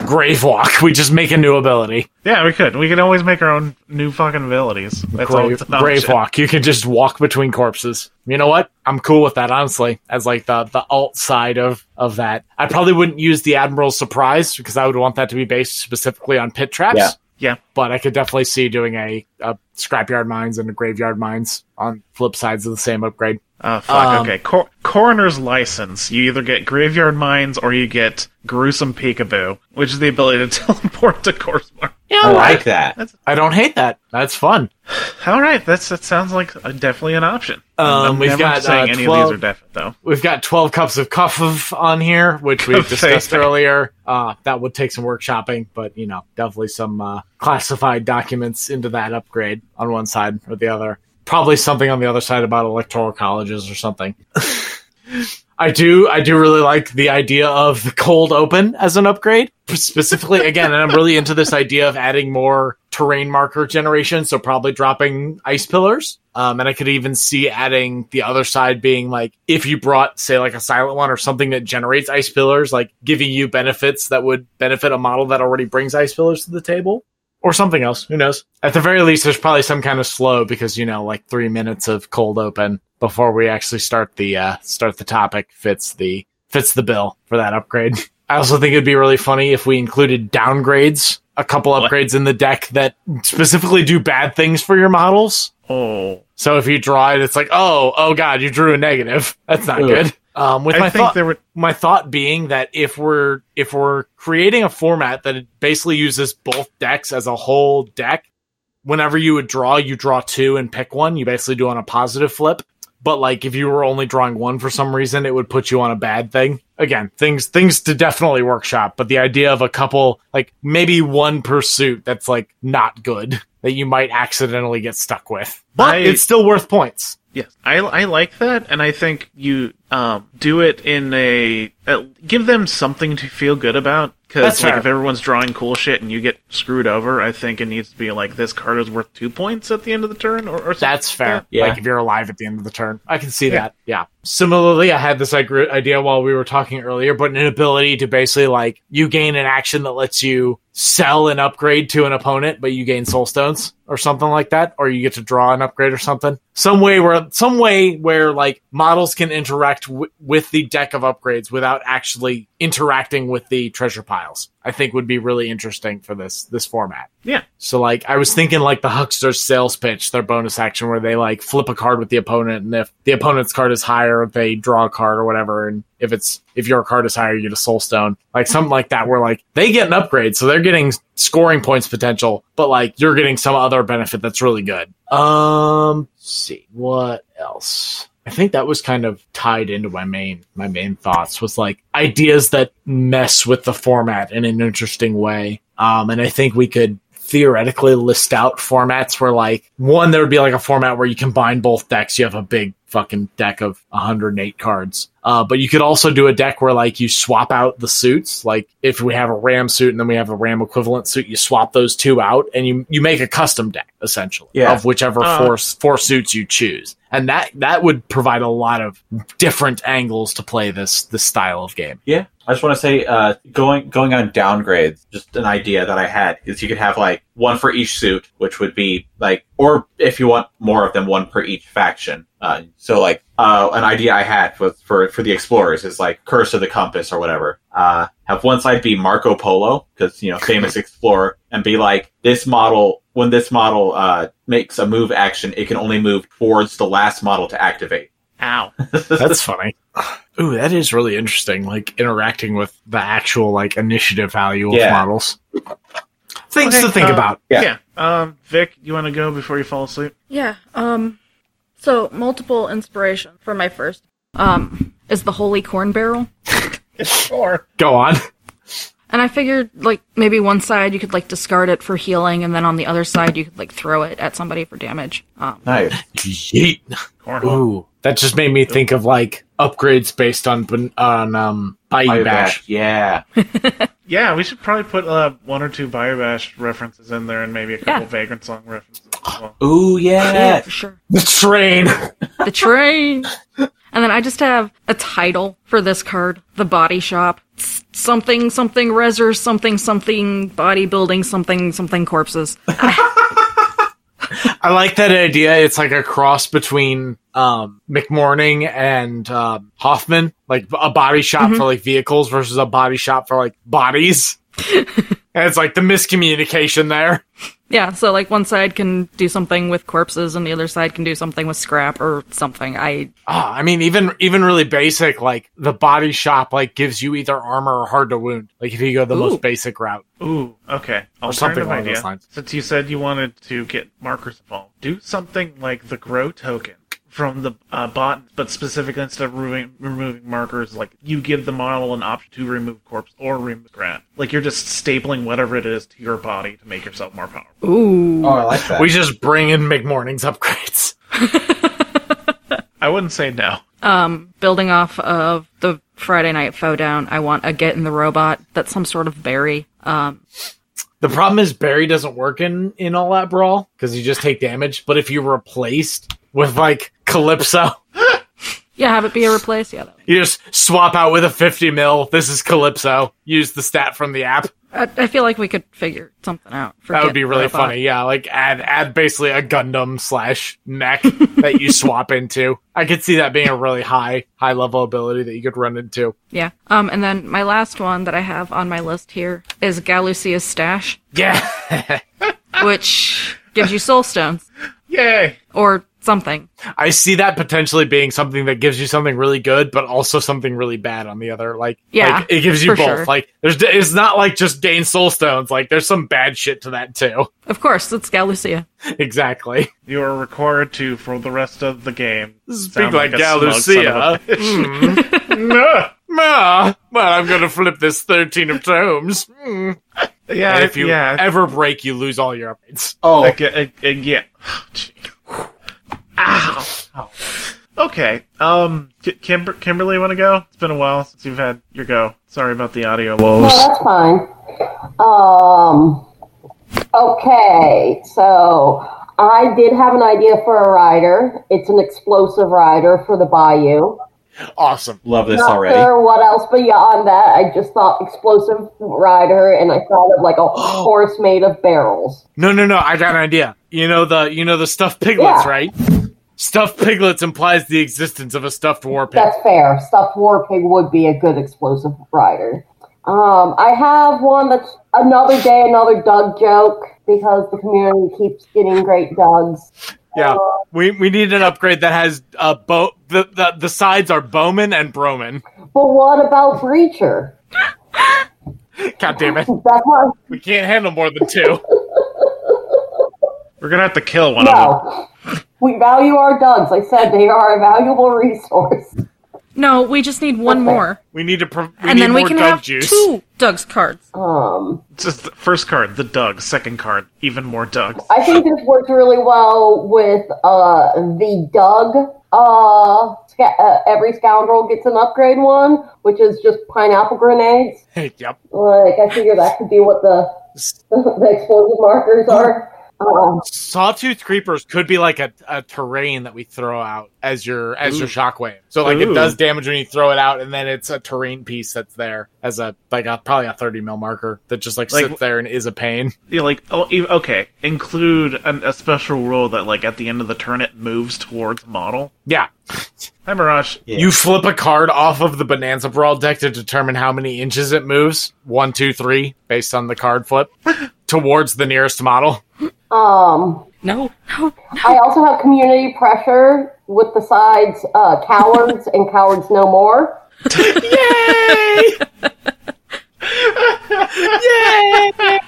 S3: Grave walk. We just make a new ability.
S2: Yeah, we could. We could always make our own new fucking abilities. That's always
S3: Grave,
S2: an
S3: grave
S2: option.
S3: walk. You can just walk between corpses. You know what? I'm cool with that, honestly. As like the the alt side of of that, I probably wouldn't use the admiral's surprise because I would want that to be based specifically on pit traps.
S6: Yeah.
S2: Yeah.
S3: But I could definitely see doing a, a scrapyard mines and a graveyard mines on flip sides of the same upgrade.
S2: Oh, fuck.
S3: Um,
S2: okay. Cor- coroner's license. You either get graveyard mines or you get gruesome peekaboo, which is the ability to teleport to Korsmar.
S6: I like that.
S3: Oh, I don't hate that. That's fun.
S2: All right, that's that sounds like a, definitely an option.
S3: Um,
S2: I'm
S3: we've
S2: never
S3: got,
S2: saying
S3: uh,
S2: any of
S3: 12
S2: these are definite though.
S3: We've got 12 cups of cuff on here, which we
S2: Cuff
S3: discussed
S2: face.
S3: earlier. Uh, that would take some workshopping, but, you know, definitely some uh, classified documents into that upgrade on one side or the other. Probably something on the other side about electoral colleges or something. I do, I do really like the idea of the cold open as an upgrade, specifically again. And I'm really into this idea of adding more terrain marker generation, so probably dropping ice pillars. Um, and I could even see adding the other side being like if you brought, say, like a silent one or something that generates ice pillars, like giving you benefits that would benefit a model that already brings ice pillars to the table or something else. Who knows? At the very least, there's probably some kind of slow because you know, like three minutes of cold open before we actually start the uh, start the topic fits the fits the bill for that upgrade. I also think it'd be really funny if we included downgrades, a couple upgrades in the deck that specifically do bad things for your models.
S2: Oh,
S3: So if you draw it, it's like, oh, oh god, you drew a negative. That's not
S6: Ugh.
S3: good. Um, with
S2: I
S3: my
S2: think
S3: thought,
S2: there would.
S3: my thought being that if we're if we're creating a format that basically uses both decks as a whole deck, whenever you would draw, you draw two and pick one. You basically do on a positive flip. But like if you were only drawing one for some reason, it would put you on a bad thing. Again, things things to definitely workshop, but the idea of a couple like maybe one pursuit that's like not good that you might accidentally get stuck with. But
S2: I-
S3: it's still worth points.
S2: Yes, I, I like that, and I think you um, do it in a uh, give them something to feel good about. Because
S3: That's
S2: like
S3: fair.
S2: if everyone's drawing cool shit and you get screwed over, I think it needs to be like this card is worth two points at the end of the turn, or, or something
S3: That's
S2: like that.
S3: fair.
S6: Yeah.
S3: Like if you're alive at the end of the turn, I can see that. Yeah. Similarly, I had this like, gr- idea while we were talking earlier, but an ability to basically like you gain an action that lets you sell an upgrade to an opponent, but you gain soul stones or something like that, or you get to draw an upgrade or something. Some way where some way where like models can interact w- with the deck of upgrades without actually interacting with the treasure piles. I think would be really interesting for this this format.
S2: Yeah.
S3: So like I was thinking like the huckster's sales pitch, their bonus action where they like flip a card with the opponent and if the opponent's card is higher, they draw a card or whatever and if it's if your card is higher, you get a soul stone. Like something like that where like they get an upgrade, so they're getting scoring points potential, but like you're getting some other benefit that's really good. Um let's see what else? I think that was kind of tied into my main my main thoughts was like ideas that mess with the format in an interesting way. Um, and I think we could theoretically list out formats where like one there would be like a format where you combine both decks you have a big fucking deck of 108 cards uh, but you could also do a deck where like you swap out the suits like if we have a ram suit and then we have a ram equivalent suit you swap those two out and you you make a custom deck essentially
S6: Yeah.
S3: of whichever
S2: Uh.
S3: four four suits you choose and that that would provide a lot of different angles to play this this style of game
S6: Yeah, I just want to say, uh, going going on downgrades. Just an idea that I had is you could have like one for each suit, which would be like, or if you want more of them, one per each faction. Uh, so like, uh, an idea I had was for for the explorers is like Curse of the Compass or whatever. Uh, have one side be Marco Polo because you know famous explorer, and be like this model. When this model uh, makes a move action, it can only move towards the last model to activate.
S2: Ow.
S3: That's funny. Ooh, that is really interesting. Like interacting with the actual like initiative value of
S6: Yeah.
S3: models. Things
S2: Okay,
S3: to think
S2: uh,
S3: about.
S2: Yeah. Um, Vic, you want to go before you fall asleep?
S7: Yeah. Um. So multiple inspiration for my first. Um, is the holy corn barrel,
S2: Sure.
S3: Go on.
S7: and I figured like maybe one side you could like discard it for healing, and then on the other side you could like throw it at somebody for damage. Um,
S6: Nice.
S3: Yeet.
S2: Cornhole.
S3: Ooh, that just made me think of like upgrades based on ban- on um
S6: Buy
S3: Bayou
S6: you back.
S3: Bash.
S6: Yeah.
S2: Yeah, we should probably put uh, one or two Bio Bash references in there and maybe a couple
S7: Yeah.
S2: Vagrant Song references as well.
S6: Ooh,
S7: yeah, for sure.
S3: The train.
S7: The train. and then I just have a title for this card: the Body Shop.
S5: s- something something reser something something bodybuilding something something corpses.
S3: I like that idea. It's like a cross between um, McMorning and um, Hoffman, like a body shop for like vehicles versus a body shop for like bodies. and it's like the miscommunication there.
S5: yeah, so like one side can do something with corpses and the other side can do something with scrap or something. I
S3: Ah, I mean, even even really basic, like the body shop, like gives you either armor or hard to wound. Like if you go the most basic route,
S2: Ooh, okay. Alternative
S3: something along
S2: idea.
S3: those lines.
S2: Since you said you wanted to get markers involved, do something like the grow token from the uh, bot, but specifically instead of removing, removing markers, like you give the model an option to remove corpse or remove scrap. Like you're just stapling whatever it is to your body to make yourself more powerful.
S5: ooh.
S6: Oh, I like that.
S3: we just bring in McMorning's upgrades.
S2: I wouldn't say no.
S5: building off of the Friday night foe down, I want a get in the robot that's some sort of berry. Um,
S3: The problem is Barry doesn't work in in all that brawl because you just take damage. But if you replaced with like Calypso,
S5: yeah, have it be a replace. Yeah, that
S3: you just swap out with a fifty mil. This is Calypso. Use the stat from the app.
S5: I, I feel like we could figure something out. For
S3: That
S5: Get
S3: would be
S5: the
S3: really
S5: Robot.
S3: funny. Yeah, like add add basically a Gundam slash mech that you swap into. I could see that being a really high high level ability that you could run into.
S5: Yeah. Um, and then my last one that I have on my list here is Galusia's stash,
S3: Yeah.
S5: which gives you soul stones
S2: Yay!
S5: or something.
S3: I see that potentially being something that gives you something really good, but also something really bad on the other. Like,
S5: Yeah,
S3: like, it gives you
S5: for
S3: both.
S5: sure.
S3: Like, there's it's not like just gain soul stones. Like, there's some bad shit to that too.
S5: Of course, it's Galusia.
S3: exactly.
S2: You are required to, for the rest of the game,
S3: Speak
S2: sound
S3: like,
S2: a smug son of
S3: Galucia.
S2: a-
S3: Mm. Nah. Nah. Well, I'm gonna flip this thirteen of tomes. Mm.
S2: Yeah,
S3: And if you
S2: yeah,
S3: ever break, you lose all your upgrades.
S6: oh,
S2: Like, uh, uh, yeah. Ow. Ow. Okay. Um, K- Kimber- Kimberly, want to go? It's been a while since you've had your go. Sorry about the audio
S4: No,
S2: woes.
S4: that's fine. Um, okay, so I did have an idea for a rider. It's an explosive rider for the Bayou.
S3: Awesome.
S6: love this
S4: Not
S6: already.
S4: sure what else beyond that. I just thought explosive rider, and I thought of like a horse made of barrels.
S3: No, no, no. I got an idea. You know the you know the stuffed piglets,
S4: Yeah.
S3: right? Stuffed piglets implies the existence of a stuffed war pig.
S4: That's fair. Stuffed war pig would be a good explosive rider. Um, I have one that's another day, another Doug joke because the community keeps getting great Dougs.
S3: Yeah, we we need an upgrade that has uh bo the, the the sides are Bowman and Broman.
S4: But what about Breacher?
S3: God damn it,
S4: That's why
S3: we can't handle more than two.
S2: We're gonna have to kill one of them.
S4: no. We value our dugs. I said they are a valuable resource.
S5: No, we just need one more,
S3: We need to pro- we
S5: and
S3: need
S5: then
S3: more
S5: we can
S3: Doug
S5: have
S3: juice.
S5: two Doug's cards.
S4: Um,
S2: Just the first card, the Doug. Second card, even more Doug.
S4: I think this works really well with uh, the Doug. Uh, sca- uh, every scoundrel gets an upgrade one, which is just pineapple grenades.
S3: yep.
S4: Like I figure that could be what the the explosive markers are. Um,
S3: Sawtooth creepers could be like a, a terrain that we throw out as your as your shockwave. So like it
S2: Ooh.
S3: does damage when you throw it out, and then it's a terrain piece that's there as a like a probably a thirty mil marker that just like,
S2: Like-
S3: sits there and is a pain.
S2: Yeah, like, oh, e- okay. Include an, a special rule that, like, at the end of the turn, it moves towards a model.
S3: Yeah,
S2: Hi, Mirage.
S6: Yeah.
S3: you flip a card off of the Bonanza Brawl deck to determine how many inches it moves. One, two, three, based on the card flip towards the nearest model.
S4: um,
S5: No,
S4: I also have community pressure with the sides uh, cowards and cowards no more.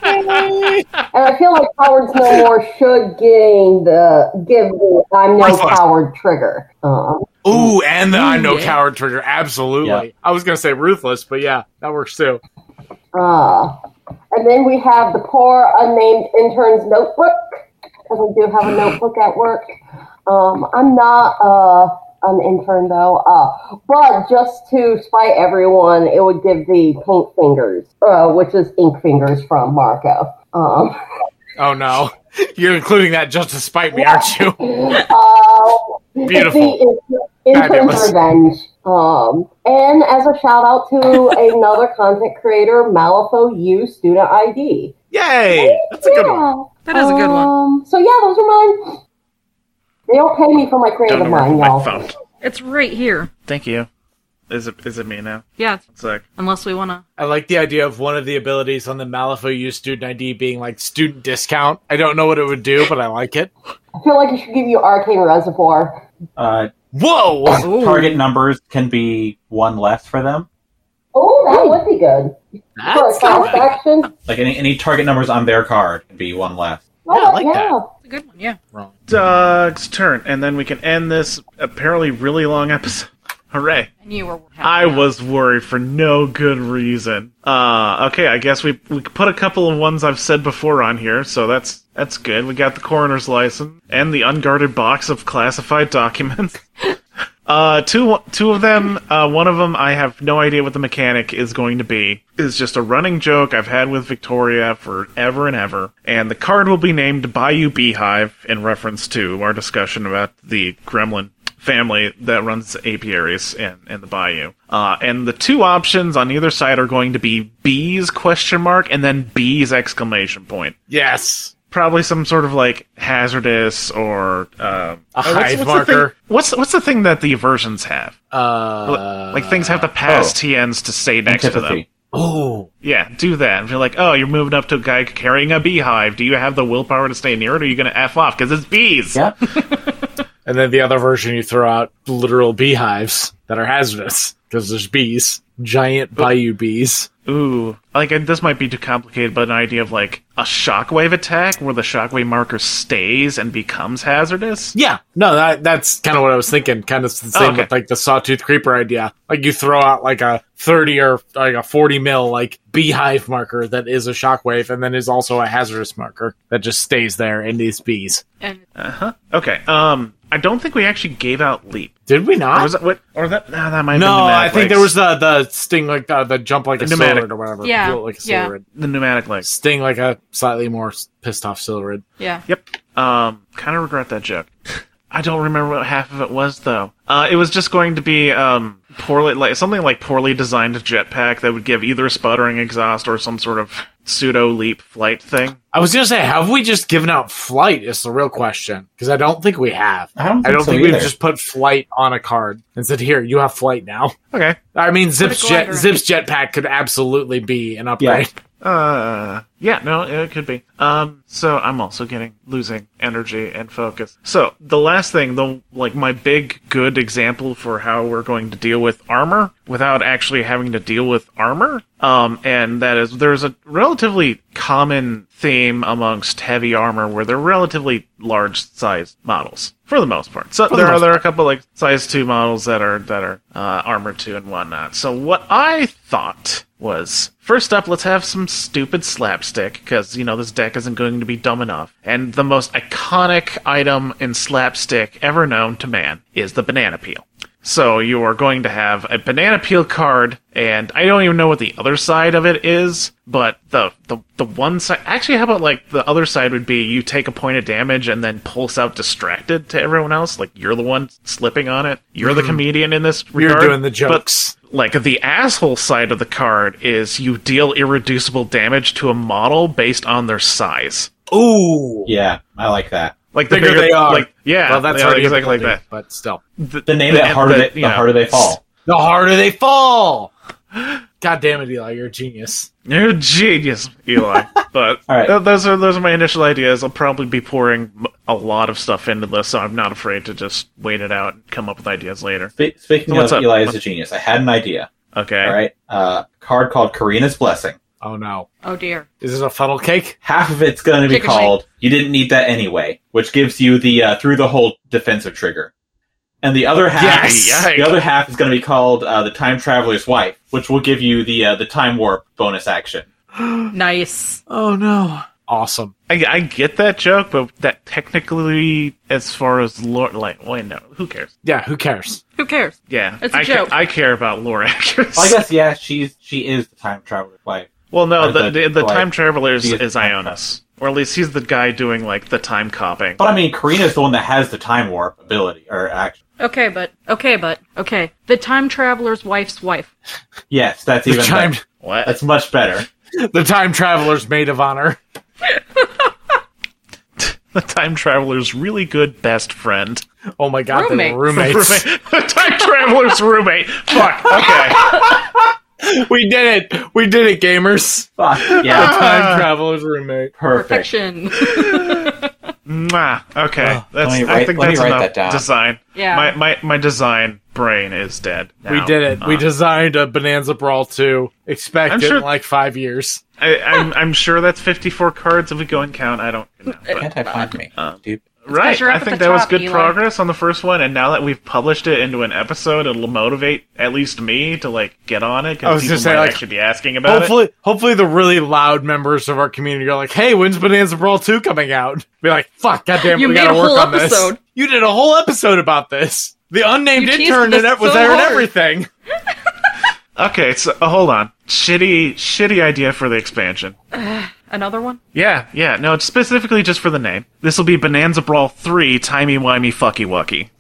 S4: And I feel like cowards no more should gain the give the I'm no
S3: Ruthless.
S4: coward trigger. Um,
S3: Ooh, and the I know
S5: yeah.
S3: coward trigger. Absolutely.
S6: Yeah.
S3: I was gonna say ruthless, but yeah, that works too.
S4: uh, and then we have the poor unnamed intern's notebook because we do have a notebook at work. Um, I'm not uh, an intern though, uh, but just to spite everyone, it would give the paint fingers, uh, which is ink fingers from Marco. Um,
S3: Oh no. You're including that just to spite me, aren't you?
S4: Uh,
S3: Beautiful.
S4: It's, the- it's, it's
S3: Fabulous.
S4: revenge. Um, and as a shout out to another content creator, Malifaux U student ID.
S3: Yay! That's a good one.
S5: That is a good one.
S4: Um, so yeah, those are mine. They don't pay me for my
S2: Don't
S4: creative
S2: know where
S4: mind,
S2: my
S4: y'all.
S2: phone.
S5: It's right here.
S2: Thank you. Is it is it me now?
S5: Yeah,
S2: It's like
S5: unless we want to.
S3: I like the idea of one of the abilities on the Malifaux U student ID being like student discount. I don't know what it would do, but I like it.
S4: I feel like you should give you Arcane Reservoir.
S6: Uh,
S3: Whoa!
S6: target numbers can be one less for them.
S4: Oh, that would be good for a
S3: That's
S4: class
S3: good.
S4: action.
S6: Like any, any target numbers on their card can be one less.
S4: Oh,
S3: Yeah, I like that.
S5: It's a good one. Yeah.
S2: Doug's turn, and then we can end this apparently really long episode. Hooray!
S5: And you were.
S2: I was worried for no good reason. Uh, okay, I guess we we put a couple of ones I've said before on here, so that's that's good. We got the coroner's license and the unguarded box of classified documents. Uh, two two of them. Uh, one of them I have no idea what the mechanic is going to be. Is just a running joke I've had with Victoria forever and ever. And the card will be named Bayou Beehive in reference to our discussion about the gremlin family that runs apiaries in, in the bayou. Uh, and the two options on either side are going to be bees question mark and then bees exclamation point.
S3: Yes.
S2: Probably some sort of like hazardous or uh,
S3: A
S2: oh, what's-
S3: hive
S2: what's the thing-
S3: marker.
S2: What's what's the thing that the aversions have?
S3: Uh,
S2: like things have to pass TNs to stay next to them.
S6: Oh. Antipathy.
S3: Oh,
S2: Yeah, do that. And be like, oh, you're moving up to a guy carrying a beehive. Do you have the willpower to stay near it, or are you going to F off? Because it's bees.
S6: Yeah.
S3: and then the other version you throw out literal beehives that are hazardous because there's bees, giant bayou bees.
S2: Ooh. Like, and this might be too complicated, but an idea of, like, a shockwave attack where the shockwave marker stays and becomes hazardous?
S3: Yeah, no, that that's kind of what I was thinking. Kind of the same
S2: okay.
S3: with like the sawtooth creeper idea. Like you throw out like a thirty or like a forty mil like beehive marker that is a shockwave, and then is also a hazardous marker that just stays there in these bees.
S5: And
S2: Okay, um, I don't think we actually gave out leap.
S3: Did we not?
S2: Or was that, what, or that, no, that might have been
S3: no, I
S2: pneumatic
S3: think there
S2: legs.
S3: was the the sting like uh, the jump like a
S2: pneumatic.
S3: silvered or whatever.
S5: Yeah,
S3: Float like a
S5: yeah.
S3: Silverid.
S2: the pneumatic legs.
S3: Sting like a slightly more s- pissed off silverid.
S5: yeah.
S2: Yep. Um, kind of regret that joke. I don't remember what half of it was though. Uh, it was just going to be um poorly like something like poorly designed jetpack that would give either a sputtering exhaust or some sort of pseudo leap flight thing.
S3: I was gonna say, have we just given out flight? Is the real question because I don't think we have.
S6: I don't think,
S3: I don't
S6: so
S3: think
S6: either.
S3: we've just put flight on a card and said, "Here, you have flight now."
S2: Okay.
S3: I mean, Zip's
S5: glider
S3: jet
S5: in.
S3: Zip's jetpack could absolutely be an
S6: Yeah.
S3: upgrade.
S2: Uh yeah, no, it could be. Um so I'm also getting losing energy and focus. So the last thing, the like my big good example for how we're going to deal with armor without actually having to deal with armor. Um and that is there's a relatively common theme amongst heavy armor where they're relatively large size models for the most part. So there are there are a couple like size two models that are that are uh, armor two and whatnot. So what I thought was first up, let's have some stupid slapstick because you know this deck isn't going to be dumb enough. And the most iconic item in slapstick ever known to man is the banana peel. So you are going to have a banana peel card, and I don't even know what the other side of it is, but the the, the one side actually how about like the other side would be you take a point of damage and then pulse out distracted to everyone else, like you're the one slipping on it. You're the comedian in this
S3: Mm-hmm. You're
S2: regard.
S3: doing the
S2: but-
S3: jokes.
S2: like the asshole side of the card is you deal irreducible damage to a model based on their size.
S3: Ooh,
S6: yeah, I like that.
S2: Like the
S3: bigger they are.
S2: like yeah,
S3: well, that's
S2: yeah,
S3: already
S2: exactly like
S3: building,
S2: that.
S3: But still,
S6: The name it,
S2: and
S6: harder
S2: the-
S6: they,
S2: you
S6: the
S2: know.
S6: harder they fall.
S3: the harder they fall. God damn it, Eli, you're a genius.
S2: You're a genius, Eli. but
S6: All right.
S2: th- those are those are my initial ideas. I'll probably be pouring m- a lot of stuff into this, so I'm not afraid to just wait it out and come up with ideas later.
S6: Spe- Speaking
S2: What's
S6: of
S2: up?
S6: Eli is a genius, I had an idea.
S2: Okay.
S6: All right, uh, card called Karina's Blessing.
S3: Oh no,
S5: Oh dear.
S3: is it a funnel cake?
S6: Half of it's going to be
S5: Chicken
S6: called "You Didn't Need That Anyway," which gives you the uh, through the whole defensive trigger, and the other half,
S2: Yes!
S6: the other half is going to be called uh, "The Time Traveler's Wife," which will give you the uh, the time warp bonus action.
S5: Nice.
S3: Oh no, awesome.
S2: I, I get that joke, but that technically, as far as lore, like, wait, no, who cares?
S3: Yeah, who cares?
S5: Who cares?
S2: Yeah,
S5: It's a
S2: I ca-
S5: joke.
S2: I care about lore accuracy.
S6: Well, I guess yeah, she's she is the time traveler's wife.
S2: Well, no,
S6: Or
S2: the the,
S6: the-
S2: the
S6: like,
S2: time travelers
S6: the-
S2: is Ionis, or at least he's the guy doing like the time copying.
S6: But I mean, Karina's the one that has the time warp ability or action.
S7: Okay, but
S5: Okay, but okay. The time traveler's wife's wife.
S6: Yes, that's
S3: The
S6: even
S3: time,
S6: better.
S2: What?
S6: That's much better.
S3: the time traveler's maid of honor.
S2: the time traveler's really good best friend.
S3: Oh my god, they were roommates.
S2: Roommate. the time traveler's roommate. Fuck. Okay.
S3: we did it. We did it, gamers.
S6: Fuck yeah,
S3: Time traveler's roommate.
S6: perfect.
S5: Perfection.
S2: Mwah. Okay. that's.
S6: let me
S2: I
S6: write-
S2: think
S6: let me
S2: that's
S6: write
S2: enough
S6: that down.
S2: design.
S5: Yeah.
S2: My my my design brain is dead.
S3: We
S2: now.
S3: did it. we
S2: Uh,
S3: designed a Bonanza Brawl 2. Expect
S2: I'm
S3: it
S2: sure-
S3: in like five years.
S2: I, I'm I'm sure that's 54 cards if we go and count. I don't. Know, but- uh,
S6: Can't I find me? Dude.
S2: Right.
S7: you're up
S2: I
S7: at
S2: think
S7: the
S2: that was
S7: top,
S2: good
S7: Eli.
S2: progress on the first one, and now that we've published it into an episode, it'll motivate at least me to like get on it
S3: I
S2: because
S3: was
S2: people
S3: gonna say,
S2: might
S3: like,
S2: actually be asking about it.
S3: Hopefully, hopefully the really loud members of our community are like, "Hey, when's Bonanza Brawl 2 coming out?" Be like, "Fuck, goddamn,
S5: You
S3: we
S5: made
S3: gotta
S5: a
S3: work
S5: whole
S3: on
S5: episode.
S3: this." You did a whole episode about this. The unnamed
S5: You teased
S3: intern
S5: this
S3: in it was
S5: so
S3: there and
S5: hard.
S3: everything.
S2: Okay, so uh, hold on. Shitty, shitty idea for the expansion.
S5: Another one?
S2: Yeah, yeah. No, it's specifically just for the name. This will be Bonanza Brawl Three, Timey Wimey Fucky Wucky.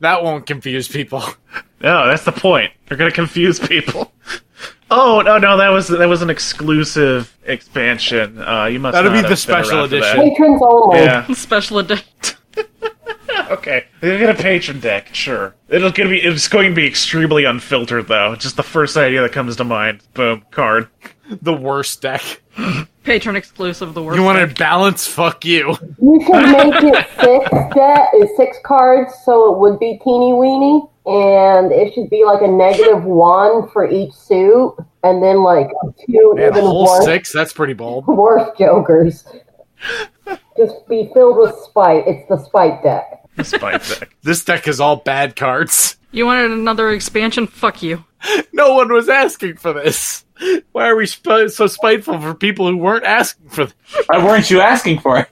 S3: That won't confuse people.
S2: No, Oh, that's the point. They're gonna confuse people. Oh no, no, that was that was an exclusive expansion. Uh, you must.
S3: That'll
S2: not
S3: be
S2: have
S3: the
S2: been
S3: special
S2: around for that.
S3: edition.
S4: Patrons only.
S2: Yeah.
S5: Special edition.
S2: Okay, they get a patron deck, sure. It'll gonna be it's going to be extremely unfiltered though. Just the first idea that comes to mind. Boom, card.
S3: The worst deck.
S5: Patron exclusive, the worst.
S3: You want to balance? Fuck you.
S4: You should make it six de- six cards, so it would be teeny weeny, and it should be like a negative one for each suit, and then like two
S3: Man, a
S4: even
S3: whole
S4: worse,
S3: six. That's pretty bold.
S4: worse jokers. Just be filled with spite. It's the spite deck.
S2: Spite deck.
S3: This deck is all bad cards.
S5: You wanted another expansion? Fuck you.
S3: No one was asking for this. Why are we sp- so spiteful for people who weren't asking for this?
S6: Why weren't you asking for it?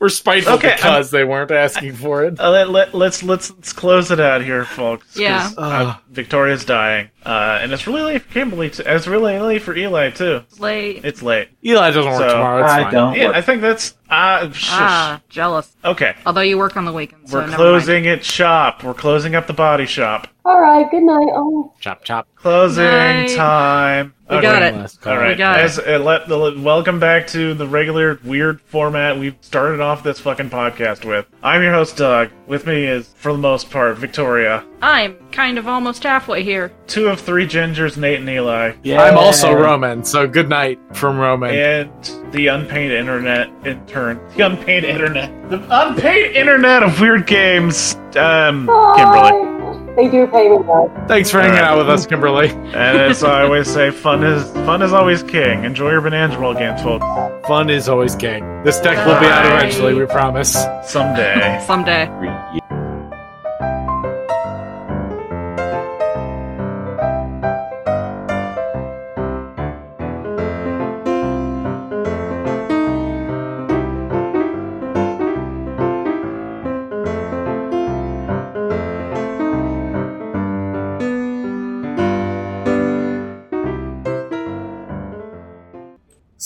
S3: We're spiteful
S2: Okay,
S3: because they weren't asking for it.
S2: Uh, let, let, let's let's let's close it out here, folks. 'cause,
S5: Yeah.
S2: uh, Victoria's dying, uh, and it's really late for Kimberly. Too. It's really late for Eli too.
S5: Slay.
S2: It's late.
S3: Eli doesn't work
S2: So,
S3: tomorrow. It's
S6: I
S3: fine.
S6: don't.
S2: Yeah,
S6: work.
S2: I think that's uh, shush.
S5: Ah, jealous.
S2: okay.
S5: Although you work on the weekends, so
S2: We're
S5: never
S2: closing it shop. We're closing up the body shop.
S4: All right. Good night. Oh,
S3: Chop chop.
S2: Closing
S5: Night.
S2: time.
S5: We got it.
S3: Last call.
S2: All right,
S5: got
S2: guys. uh, let, the- welcome back to the regular weird format we've started off this fucking podcast with. I'm your host, Doug. With me is, for the most part, Victoria.
S5: mind. I'm kind of almost halfway here.
S2: Two of three gingers, Nate and Eli,
S6: Yeah.
S3: I'm also Roman, so good night from Roman.
S2: and the unpaid internet intern. The unpaid internet. The unpaid internet of weird games. Um, Kimberly.
S4: bye. They do pay me though.
S3: Thanks for hanging
S2: All right.
S3: out with us, Kimberly.
S2: And as I always say, fun is fun is always king. Enjoy your Bonanza Roll games, folks.
S3: Fun is always king. This deck will be out
S5: Bye.
S3: eventually, we promise.
S2: Someday.
S5: Someday.